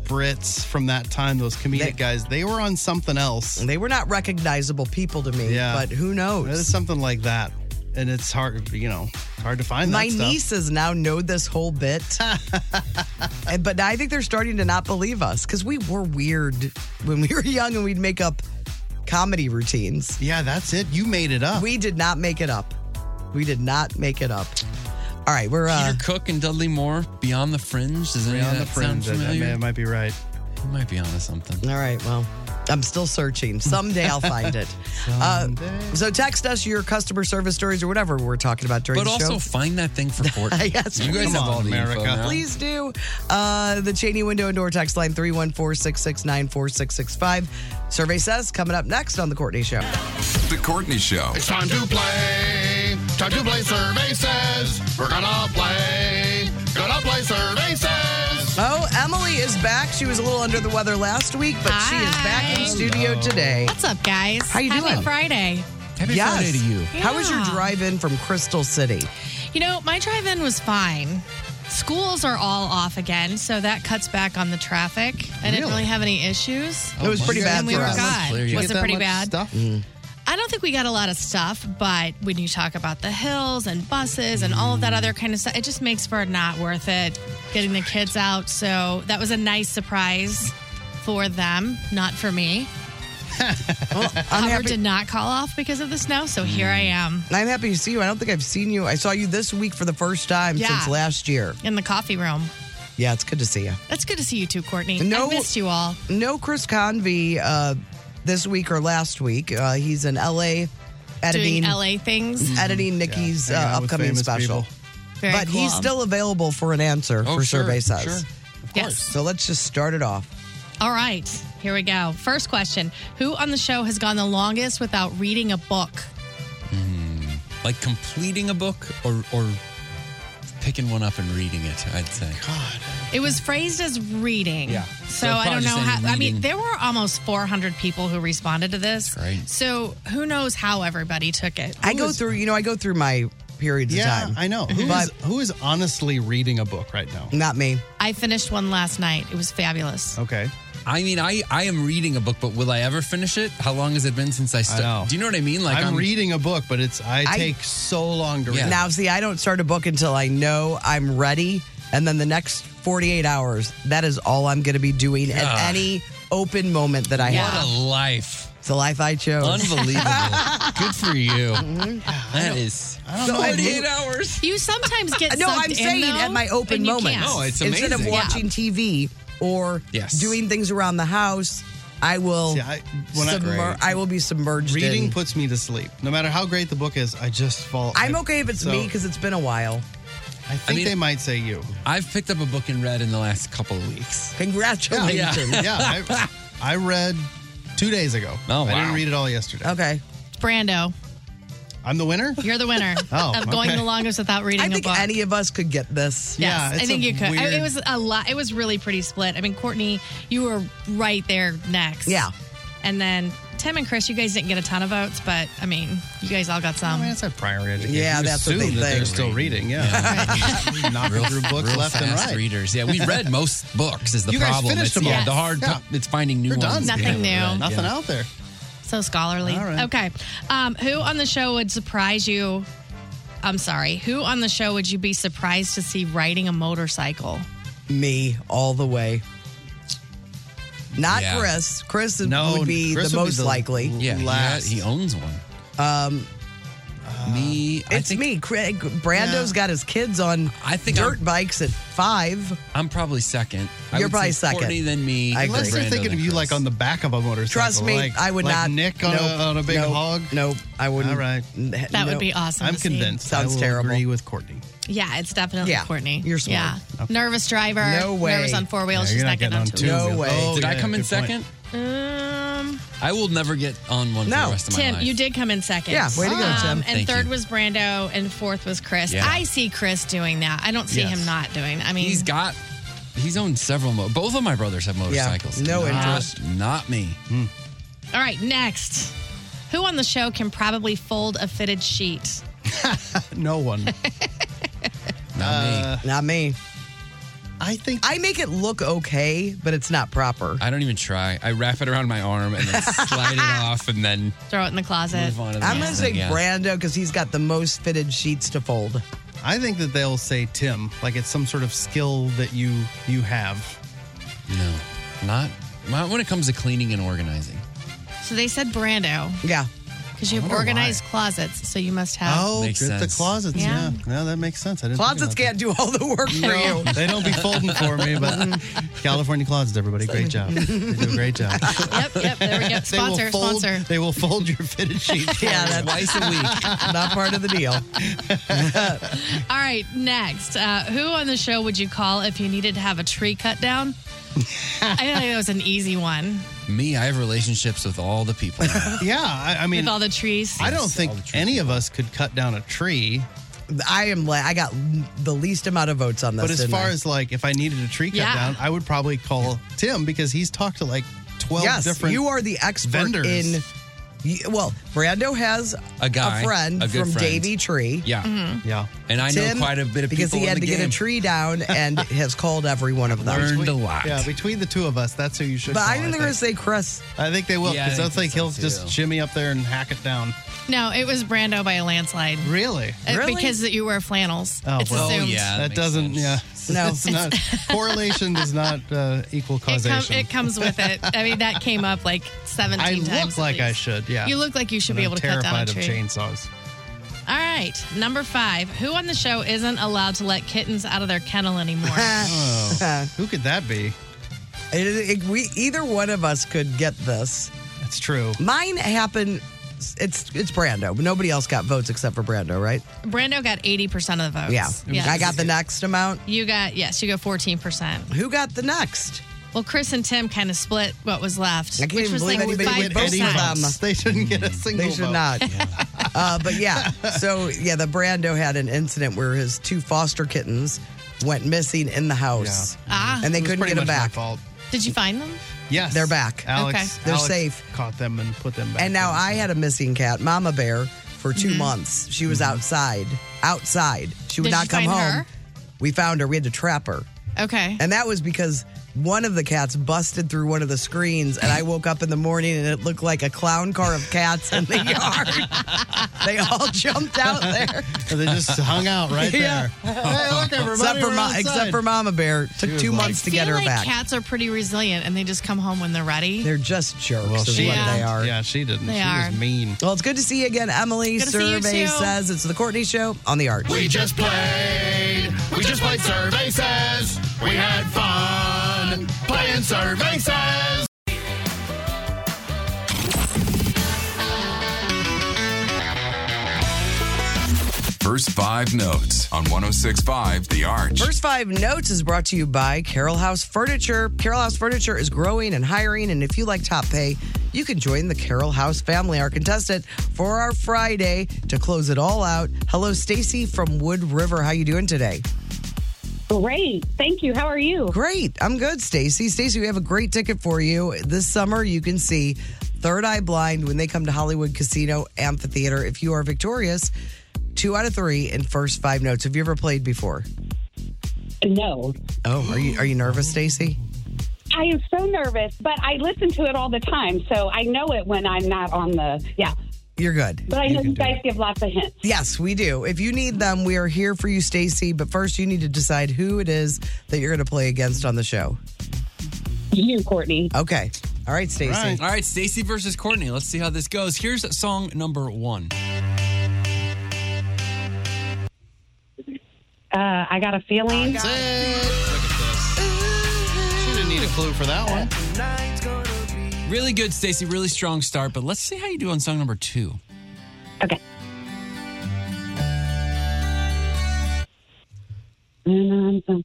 S5: Brits from that time, those comedic
S3: They-
S5: guys, they were on something else.
S3: they were not recognizable people to me.
S5: Yeah.
S3: But who knows?
S5: It's something like that. And it's hard, you know, it's hard to find
S3: My
S5: that stuff.
S3: nieces now know this whole bit. And- but I think they're starting to not believe us because we were weird when we were young and we'd make up comedy routines.
S5: Yeah, that's it. You made it up.
S3: We did not make it up. We did not make it up. All right, we're uh,
S4: Peter Cook and Dudley Moore, Beyond the Fringe. Does any
S5: Beyond
S4: of
S5: the
S4: that sound
S5: fringe. I- I
S4: familiar?
S5: may- I might be right.
S4: You might be onto something.
S3: All right. Well, I'm still searching. Someday I'll find it. Uh, so text us your customer service stories or whatever we're talking about during
S4: But
S3: the
S4: also
S3: show.
S4: find that thing for Courtney.
S3: Yes,
S4: you guys
S3: come
S4: have
S3: on,
S4: all the info
S5: America.
S4: now.
S3: Please do. Uh, the Cheney window and door text line 314 669 4665. Survey says coming up next on The Courtney Show.
S6: The Courtney Show.
S12: It's time to play. Time to play Survey Says. We're gonna play. Gonna play Survey Says.
S3: Oh, Emily is back. She was a little under the weather last week, but she is back in studio today.
S17: What's up, guys?
S3: How you
S17: Happy
S3: doing?
S17: Friday.
S4: Happy
S3: yes.
S4: Friday to you.
S3: How was your
S17: Yeah.
S3: drive in from Crystal City?
S17: You know, my drive-in was fine. Schools are all off again, so that cuts back on the traffic. I didn't
S3: Really?
S17: really have any issues.
S2: Oh,
S3: it was pretty
S17: And
S3: bad
S17: we
S3: for
S17: were
S3: us.
S17: gone. Was it pretty bad?
S5: Stuff?
S17: I don't think we got a lot of stuff, but when you talk about the hills and buses and all of that other kind of stuff, it just makes for not worth it getting the kids out. So that was a nice surprise for them, not for me. Hubbard did not call off because of the snow, so here I am
S4: Mm-hmm.
S3: I'm happy to see you. I don't think I've seen you. I saw you this week for the first time
S17: Yeah.
S3: since last year.
S17: in the coffee room.
S3: Yeah, it's good to see you.
S17: That's good to see you too, Courtney.
S3: No-
S17: I missed you all.
S3: No Chris Convey uh, this week or last week. Uh, he's in LA editing Mm-hmm.
S17: Doing LA things.
S3: editing Nikki's
S5: hanging
S3: uh,
S5: out with
S3: upcoming
S5: famous
S3: special.
S5: people.
S17: Very
S3: but
S17: cool.
S3: he's still available for an answer
S17: Oh,
S3: for
S17: sure,
S3: survey says.
S17: sure. Of Yes. course.
S3: So let's just start it off.
S17: All right, here we go. First question Who on the show has gone the longest without reading a book?
S4: Like completing a book or or picking one up and reading it, I'd say. God.
S17: It was phrased as reading.
S4: Yeah. So
S17: So, I don't
S4: probably
S17: know
S4: just
S17: how.
S4: saying
S17: I mean,
S4: reading.
S17: there were almost 400 people who responded to this.
S4: great.
S17: So who knows how everybody took it?
S3: I go through, you know, I go through my periods
S5: Yeah,
S3: of time.
S5: I know. Who
S3: But
S5: is, who is honestly reading a book right now?
S3: not me.
S17: I finished one last night. It was fabulous.
S5: Okay.
S4: I mean, I, I am reading a book, but will I ever finish it? How long has it been since I
S5: know.
S4: started? Do you know what I mean?
S5: I'm, reading a book, but it's I,
S3: I-
S5: take so long to read.
S3: Now, see, I don't start a book until I know I'm ready. And then the next 48 hours, that is all I'm going to be doing
S4: God.
S3: at any open moment that I
S4: Ah. What
S3: have.
S4: a life.
S3: It's the life I chose.
S4: Unbelievable. Good for you. That is
S3: I don't know.
S4: 48 hours.
S17: You sometimes get
S3: no,
S17: sucked
S3: I'm
S17: in,
S3: saying
S17: though,
S3: at my open
S17: and you
S3: moments.
S4: Oh,
S17: can't.
S3: Instead of watching TV or
S5: Yes.
S3: doing things around the house, I will.
S5: See, I- when I-
S3: submer- I, will be submerged.
S5: Reading
S3: in-
S5: puts me to sleep. No matter how great the book is, I just fall.
S3: I'm
S5: I-
S3: okay if it's
S5: so,
S3: me because it's been a while.
S5: I think they might say you.
S4: I've picked up a book and read in the last couple of weeks.
S5: Yeah,
S4: Yeah.
S5: yeah. I, I read two days ago.
S4: Oh,
S5: I didn't
S4: wow.
S5: read it all yesterday.
S3: Okay.
S17: Brando,
S5: I'm the winner?
S17: you're the winner
S5: Oh,
S17: of going
S5: okay.
S17: the longest without reading
S3: I think
S17: a book.
S3: any of us could get this.
S17: Yes, I think you could. I- it
S3: weird-
S17: was a lot. It was really pretty split. I mean, Courtney, you were right there next.
S3: Yeah.
S17: And then Tim and Chris, you guys didn't get a ton of votes, but I mean, you guys all got some.
S5: It's a prior education.
S3: Yeah,
S5: You
S3: that's what they
S5: assume that They're
S3: think.
S5: still reading. Yeah. Knocking through books
S4: real
S5: left and
S4: fast
S5: right.
S4: readers. Yeah, we read most books is the
S5: You guys
S4: problem.
S5: finished
S4: it's,
S5: them all.
S4: yeah, the hard
S5: Yeah.
S4: pro- it's finding new
S5: You're done.
S4: ones.
S17: Nothing new.
S5: Nothing out there.
S17: So scholarly.
S5: All right.
S17: Okay. Um, who on the show would surprise you? I'm sorry. Who on the show would you be surprised to see riding a motorcycle?
S3: me all the way. Not
S4: Yeah.
S3: Chris. Chris would be
S4: Chris
S3: the
S4: would
S3: most likely.
S4: Yeah, he- He, owns one.
S3: Um,
S4: me.
S3: It's me. Craig Brando's got his kids on
S4: I think
S3: dirt
S4: I'm-
S3: bikes at five.
S4: I'm probably second. I
S3: You're
S4: would
S3: probably
S4: say
S3: second.
S4: Courtney than me.
S3: I
S5: Unless
S3: agree.
S5: they're thinking of you like on the back of a motorcycle.
S3: Trust me,
S5: like-
S3: I would
S5: like
S3: not.
S5: Nick on,
S3: nope,
S5: a, on a big
S3: nope,
S5: hog.
S3: Nope, I wouldn't.
S5: All right.
S3: That
S17: That would be awesome.
S5: I'm
S17: to see.
S5: convinced. I
S3: Sounds
S5: will
S3: terrible.
S5: agree with Courtney.
S17: Yeah, it's definitely
S3: Yeah,
S17: Courtney.
S3: you're smart.
S17: Yeah. Nervous driver.
S3: No way.
S17: Nervous on four wheels.
S5: Yeah,
S17: She's
S5: you're
S17: not getting on two.
S3: No way.
S5: Oh,
S4: Did I come in second?
S17: Um,
S4: I will never get on one for
S3: No.
S4: the rest of my
S17: Tim,
S4: life.
S17: you did come in second.
S3: Yeah, way to go,
S17: Um,
S3: Tim.
S17: And
S4: Thank
S17: third
S4: you.
S17: was Brando, and fourth was Chris.
S4: Yeah.
S17: I see Chris doing that. I don't see
S4: Yes.
S17: him not doing. I mean,
S4: He's got. He's owned several. Mo- both of my brothers have motorcycles.
S3: no
S4: Not-
S3: interest.
S4: Not me.
S5: Hmm.
S17: all right. Next, who on the show can probably fold a fitted sheet?
S5: No one. Uh,
S4: Not me.
S3: Not me.
S5: I think
S3: I make it look okay, but it's not proper.
S4: I don't even try. I wrap it around my arm and then slide it off and then
S17: Throw it in the closet.
S4: move on to the
S3: I'm
S4: next
S3: gonna say
S4: thing, yeah.
S3: Brando because he's got the most fitted sheets to fold.
S5: I think that they'll say Tim, like it's some sort of skill that you you have.
S4: No, not, not when it comes to cleaning and organizing.
S17: So they said Brando
S3: Yeah.
S17: because you have
S5: wonder
S17: organized closets, so you must have.
S5: Oh,
S4: Makes
S5: it's the
S4: sense.
S5: closets.
S17: Yeah.
S5: Yeah. no, that makes sense. I didn't think
S3: Closets
S5: about that.
S3: can't do all the work for
S5: No,
S3: you.
S5: they don't be folding for me, but California closets, everybody, great job. They do a great job.
S17: Yep, yep. There we go.
S5: They will
S17: Sponsor,
S5: fold-
S17: sponsor.
S5: They will fold your fitted sheet.
S3: Yeah, that's
S4: Twice a week.
S3: not part of the deal.
S17: All right, next. Uh, who on the show would you call if you needed to have a tree cut down? I think that was an easy one
S4: Me, I have relationships with all the people. now.
S5: yeah, I, I mean,
S17: with all the trees.
S5: I don't think
S4: all the trees
S5: any of us could cut down a tree.
S3: I am. la- I got the least amount of votes on this.
S5: But as
S3: didn't
S5: far
S3: I?
S5: as like, if I needed a tree cut
S17: Yeah.
S5: down, I would probably call Tim because he's talked to like 12
S3: yes,
S5: different
S3: you are the expert
S5: vendors.
S3: in Y- Well, Brando has
S4: A guy,
S3: friend
S4: a good
S3: from
S4: friend.
S3: Davy Tree.
S4: Yeah.
S17: Mm-hmm.
S4: Mhm.
S5: Yeah.
S4: And I know
S3: Tim,
S4: quite a bit of
S3: because
S4: people
S3: he
S4: in
S3: had
S4: the
S3: to get
S4: game.
S3: a tree down and has called every one of them.
S5: Between- Yeah, between the two of us, that's who you should.
S3: But
S5: call,
S3: I think they're gonna say Chris.
S5: I think they will
S3: Yeah, I
S5: because
S3: think
S5: I think
S3: so
S5: he'll just
S3: too.
S5: shimmy up there and hack it down.
S17: No, it was Brando by a landslide.
S5: Really?
S17: Uh,
S5: Really?
S17: Because you wear flannels. it's
S5: Oh, well,
S17: assumed.
S5: that, doesn't. Yeah,
S17: No.
S5: It's not, correlation does not uh, equal
S17: It, com-
S5: causation.
S17: it comes with it. I mean, that came up like 17
S5: I
S17: times.
S5: look
S17: at
S5: like I
S17: least.
S5: should. Yeah,
S17: You look like you should
S5: But
S17: be
S5: I'm
S17: able to cut down a
S5: terrified of
S17: tree.
S5: chainsaws.
S17: All right, number five. Who on the show isn't allowed to let kittens out of their kennel anymore?
S5: Oh, who could that be?
S3: It, it- we either one of us could get this.
S5: That's true.
S3: Mine happened. It's it's Brando, but nobody else got votes except for Brando, right?
S17: Brando got 80% of the votes.
S3: Yeah.
S17: Yes.
S3: I got the next amount.
S17: You got, yes, you got 14%.
S3: Who got the next?
S17: Well, Chris and Tim kind of split what was left,
S3: I can't
S17: which
S3: even
S17: was
S3: believe
S17: like
S3: anybody
S17: five
S3: went any
S17: percent.
S3: votes.
S5: They shouldn't get a single.
S3: They should
S5: vote.
S3: not. uh, but yeah, so yeah, the Brando had an incident where his two foster kittens went missing in the house,
S17: Ah.
S3: and they
S17: It was
S3: couldn't
S17: pretty
S3: get them
S17: much my
S3: back.
S17: Did you find them?
S5: Yes,
S3: they're back.
S5: Alex,
S17: Okay.
S3: They're
S5: Alex
S3: safe.
S5: Caught them and put them back.
S3: And now I had a missing cat, Mama Bear, for 2 months. She
S5: Mm-hmm.
S3: was outside, outside. She would
S17: Mm-hmm. Did
S3: not
S17: you
S3: come
S17: find
S3: home.
S17: her?
S3: We found her. We had to trap her.
S17: Okay.
S3: And that was because one of the cats busted through one of the screens, and I woke up in the morning and it looked like a clown car of cats in the yard. they all jumped out there.
S5: So they just hung out right
S3: Yeah.
S5: there. Hey, look, everybody.
S3: except for,
S5: we're
S3: Ma-
S5: outside.
S3: except for Mama Bear. Took
S5: was
S3: two
S5: like-
S3: months to
S17: I
S3: get
S17: feel
S3: her
S17: like
S3: back.
S17: cats are pretty resilient and they just come home when they're ready.
S3: They're just jerks.
S5: Well,
S3: is
S5: she
S3: what
S17: Yeah.
S3: they are.
S5: Yeah, she didn't.
S17: They
S5: she
S17: are.
S5: was mean.
S3: Well, it's good to see you again, Emily.
S17: Good to see you
S3: Survey
S17: too.
S3: says it's the Courtney Show on the Arch.
S12: We just played. We just played survey says. We had fun playing survey says.
S6: First five notes on 1065 The Arch.
S3: First Five Notes is brought to you by Carroll House Furniture. Carroll House Furniture is growing and hiring, and if you like top pay, you can join the Carroll House family. Our contestant for our Friday to close it all out. Hello, Stacy from Wood River. How you doing today?
S18: Great. Thank you. How are you?
S3: Great. I'm good, Stacy. Stacy, we have a great ticket for you. This summer, you can see Third Eye Blind when they come to Hollywood Casino Amphitheater. If you are victorious, two out of three in first five notes. Have you ever played before?
S18: No.
S3: Oh, are you are you nervous, Stacy?
S18: I am so nervous, but I listen to it all the time, so I know it when I'm not on the yeah.
S3: You're good.
S18: But I know you, guys give lots of hints.
S3: Yes, we do. If you need them, we are here for you, Stacy. But first, you need to decide who it is that you're going to play against on the show.
S18: You, Courtney.
S3: Okay. All right, Stacy.
S4: All right, Stacy versus Courtney. Let's see how this goes. Here's song number one.
S18: Uh, I got a feeling.
S5: She didn't need a clue for that one.
S4: Really good, Stacy. Really strong start, but let's see how you do on song number two.
S18: Okay. And I'm so-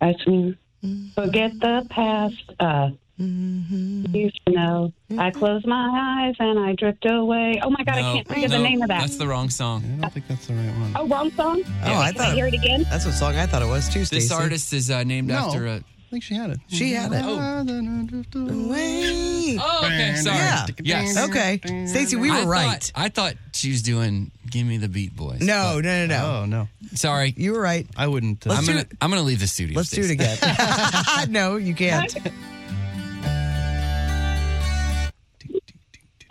S18: I swear, Mm-hmm. forget the past. Uh, Used to know. I close my eyes and I drift away. Oh my God, I can't think of the
S4: no,
S18: name of that.
S4: That's the wrong song.
S5: I don't think that's the right one.
S18: Oh, wrong song.
S3: Oh, I
S18: Can I
S3: thought
S18: hear it again?
S3: that's what song I thought it was too.
S4: This
S3: Stacy.
S4: artist is uh, named
S5: No.
S4: after a.
S5: I think she had it.
S3: She had it. Wait.
S4: Oh, okay. Sorry.
S3: Yeah.
S4: Yes.
S3: Okay. Stacy, we were
S4: I thought-
S3: right.
S4: I thought she was doing "Give Me the Beat Boys."
S3: No, no, no, no.
S5: Oh no,
S4: Sorry.
S3: You were right.
S5: I wouldn't. uh,
S3: Let's
S4: I'm
S3: do
S4: gonna
S3: it.
S4: I'm gonna leave the studio.
S3: Let's do it
S4: Stacey.
S3: again. no, you can't.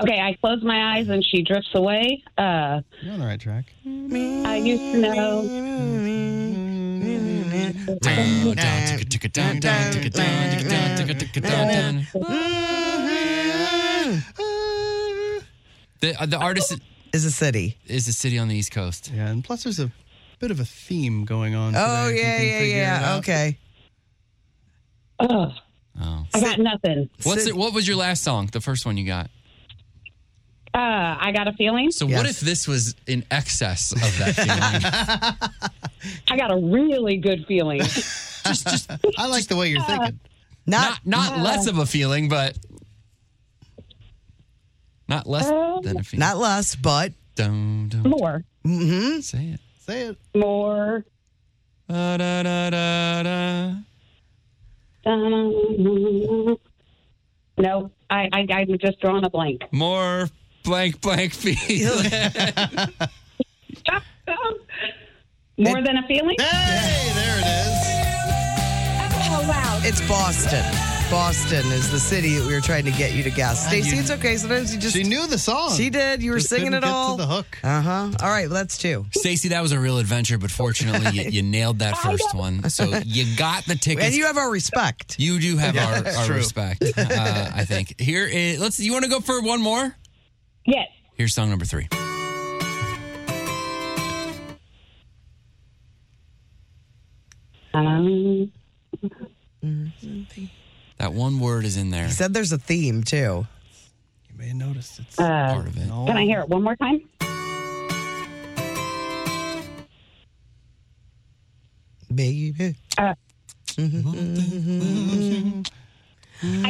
S18: Okay, I close my eyes and she drifts away. Uh,
S5: You're on the right track.
S18: I used to know.
S4: Down, down, ticka, ticka, down, down, ticka, down, ticka, down, ticka, ticka, down, down. The uh, the artist
S3: Is a city.
S4: is a city on the East Coast.
S5: Yeah, and plus there's a bit of a theme going on.
S3: Oh
S5: today, if you
S3: yeah,
S5: can
S3: yeah,
S5: figure it
S3: yeah.
S5: out.
S3: Okay.
S18: Oh,
S4: Oh.
S18: I got nothing.
S4: What's it, what was your last song? The first one you got.
S18: Uh, I got a feeling.
S4: So what if this was in excess of that feeling?
S18: I got a really good feeling.
S5: I like the way you're thinking.
S3: Not
S4: not not less of a feeling, but not less than a feeling.
S3: not less, but
S4: Dun, dun.
S18: Um, More,
S3: mhm.
S4: Say it.
S5: Say it.
S18: more.
S4: Da, da, da, da, da.
S18: Dun, dun, dun, dun. No, I, I, I'm just drawing a blank.
S4: More blank blank feeling.
S18: More than a feeling? Hey,
S3: there it is.
S18: Oh, wow.
S3: It's Boston. Boston is the city that we were trying to get you to guess. Stacey, it's okay. Sometimes you just.
S5: She knew the song.
S3: She did. You were
S5: Just
S3: singing
S5: couldn't
S3: it
S5: get to
S3: all.
S5: the hook.
S3: Uh huh. All right, well, that's two.
S4: Stacy, that was a real adventure, but fortunately, you, you nailed that first one. So you got the tickets.
S3: And you have our respect.
S4: You do have
S3: Yeah,
S4: our,
S3: that's
S4: our
S3: true.
S4: respect, uh, I think. Here is. Let's. You want to go for one more?
S18: Yes.
S4: Here's song number three.
S18: Um,
S4: That one word is in there.
S3: He said there's a theme, too.
S5: You may notice it's
S18: Uh,
S4: part of it.
S18: Can I hear it one more time?
S3: Baby.
S18: Uh, I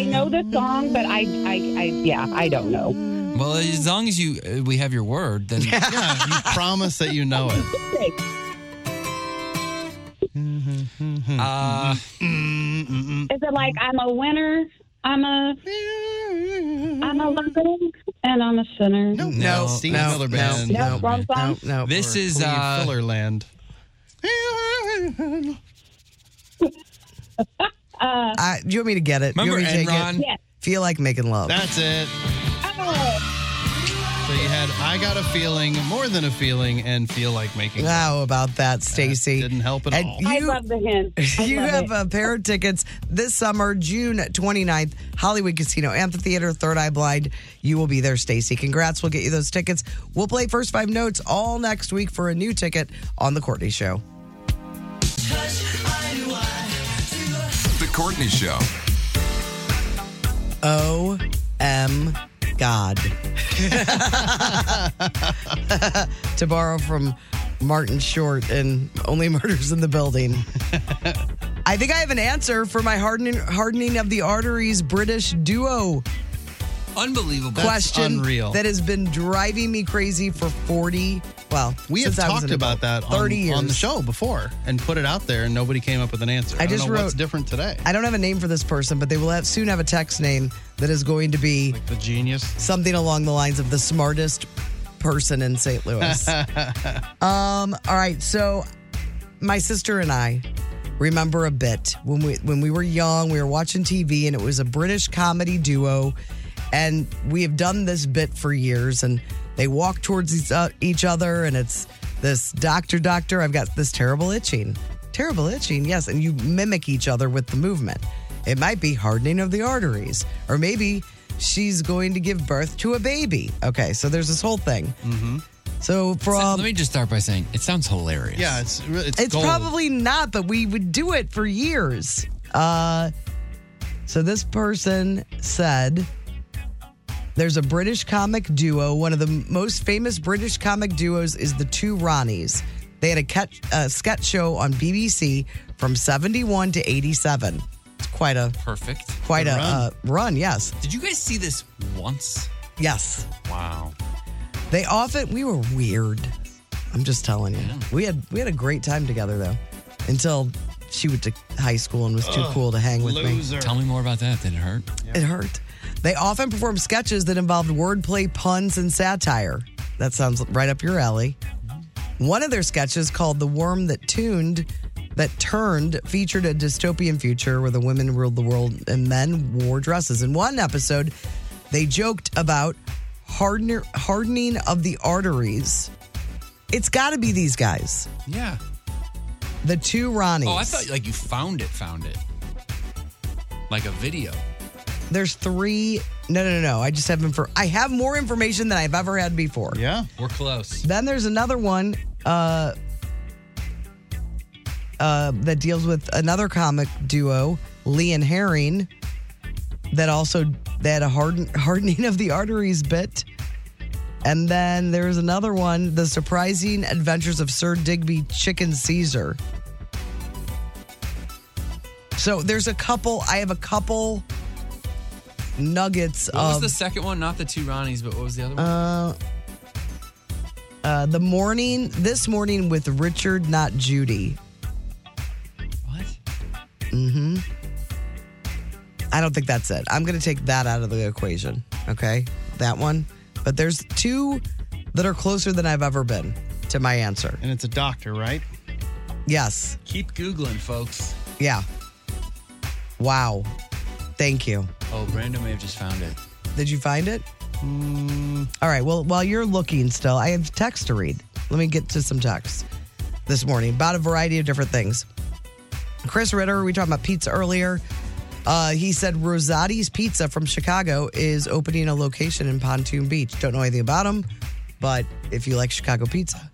S18: know the song, but I, I, I, yeah, I don't know.
S4: Well, as long as you uh, we have your word, then
S5: yeah, you promise that you know it. Hmm.
S4: Uh,
S18: Is it like I'm a winner, I'm a, I'm a lover, and I'm a sinner? No,
S3: No,
S5: Steve
S3: no,
S5: Miller
S3: no,
S5: Band.
S3: no,
S18: No, wrong song?
S3: no, no.
S4: This
S5: Or
S4: is,
S5: Cleve
S4: uh,
S5: filler land.
S18: Uh,
S3: I, do you want me to get it?
S4: Remember
S3: you want me to
S4: Enron?
S3: take it? Feel like making love.
S5: That's it. So you had I got a feeling, more than a feeling, and feel like making.
S3: How about that, Stacy?
S5: Didn't help at
S3: And
S5: all.
S3: you,
S18: I love the hint. I
S3: you
S18: love
S3: have
S18: it.
S3: a pair of tickets this summer, June 29th, Hollywood Casino Amphitheater, Third Eye Blind. You will be there, Stacy. Congrats. We'll get you those tickets. We'll play First Five Notes all next week for a new ticket on The Courtney Show.
S6: The Courtney Show.
S3: O Oh, M God. to borrow from Martin Short and Only Murders in the Building. I think I have an answer for my hardening, hardening of the arteries British duo
S4: unbelievable
S3: question
S5: unreal.
S3: that has been driving me crazy for 40, well,
S5: We have
S3: since I was
S5: talked
S3: an adult,
S5: about that on,
S3: 30 years.
S5: on the show before and put it out there, and nobody came up with an answer.
S3: I
S5: I, don't
S3: just
S5: know what's
S3: wrote-
S5: different today.
S3: I don't have a name for this person, but they will have, soon have a text name that is going to be
S5: The genius.
S3: something along the lines of the smartest person in St. Louis. um, all right, so my sister and I remember a bit when we when we were young, we were watching TV and it was a British comedy duo and we have done this bit for years and they walk towards each, uh, each other and it's this doctor doctor I've got this terrible itching. Terrible itching. Yes, and you mimic each other with the movement. It might be hardening of the arteries or maybe she's going to give birth to a baby. Okay, so there's this whole thing. So
S4: so
S3: from
S4: let me just start by saying it sounds hilarious.
S5: Yeah, it's re- it's,
S3: it's
S5: gold.
S3: probably not, but we would do it for years. Uh, so this person said there's a British comic duo. One of the most famous British comic duos is the Two Ronnies. They had a, catch, a sketch show on BBC from 71 to 87. It's quite a
S4: perfect.
S3: quite a
S5: Good
S3: run.
S5: run.
S3: Uh, run. Yes,
S4: Did you guys see this once?
S3: yes.
S4: Wow.
S3: They often we were weird. I'm just telling you. We had we had a great time together though, until she went to high school and was too cool to hang with me.
S5: loser.
S4: Tell me more about that. Did it hurt?
S3: It hurt. They often performed sketches that involved wordplay, puns, and satire. That sounds right up your alley. One of their sketches called "The Worm That Tuned." That turned featured a dystopian future where the women ruled the world and men wore dresses. In one episode, they joked about hardener, hardening of the arteries. It's got to be these guys,
S4: Yeah.
S3: the two Ronnies.
S4: Oh, I thought like you found it, found it. Like a video.
S3: There's three. No, no, no, no. I just have them for. I have more information than I've ever had before.
S5: Yeah.
S4: We're close.
S3: Then there's another one uh, uh, that deals with another comic duo, Lee and Herring, that also they had a harden, hardening of the arteries bit. And then there's another one, The Surprising Adventures of Sir Digby Chicken Caesar. So there's a couple, I have a couple nuggets
S4: What
S3: of
S4: was the second one? Not the two Ronnies, but what was the other one?
S3: Um, uh, uh, the morning, this morning with Richard, not Judy.
S4: what?
S3: Mm-hmm. I I don't think that's it. I'm going to take that out of the equation. Okay. That one. But there's two that are closer than I've ever been to my answer.
S5: And it's a doctor, right?
S3: Yes.
S4: Keep Googling, folks.
S3: Yeah. Wow. Thank you.
S4: Oh, Brando may have just found it.
S3: Did you find it? Mm, All right. Well, while you're looking still, I have text to read. Let me get to some texts this morning about a variety of different things. Chris Ritter, we talked about pizza earlier. Uh, he said Rosati's Pizza from Chicago is opening a location in Pontoon Beach. Don't know anything about him, but if you like Chicago pizza.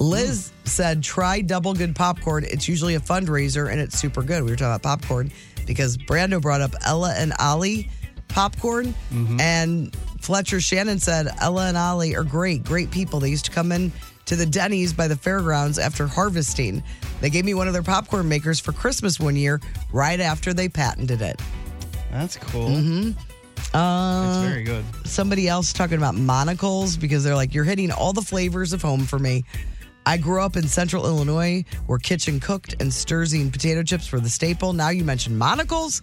S3: Liz said, try double good popcorn. It's usually a fundraiser and it's super good. We were talking about popcorn because Brando brought up Ella and Ollie popcorn.
S5: Mm-hmm.
S3: And Fletcher Shannon said, Ella and Ollie are great, great people. They used to come in to the Denny's by the fairgrounds after harvesting. They gave me one of their popcorn makers for Christmas one year, right after they patented it.
S5: That's cool.
S3: Mm-hmm. Uh,
S5: That's very good.
S3: Somebody else talking about monocles because they're like, you're hitting all the flavors of home for me. I grew up in central Illinois where kitchen cooked and Sturzy and potato chips were the staple. Now you mentioned monocles.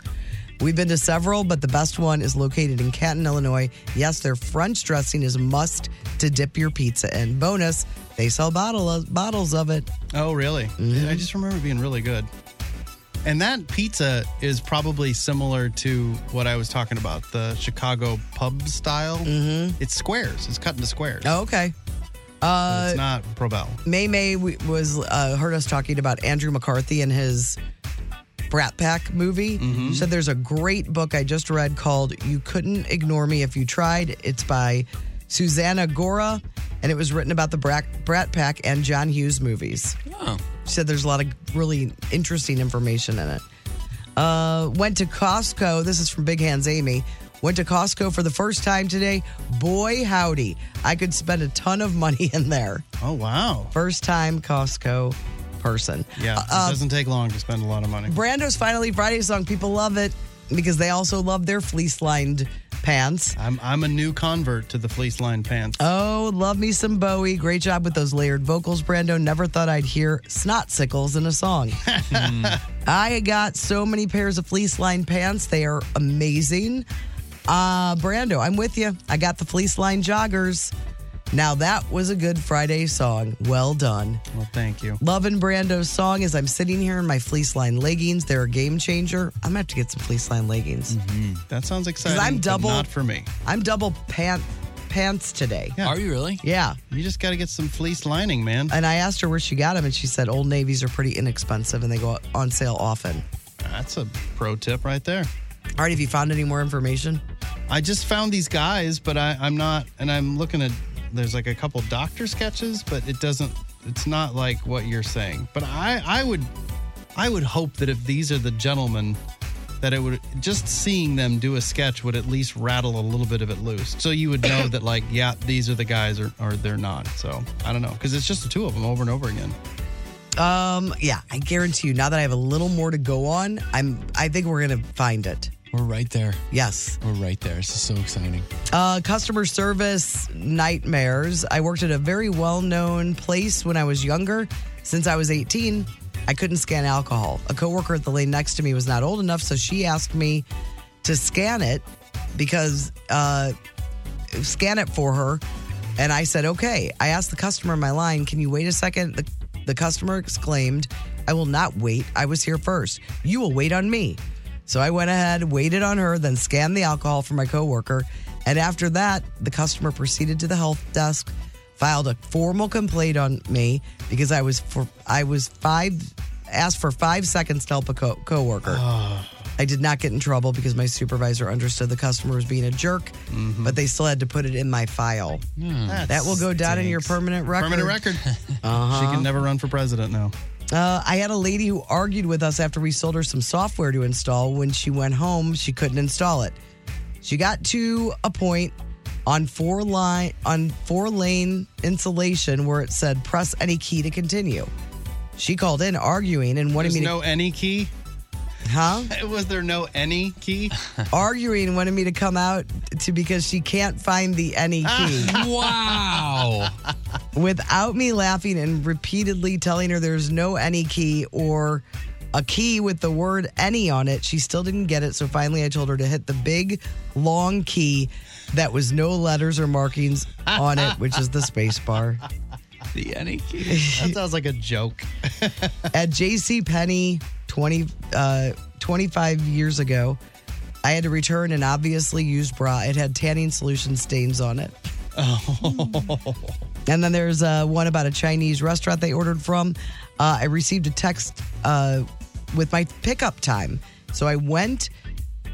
S3: We've been to several, but the best one is located in Canton, Illinois. Yes, their French dressing is a must to dip your pizza in. Bonus, they sell bottle bottles of it. Mm-hmm.
S5: Oh, really? I just remember it being really good. And that pizza is probably similar to what I was talking about the Chicago pub style. Mm-hmm. It's squares, it's cut into squares.
S3: Oh, okay. Uh,
S5: it's not Probel.
S3: May May w- was uh, heard us talking about Andrew McCarthy and his Brat Pack movie. She said there's a great book I just read called "You Couldn't Ignore Me If You Tried." It's by Susanna Gora, and it was written about the Brat, Brat Pack and John Hughes movies.
S4: Oh.
S3: She said there's a lot of really interesting information in it. Uh, went to Costco. This is from Big Hands Amy. Went to Costco for the first time today. Boy, howdy. I could spend a ton of money in there.
S5: Oh, wow.
S3: First time Costco person. Uh,
S5: Yeah, it doesn't take long to spend a lot of money.
S3: Brando's Finally Friday song. People love it because they also love their fleece lined pants.
S5: I'm, I'm a new convert to the fleece lined pants.
S3: Oh, love me some Bowie. Great job with those layered vocals, Brando. Never thought I'd hear snot sickles in a song. Hmm. I got so many pairs of fleece lined pants. They are amazing. Uh, Brando, I'm with you. I got the fleece lined joggers. Now, that was a good Friday song. Well done.
S5: Well, thank you.
S3: Loving Brando's song as I'm sitting here in my fleece lined leggings. They're a game changer. I'm gonna have to get some fleece lined leggings.
S5: Mm-hmm. That sounds
S3: Because
S5: exciting.
S3: I'm
S5: but
S3: double
S5: Not for me.
S3: I'm double pant pants today.
S4: Are you really?
S3: Yeah.
S5: You just got to get some fleece lining, man.
S3: And I asked her where she got them, and she said Old Navies are pretty inexpensive and they go on sale often.
S5: That's a pro tip right there.
S3: All right, have you found any more information?
S5: I just found these guys, but I, I'm not, and I'm looking at, there's like a couple doctor sketches, but it doesn't, it's not like what you're saying. But I, I would, I would hope that if these are the gentlemen, that it would, just seeing them do a sketch would at least rattle a little bit of it loose. So you would know that like, yeah, these are the guys or, or they're not. So I don't know. Cause it's just the two of them over and over again.
S3: Um, yeah, I guarantee you. Now that I have a little more to go on, I'm. I think we're gonna find it.
S4: We're right there.
S3: Yes.
S4: We're right there. This is so exciting.
S3: Uh, customer service nightmares. I worked at a very well known place when I was younger. Since I was 18, I couldn't scan alcohol. A coworker at the lane next to me was not old enough, so she asked me to scan it because uh, scan it for her. And I said, okay. I asked the customer in my line, can you wait a second? The, the customer exclaimed, I will not wait. I was here first. You will wait on me. So I went ahead, waited on her, then scanned the alcohol for my coworker. And after that, the customer proceeded to the health desk, filed a formal complaint on me because I was for I was five asked for five seconds to help a co- coworker. I did not get in trouble because my supervisor understood the customer was being a jerk, but they still had to put it in my file.
S5: Mm-hmm. That
S3: Hmm. That will go down in your permanent record. Uh-huh.
S5: Permanent record. She can never run for president now.
S3: Uh, I had a lady who argued with us after we sold her some software to install. When she went home, she couldn't install it. She got to a point on four line on four lane insulation where it said press any key to continue. She called in arguing and wanted me
S5: There's
S3: to
S5: no any key.
S3: huh?
S5: Was there no any key?
S3: arguing wanted me to come out to because she can't find the any
S6: Ah,
S3: key.
S4: wow.
S3: without me laughing and repeatedly telling her there's no any key or a key with the word any on it. She still didn't get it, so finally I told her to hit the big long key that was no letters or markings on it, which is the space bar.
S5: The any key. That sounds like a joke.
S3: At JC Penney 20 uh 25 years ago, I had to return an obviously used bra. It had tanning solution stains on it. And then there's uh, one about a Chinese restaurant they ordered from. Uh, I received a text uh, with my pickup time. So I went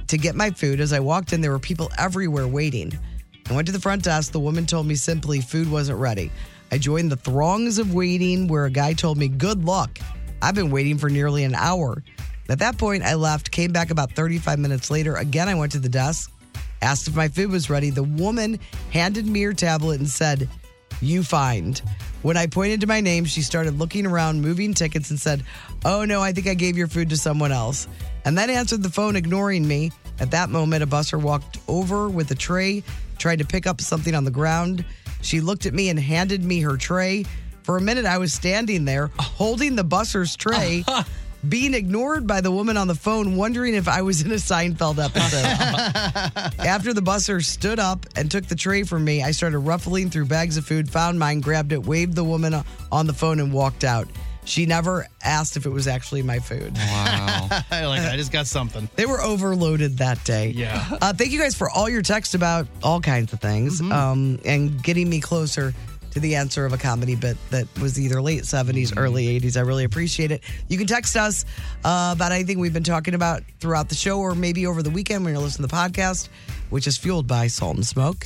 S3: to get my food. As I walked in, there were people everywhere waiting. I went to the front desk. The woman told me simply food wasn't ready. I joined the throngs of waiting where a guy told me, Good luck. I've been waiting for nearly an hour. At that point, I left, came back about 35 minutes later. Again, I went to the desk, asked if my food was ready. The woman handed me her tablet and said, You find. When I pointed to my name, she started looking around, moving tickets, and said, Oh no, I think I gave your food to someone else. And then answered the phone, ignoring me. At that moment, a busser walked over with a tray, tried to pick up something on the ground. She looked at me and handed me her tray. For a minute, I was standing there holding the busser's tray, being ignored by the woman on the phone, wondering if I was in a Seinfeld episode. After the busser stood up and took the tray from me, I started ruffling through bags of food, found mine, grabbed it, waved the woman on the phone, and walked out. She never asked if it was actually my food.
S5: Wow. like, I just got something.
S3: They were overloaded that day.
S5: Yeah.
S3: Uh, thank you guys for all your texts about all kinds of things um, and getting me closer to the answer of a comedy bit that was either late 70s, early 80s. I really appreciate it. You can text us uh, about anything we've been talking about throughout the show or maybe over the weekend when you're listening to the podcast, which is fueled by Salt and Smoke.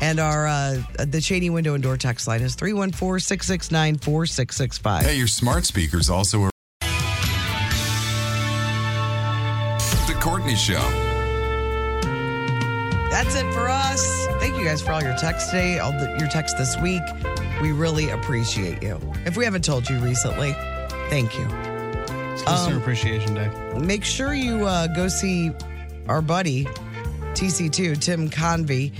S3: And our uh, the Cheney window and door text line is 314 669 4665.
S6: Hey, your smart speaker's also a. The Courtney Show.
S3: That's it for us. Thank you guys for all your texts today, all the, your texts this week. We really appreciate you. If we haven't told you recently, thank you.
S5: It's Listener
S3: Um,
S5: Appreciation Day.
S3: Make sure you uh, go see our buddy, TC2, Tim Convey,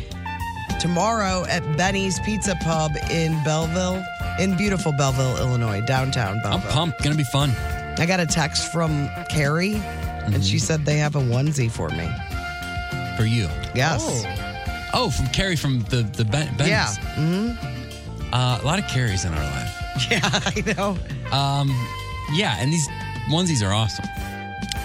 S3: tomorrow at Benny's Pizza Pub in Belleville, in beautiful Belleville, Illinois, downtown Belleville.
S4: I'm pumped. Gonna be fun.
S3: I got a text from Carrie, and
S4: Mm-hmm.
S3: she said they have a onesie for me.
S4: For you.
S3: Yes.
S4: Oh, from Carrie from the, the ben- Bennies.
S3: Yeah. hmm
S4: Uh, a lot of carries in our life.
S3: Yeah, I know.
S4: Um, yeah, and these onesies are awesome.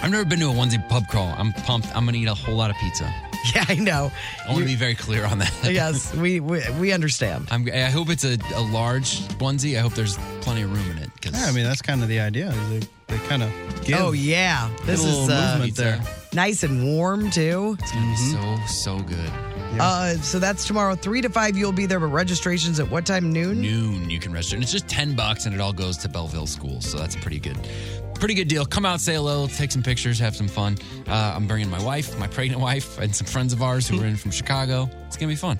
S4: I've never been to a onesie pub crawl. I'm pumped. I'm gonna eat a whole lot of pizza.
S3: Yeah, I know.
S4: I want to be very clear on that.
S3: yes, we, we we understand.
S4: I'm, I hope it's a, a large onesie. I hope there's plenty of room in it. Cause
S5: Yeah, I mean, that's kind of the idea. is They, they kind of give.
S3: Oh yeah, this
S5: Get a
S3: is
S5: little
S3: uh,
S5: movement there. Mm-hmm.
S3: nice and warm too.
S4: It's gonna be so so good.
S3: Uh, so that's tomorrow, three to five. You'll be there, but registrations at what time? Noon.
S4: Noon, you can register, and it's just ten bucks, and it all goes to Belleville School. So that's a pretty good, pretty good deal. Come out, say hello, take some pictures, have some fun. Uh, I'm bringing my wife, my pregnant wife, and some friends of ours who are in from Chicago. It's gonna be fun.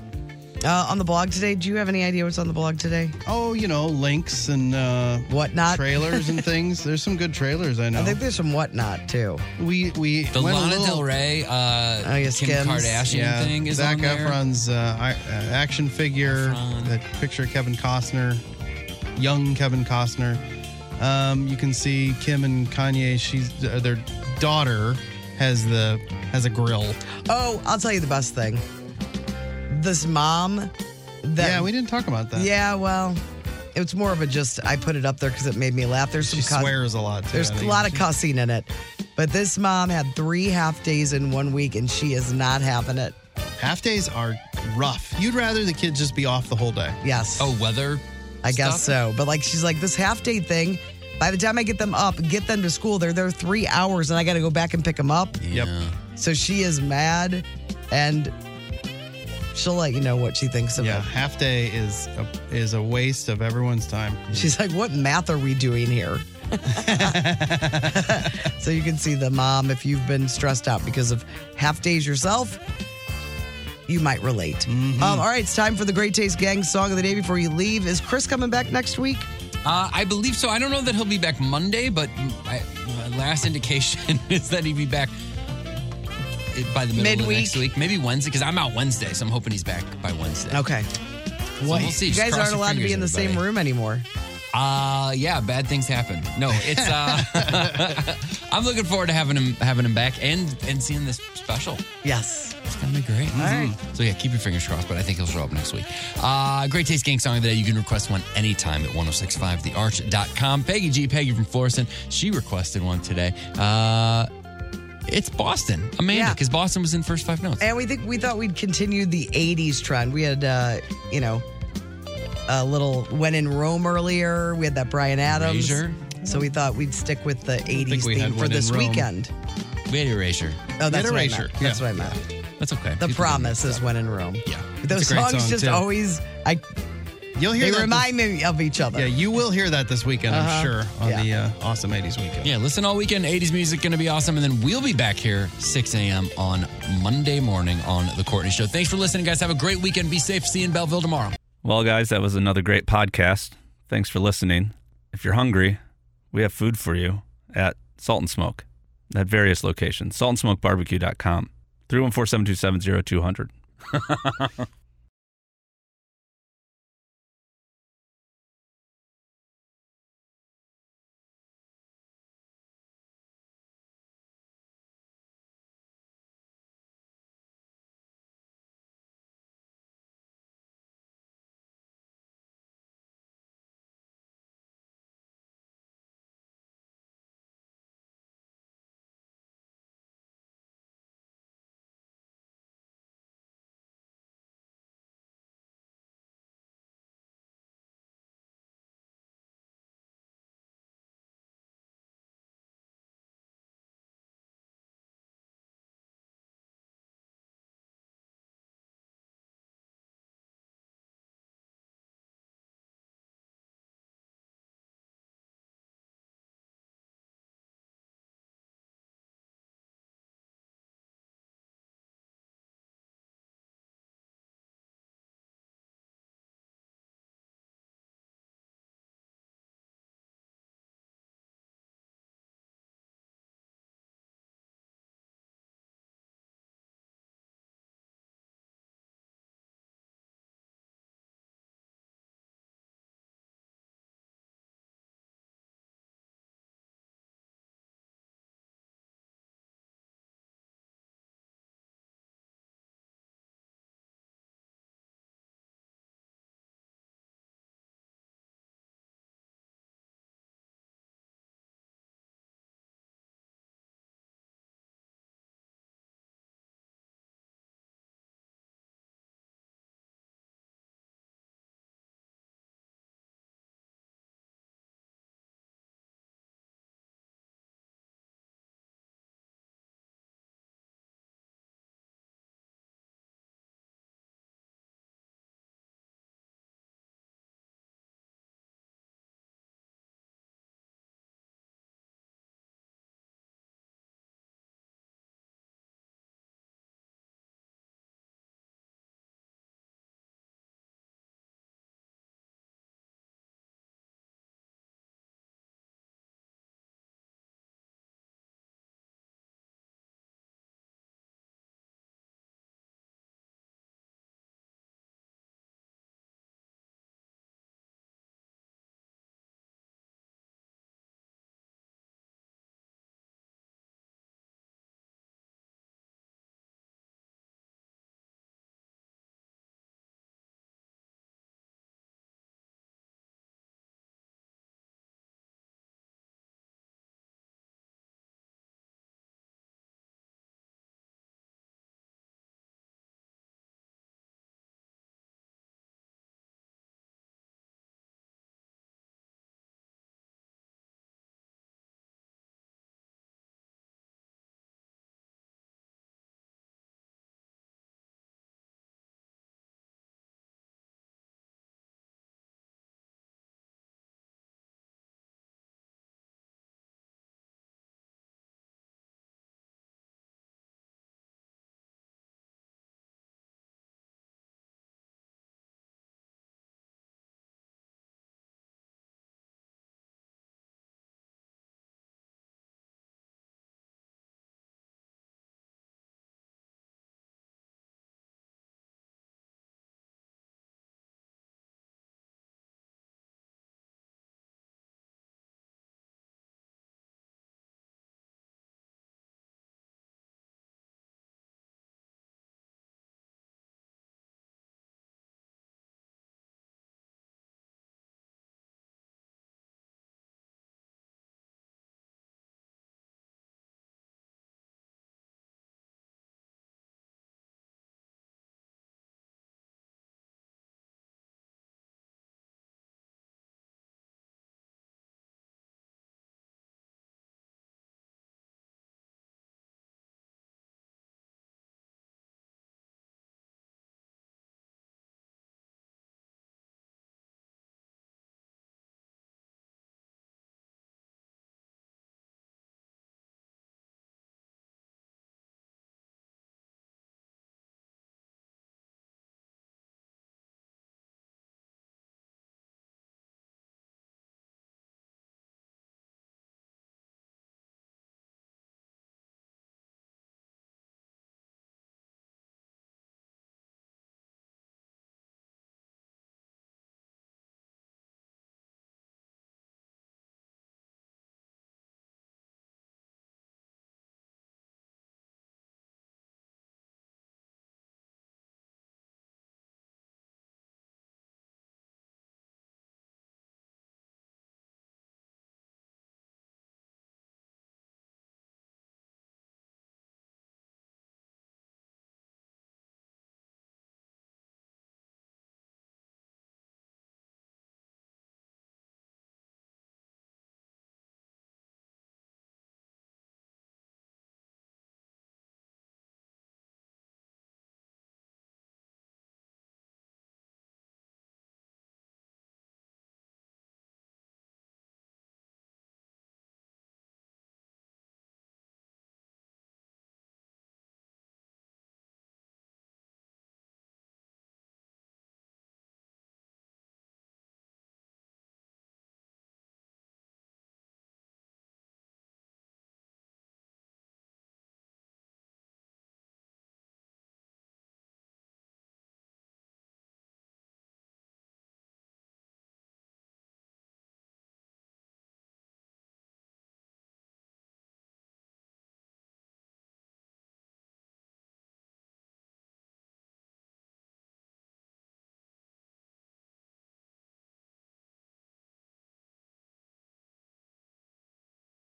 S3: Uh, on the blog today, do you have any idea what's on the blog today?
S5: Oh, you know, links and uh,
S3: whatnot,
S5: trailers and things. There's some good trailers. I know.
S3: I think there's some whatnot too.
S5: We we
S4: The
S5: went a
S4: Lana
S5: little-
S4: Del Rey, uh, Kim
S3: Skims.
S4: Kardashian
S5: Yeah,
S4: thing is
S5: Zac
S4: on there.
S5: Efron's uh, I- uh, action figure, that picture of Kevin Costner, young Kevin Costner. Um, you can see Kim and Kanye. She's uh, their daughter has the has a grill.
S3: Oh, I'll tell you the best thing. This mom. That,
S5: yeah, we didn't talk about that.
S3: Yeah, well, it's more of a just I put it up there because it made me laugh. There's some
S5: She swears a lot, too,
S3: There's
S5: I
S3: a
S5: think.
S3: lot of cussing in it, but this mom had three half days in one week, and she is not having it.
S5: Half days are rough. You'd rather the kids just be off the whole day.
S3: Yes.
S4: Oh, weather.
S3: I guess so, but like she's like this half day thing. By the time I get them up, get them to school, they're there three hours, and I got to go back and pick them up.
S5: Yep.
S3: So she is mad, and she'll let you know what she thinks of
S5: Yeah,
S3: it.
S5: half day is a, is a waste of everyone's time.
S3: She's like, "What math are we doing here?" so you can see the mom if you've been stressed out because of half days yourself. You might relate.
S5: Mm-hmm.
S3: Um, all right, it's time for the Great Taste Gang song of the day. Before you leave, is Chris coming back next week?
S4: Uh, I believe so. I don't know that he'll be back Monday, but I, my last indication is that he'll be back by the middle of
S3: Midweek.
S4: the next week, maybe Wednesday, because I'm out Wednesday, so I'm hoping he's back by Wednesday.
S3: Okay.
S4: So we'll see.
S3: You
S4: Just
S3: guys
S4: cross
S3: aren't
S4: your
S3: allowed to be
S4: fingers,
S3: in the same
S4: everybody.
S3: room anymore.
S4: Uh, yeah, bad things happen. No, it's uh, I'm looking forward to having him having him back and and seeing this special.
S3: Yes,
S4: it's gonna be great. All right. So yeah, keep your fingers crossed, but I think he'll show up next week. Uh, great taste gang song of the day. You can request one oh anytime at 1065thearch.com. Peggy G, Peggy from Florissant, she requested one today. Uh, it's Boston, Amanda, because Boston was in first five notes.
S3: And we think we thought we'd continue the '80s trend. We had, uh, you know, a little "When in Rome" earlier. We had that Brian Adams.
S4: Erasure.
S3: So we thought we'd stick with the '80s
S4: we had
S3: theme for
S4: When in
S3: this
S4: Rome.
S3: weekend.
S4: We had erasure.
S3: Oh, that's what I meant. That's what I meant.
S4: That's okay.
S3: The promise is when in Rome. Yeah, those
S5: It's a great
S3: songs
S5: song,
S3: just
S5: too.
S3: always I.
S5: You'll hear
S3: They
S5: that
S3: remind me of each other.
S5: Yeah, you will hear that this weekend,
S3: Uh-huh.
S5: I'm sure, on the uh, awesome 80s weekend.
S4: Yeah, listen all weekend. 80s music going to be awesome. And then we'll be back here 6 a.m. on Monday morning on The Courtney Show. Thanks for listening, guys. Have a great weekend. Be safe. See you in Belleville tomorrow.
S1: Well, guys, that was another great podcast. Thanks for listening. If you're hungry, we have food for you at Salt and Smoke at various locations. Saltandsmokebarbecue.com. 314 727 0200.